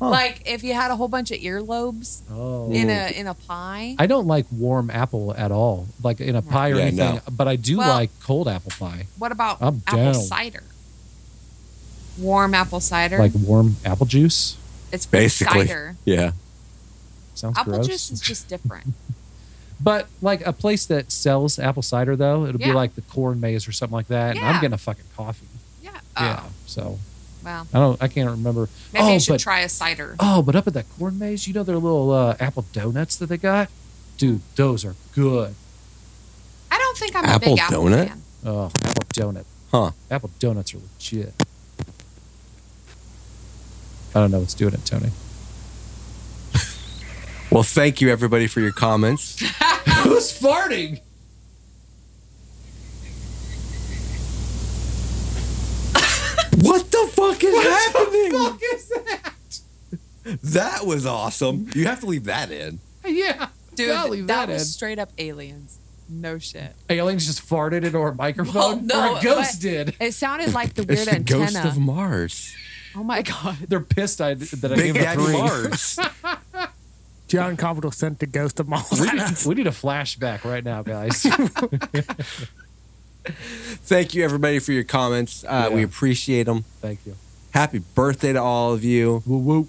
Speaker 1: Huh.
Speaker 5: Like if you had a whole bunch of earlobes
Speaker 1: Oh.
Speaker 5: in a in a pie.
Speaker 1: I don't like warm apple at all, like in a pie or
Speaker 4: Yeah,
Speaker 1: anything.
Speaker 4: no.
Speaker 1: But I do
Speaker 5: Well-
Speaker 1: like cold apple pie,
Speaker 5: What about
Speaker 1: I'm
Speaker 5: apple
Speaker 1: down.
Speaker 5: cider? Warm apple cider.
Speaker 1: like warm apple juice.
Speaker 5: it's
Speaker 4: Basically.
Speaker 5: cider.
Speaker 4: yeah.
Speaker 1: Sounds
Speaker 5: Apple
Speaker 1: gross.
Speaker 5: juice is just different.
Speaker 1: But like a place that sells apple cider, though, it'll be
Speaker 5: Yeah.
Speaker 1: like the corn maze or something like that. And I'm
Speaker 5: Yeah.
Speaker 1: getting a fucking coffee.
Speaker 5: Yeah.
Speaker 1: Yeah.
Speaker 5: Oh,
Speaker 1: So
Speaker 5: well.
Speaker 1: I don't. I can't remember.
Speaker 5: Maybe
Speaker 1: oh,
Speaker 5: you should
Speaker 1: but
Speaker 5: try a cider.
Speaker 1: oh, but up at that corn maze, you know their little uh, apple donuts that they got. Dude, those are good.
Speaker 5: I don't think I'm
Speaker 4: Apple
Speaker 5: a big apple
Speaker 4: donut?
Speaker 5: fan.
Speaker 1: Oh, apple donut.
Speaker 4: Huh.
Speaker 1: Apple donuts are legit. I don't know what's doing it, Tony.
Speaker 4: Well, thank you everybody for your comments.
Speaker 1: Who's farting?
Speaker 4: fuck is happening? What the fuck is that? That was awesome. You have to leave that in.
Speaker 1: yeah.
Speaker 5: Dude,
Speaker 1: Golly,
Speaker 5: that
Speaker 1: that
Speaker 5: was
Speaker 1: is-
Speaker 5: straight up aliens. No shit.
Speaker 1: Aliens just farted into our microphone.
Speaker 5: Well, no,
Speaker 1: or a ghost did.
Speaker 5: It sounded like the
Speaker 4: It's
Speaker 5: weird
Speaker 4: the
Speaker 5: antenna.
Speaker 4: ghost of Mars.
Speaker 5: oh my god.
Speaker 1: They're pissed I, that I
Speaker 4: Big
Speaker 1: gave it
Speaker 4: Daddy
Speaker 1: three.
Speaker 4: Mars.
Speaker 3: John Commodore sent the ghost of Mars.
Speaker 1: We need, we need a flashback right now, guys.
Speaker 4: Thank you, everybody, for your comments. Uh, We
Speaker 1: Yeah.
Speaker 4: appreciate them.
Speaker 1: Thank you.
Speaker 4: Happy birthday to all of you.
Speaker 1: Woo woo.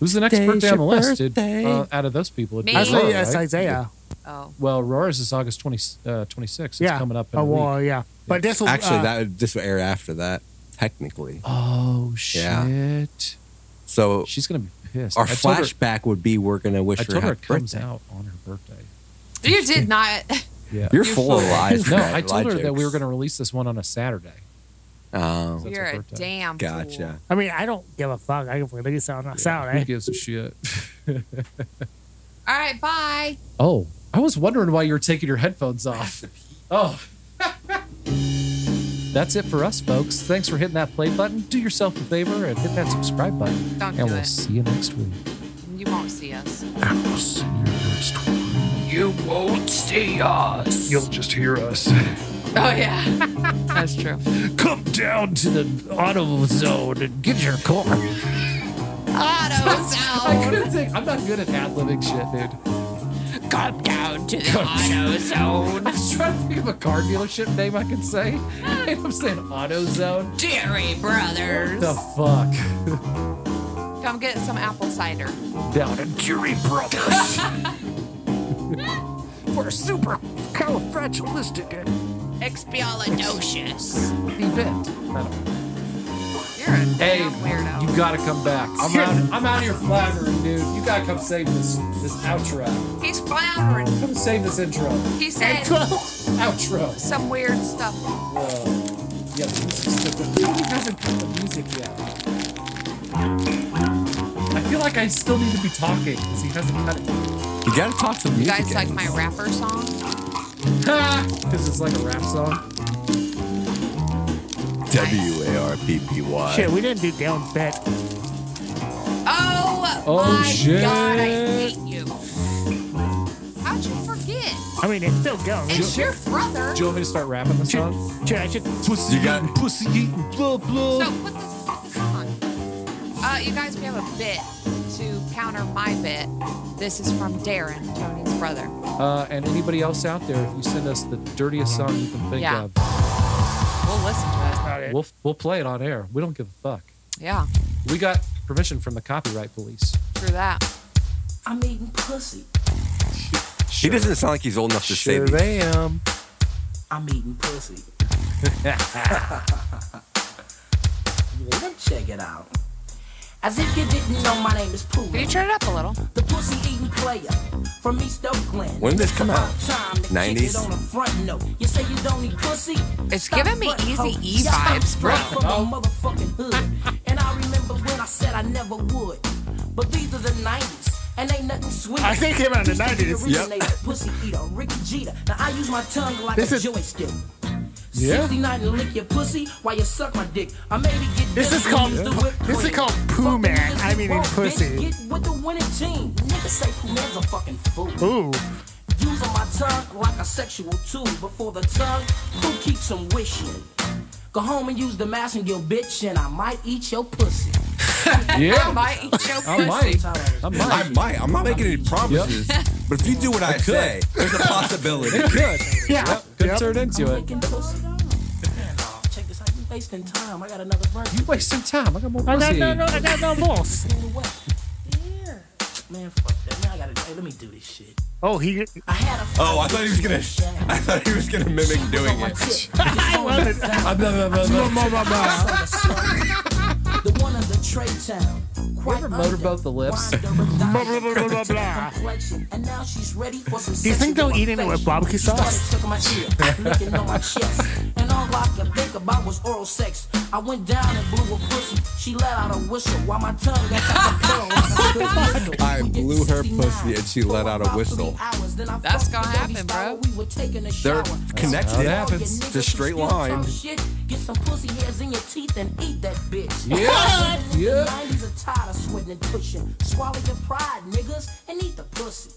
Speaker 1: Who's the next
Speaker 4: Today's
Speaker 1: birthday on the
Speaker 4: your
Speaker 1: list? Did,
Speaker 4: birthday.
Speaker 1: uh, out of those people, it'd be
Speaker 5: Me.
Speaker 3: I
Speaker 1: Aurora,
Speaker 3: say yes,
Speaker 1: right?
Speaker 3: Isaiah.
Speaker 5: Oh.
Speaker 1: Well, Aurora's is August 20, uh, 26. It's
Speaker 3: Yeah.
Speaker 1: coming up in
Speaker 3: Oh
Speaker 1: a week.
Speaker 3: well, yeah. But this will
Speaker 4: Actually,
Speaker 3: uh,
Speaker 4: that would, this would air after that, technically.
Speaker 1: Oh, shit.
Speaker 4: Yeah. So
Speaker 1: She's going to be pissed.
Speaker 4: our
Speaker 1: I told her-
Speaker 4: flashback would be we're gonna wish
Speaker 1: I
Speaker 4: her
Speaker 1: told her it
Speaker 4: happy
Speaker 1: comes
Speaker 4: birthday.
Speaker 1: out on her birthday.
Speaker 5: You did not.
Speaker 1: Yeah.
Speaker 4: You're,
Speaker 5: You're
Speaker 4: full of
Speaker 5: full.
Speaker 4: lies.
Speaker 1: no,
Speaker 4: Matt.
Speaker 1: I told
Speaker 4: Lie
Speaker 1: her that we were
Speaker 4: jokes.
Speaker 1: going to release this one on a Saturday.
Speaker 4: Oh,
Speaker 1: That's
Speaker 5: You're
Speaker 1: her
Speaker 5: a
Speaker 1: birthday.
Speaker 5: damn. fool.
Speaker 4: gotcha.
Speaker 3: I mean, I don't give a fuck. I can release it on a
Speaker 1: Who
Speaker 3: Saturday.
Speaker 1: gives a shit?
Speaker 5: All right, bye.
Speaker 1: Oh, I was wondering why you were taking your headphones off. Oh. That's it for us, folks. Thanks for hitting that play button. Do yourself a favor and hit that subscribe button.
Speaker 5: Don't
Speaker 1: and
Speaker 5: do
Speaker 1: we'll
Speaker 5: it.
Speaker 1: see you next week.
Speaker 5: You won't see us.
Speaker 6: You won't see us. You'll just hear us.
Speaker 5: Oh yeah. That's true.
Speaker 6: Come down to the auto zone and get your car.
Speaker 5: Auto
Speaker 1: I
Speaker 5: zone.
Speaker 1: couldn't think. I'm not good at ad libbing shit, dude.
Speaker 6: Come down to the auto zone.
Speaker 1: I was trying to think of a car dealership name I could say. And I'm saying AutoZone.
Speaker 5: Jerry Brothers.
Speaker 1: The fuck?
Speaker 5: Come get some apple cider.
Speaker 1: Down in
Speaker 6: Jury Brothers. We're super califragilistic.
Speaker 5: Expialidocious.
Speaker 1: the event. I don't know.
Speaker 5: You're a
Speaker 1: Hey,
Speaker 5: damn weirdo.
Speaker 1: you gotta come back. I'm out. I'm out of your flattering, dude. You gotta come save this this outro.
Speaker 5: He's floundering.
Speaker 1: Come save this intro.
Speaker 5: He said
Speaker 1: Outro.
Speaker 5: some weird stuff.
Speaker 1: Whoa. Yeah, the music's different. How come you haven't put the music yet? I feel like I still need to be talking because he hasn't cut it.
Speaker 4: You gotta talk to the
Speaker 5: You
Speaker 4: music.
Speaker 5: guys like my
Speaker 4: guys.
Speaker 5: rapper song?
Speaker 1: Because it's like a rap song.
Speaker 4: W A R P P Y.
Speaker 3: Shit, we didn't do down bed.
Speaker 5: Oh,
Speaker 1: Oh,
Speaker 5: my
Speaker 1: shit.
Speaker 5: god, I hate you. How'd you forget?
Speaker 3: I mean, it's still going.
Speaker 5: It's your brother.
Speaker 1: Do you want me to start rapping the song?
Speaker 3: Shit, I should.
Speaker 4: Pussy you got
Speaker 6: Pussy eating blah blah.
Speaker 5: So put this on. Uh, you guys, we have a bit to counter my bit. This is from Darren, Tony's brother.
Speaker 1: Uh, and anybody else out there, if you send us the dirtiest song you can think
Speaker 5: Yeah.
Speaker 1: of,
Speaker 5: We'll listen to
Speaker 3: Not it.
Speaker 1: we'll we'll play it on air. We don't give a fuck.
Speaker 5: it. Yeah,
Speaker 1: We got permission from the copyright police.
Speaker 5: through that.
Speaker 6: I'm eating pussy.
Speaker 4: He doesn't sound like he's old enough to say these.
Speaker 1: am.
Speaker 6: I'm eating pussy. Well, Check it out. As if you didn't know, my name is Pooh,
Speaker 5: Can you turn it up a little?
Speaker 6: the pussy eating player from East Oakland.
Speaker 4: When did this come
Speaker 6: It's
Speaker 4: out?
Speaker 6: about time to kick
Speaker 4: 90s?
Speaker 6: it on a front note. You say you don't need pussy?
Speaker 5: It's
Speaker 6: Stop
Speaker 5: giving me
Speaker 6: front,
Speaker 5: Eazy
Speaker 6: ho.
Speaker 5: E
Speaker 6: Stop
Speaker 5: vibes, bro.
Speaker 6: front from the motherfucking hood. and I remember when I said I never would. But these are the 90s, and ain't nothing sweet.
Speaker 3: I think it came out in the 90s.
Speaker 6: Yep. Pussy eater, Ricky Jeter. Now I use my tongue like
Speaker 3: This
Speaker 6: a
Speaker 3: is-
Speaker 6: joystick.
Speaker 1: Yeah.
Speaker 6: 69 and lick your pussy while you suck my dick. I made it get
Speaker 3: This is
Speaker 6: dirty,
Speaker 3: called-
Speaker 6: use the whipped
Speaker 3: this is
Speaker 6: cream.
Speaker 3: called Pooh
Speaker 6: Fucking
Speaker 3: Man.
Speaker 6: pussy
Speaker 3: I mean, in
Speaker 6: broke, bitch.
Speaker 3: pussy.
Speaker 6: Get with the winning team. Niggas say Pooh Man's a fucking fool.
Speaker 3: Ooh,
Speaker 6: Using my tongue like a sexual tool before the tongue. Who keeps them wishing? Go home and use the mask and your bitch, and I might eat your pussy.
Speaker 5: I
Speaker 1: Yeah.
Speaker 5: might eat your
Speaker 1: I might. I
Speaker 4: I
Speaker 1: might.
Speaker 4: might. I'm not making any promises. But if you do what I, say, there's a possibility.
Speaker 1: It could.
Speaker 3: yeah.
Speaker 1: Yep, could
Speaker 3: Yep.
Speaker 1: turn into it.
Speaker 6: Making pussy. Man, oh, check this out. You wasting time. I got another verse.
Speaker 1: You wasting time. I got more
Speaker 3: I got
Speaker 1: pussy.
Speaker 3: no, no, I got no more.
Speaker 6: Threw it away. Here. Man, fuck that. Now I gotta. Hey, let me do this shit.
Speaker 3: Oh, he.
Speaker 6: I had a.
Speaker 4: Oh, I thought he was gonna. I thought he was gonna mimic doing
Speaker 1: Oh
Speaker 4: it.
Speaker 6: I
Speaker 3: love it.
Speaker 6: The one of the trade town. Quite
Speaker 1: ever motorboat the lips?
Speaker 3: Blah, blah, blah, blah, blah.
Speaker 6: And now she's ready for some
Speaker 3: Do you think
Speaker 6: sexual
Speaker 3: they'll eat it with
Speaker 6: affection.
Speaker 3: barbecue
Speaker 6: She started
Speaker 3: sauce?
Speaker 6: sucking my ear, licking on my chest. And all I could think about about was oral sex. I went down and blew a pussy. She let out a whistle while my tongue got out the curl.
Speaker 4: I blew her pussy and she let out a whistle.
Speaker 5: That's gonna happen, bro.
Speaker 4: They're
Speaker 1: That's how it
Speaker 4: connected.
Speaker 1: happens.
Speaker 4: It's a straight line.
Speaker 6: Get some pussy hairs in your teeth and eat that bitch.
Speaker 4: Yeah.
Speaker 6: yeah. tired of sweating and pushing. Swallow your pride, niggas, and eat the pussy.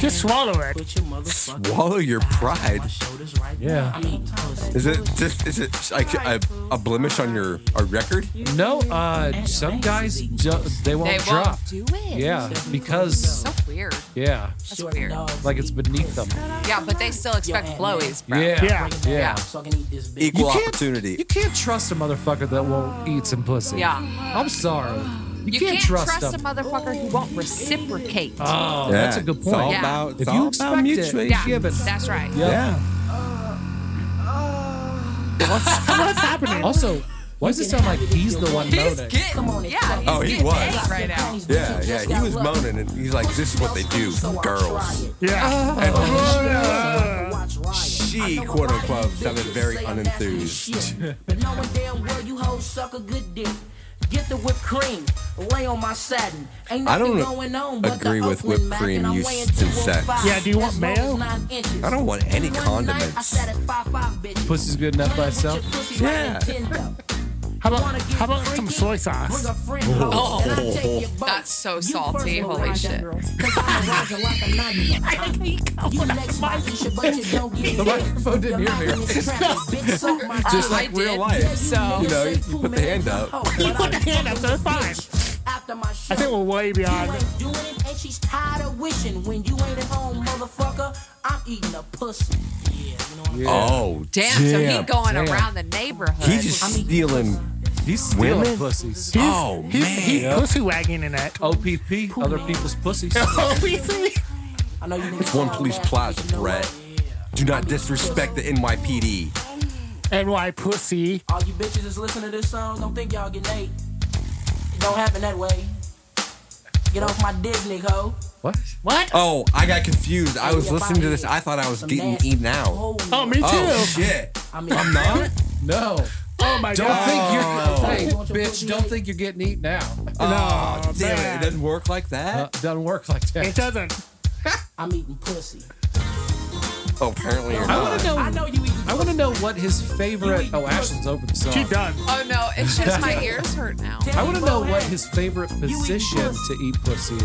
Speaker 3: Just swallow it.
Speaker 6: Put your motherfucking
Speaker 4: Swallow your pride.
Speaker 6: My shoulders right
Speaker 1: Yeah.
Speaker 6: now. Eat pussy.
Speaker 4: Is it just is it like a, a blemish on your a record?
Speaker 1: No, uh, some guys ju- they won't
Speaker 5: They
Speaker 1: drop.
Speaker 5: won't do it.
Speaker 1: Yeah, because
Speaker 5: So weird.
Speaker 1: yeah,
Speaker 5: That's weird.
Speaker 1: like it's beneath them.
Speaker 5: Yeah, but they still expect blowies, bro.
Speaker 1: Yeah,
Speaker 3: Yeah.
Speaker 1: yeah.
Speaker 6: So I can eat this bitch.
Speaker 4: Equal
Speaker 1: can't-
Speaker 4: opportunity.
Speaker 1: You can't trust a motherfucker that won't eat some pussy.
Speaker 5: Yeah.
Speaker 1: I'm sorry. You,
Speaker 5: You
Speaker 1: can't, trust,
Speaker 5: a
Speaker 1: them.
Speaker 5: motherfucker who won't reciprocate.
Speaker 1: oh,
Speaker 4: Yeah,
Speaker 1: that's a good
Speaker 4: It's all
Speaker 1: point.
Speaker 5: Yeah.
Speaker 4: about, it's
Speaker 1: If
Speaker 4: all
Speaker 1: you
Speaker 4: about
Speaker 1: expect it,
Speaker 4: mutuation.
Speaker 5: yeah,
Speaker 1: give it.
Speaker 5: that's right.
Speaker 4: Yeah.
Speaker 3: What's happening?
Speaker 1: Also, why does it sound like he's the one
Speaker 5: He's
Speaker 1: moaning?
Speaker 5: getting, yeah, he's
Speaker 4: Oh, he
Speaker 5: getting
Speaker 4: was.
Speaker 5: paid right now.
Speaker 4: Yeah, yeah. He was moaning and he's like, this is what they do, girls.
Speaker 3: Yeah.
Speaker 4: She, quote unquote, sounded very unenthused.
Speaker 6: But knowing damn well you hoes suck a good dick. Get the whipped cream, lay on my satin. Ain't
Speaker 4: I don't
Speaker 6: nothing going on but
Speaker 4: agree
Speaker 6: the
Speaker 4: with
Speaker 6: Oakland
Speaker 4: whipped
Speaker 6: Mac,
Speaker 4: cream
Speaker 6: and I'm
Speaker 4: use in
Speaker 6: weighing 205.
Speaker 4: sex.
Speaker 3: Yeah, do you want
Speaker 6: As long as
Speaker 3: mayo?
Speaker 6: nine inches.
Speaker 4: I don't want any
Speaker 6: One night, I
Speaker 4: condiments.
Speaker 6: satisfied five bitches.
Speaker 1: Pussy's good enough by itself.
Speaker 4: Yeah.
Speaker 3: How about how about some soy sauce?
Speaker 6: Oh,
Speaker 5: That's so salty. Holy shit.
Speaker 6: the
Speaker 4: microphone didn't hear me,
Speaker 6: Just
Speaker 4: like real life.
Speaker 5: So-
Speaker 4: You know, you put the hand up.
Speaker 3: You put the hand up, so it's fine. I think we're way
Speaker 6: You
Speaker 3: beyond.
Speaker 6: ain't doing it, and she's tired of wishing. When you ain't at home, motherfucker, I'm eating a pussy. Yeah, you know what I'm saying?
Speaker 4: Oh,
Speaker 5: Damn, so he going
Speaker 1: damn.
Speaker 5: around the neighborhood.
Speaker 4: He's just stealing.
Speaker 1: He's stealing
Speaker 4: Women?
Speaker 1: pussies.
Speaker 3: He's,
Speaker 4: Oh,
Speaker 3: he's,
Speaker 4: man.
Speaker 3: he's pussy wagging in that.
Speaker 1: OPP, other people's pussies.
Speaker 3: Oh, we see.
Speaker 6: I know you niggas
Speaker 4: It's one
Speaker 6: sound
Speaker 4: police
Speaker 6: nasty,
Speaker 4: plaza
Speaker 6: but you know
Speaker 4: threat.
Speaker 6: what?
Speaker 4: Do not disrespect the NYPD.
Speaker 3: NY pussy.
Speaker 6: All you bitches that's listening to this song, don't think y'all getting ate. It don't happen that way. Get off my Disney, hoe.
Speaker 1: What?
Speaker 3: What?
Speaker 4: Oh, I got confused. I was listening to this. I thought I was
Speaker 6: Some
Speaker 4: getting
Speaker 6: nasty
Speaker 4: eaten out.
Speaker 6: hoes.
Speaker 3: Oh, me too.
Speaker 4: Oh
Speaker 3: Oh,
Speaker 4: shit!
Speaker 6: I mean,
Speaker 4: I'm not.
Speaker 1: No.
Speaker 3: my
Speaker 1: Don't
Speaker 3: god.
Speaker 1: think you're. Hey, bitch, don't think you're getting eaten out.
Speaker 4: Oh, damn
Speaker 3: man.
Speaker 4: it! It doesn't work like
Speaker 1: Uh,
Speaker 4: that.
Speaker 1: doesn't work like
Speaker 3: It
Speaker 1: that.
Speaker 3: doesn't.
Speaker 6: I'm eating pussy.
Speaker 4: Oh, apparently you're
Speaker 1: I want
Speaker 4: not.
Speaker 1: to know.
Speaker 6: I know you eating
Speaker 1: I want to know what his favorite. Oh, Ashlyn's over the
Speaker 3: She
Speaker 1: song.
Speaker 3: done.
Speaker 5: oh no, it's just my ears hurt now.
Speaker 1: I want to know what his favorite position to eat pussy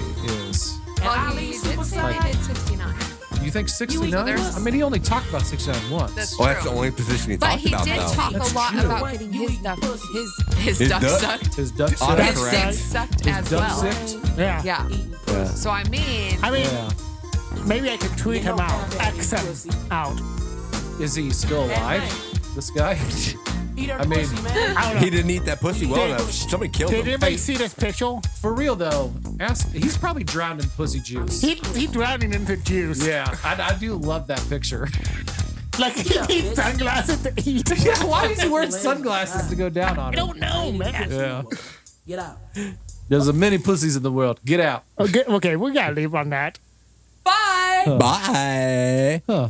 Speaker 1: is.
Speaker 5: Well, he did say he did 69.
Speaker 1: You think 69?
Speaker 5: there's-
Speaker 1: I mean, he only talked about 69 once.
Speaker 5: That's-
Speaker 4: Oh, that's the only position he
Speaker 5: But
Speaker 4: talked
Speaker 5: he
Speaker 4: about.
Speaker 5: did
Speaker 4: though.
Speaker 5: talk a lot
Speaker 1: true.
Speaker 5: about getting his duck, his his,
Speaker 4: His
Speaker 5: duck,
Speaker 4: duck?
Speaker 5: sucked,
Speaker 1: his duck
Speaker 4: Oh,
Speaker 1: sucked.
Speaker 4: that's
Speaker 5: his
Speaker 4: right.
Speaker 5: dick sucked
Speaker 1: His
Speaker 5: as
Speaker 1: duck
Speaker 5: well.
Speaker 1: sucked.
Speaker 3: Yeah.
Speaker 5: Yeah. So I mean,
Speaker 3: I mean,
Speaker 1: Yeah.
Speaker 3: maybe I could tweet him out. X him out.
Speaker 1: Is he still alive? This guy?
Speaker 6: Eat her
Speaker 1: I mean-
Speaker 6: pussy, man.
Speaker 3: I don't
Speaker 4: He
Speaker 3: know.
Speaker 4: didn't eat that pussy well
Speaker 3: Did-
Speaker 4: enough. Somebody killed
Speaker 3: Did
Speaker 4: him.
Speaker 3: anybody see this picture?
Speaker 1: For real though, ask. He's probably drowned in pussy juice.
Speaker 3: He he drowning in the juice.
Speaker 1: Yeah, I, I do love that picture.
Speaker 3: Like he needs sunglasses to eat.
Speaker 1: Yeah, why is he wearing sunglasses to go down on
Speaker 3: I
Speaker 1: him?
Speaker 3: don't know, man.
Speaker 1: Yeah.
Speaker 6: Get out.
Speaker 1: There's a many pussies in the world. Get out.
Speaker 3: Okay, okay, we gotta leave on that.
Speaker 5: bye.
Speaker 4: Bye.
Speaker 1: Huh.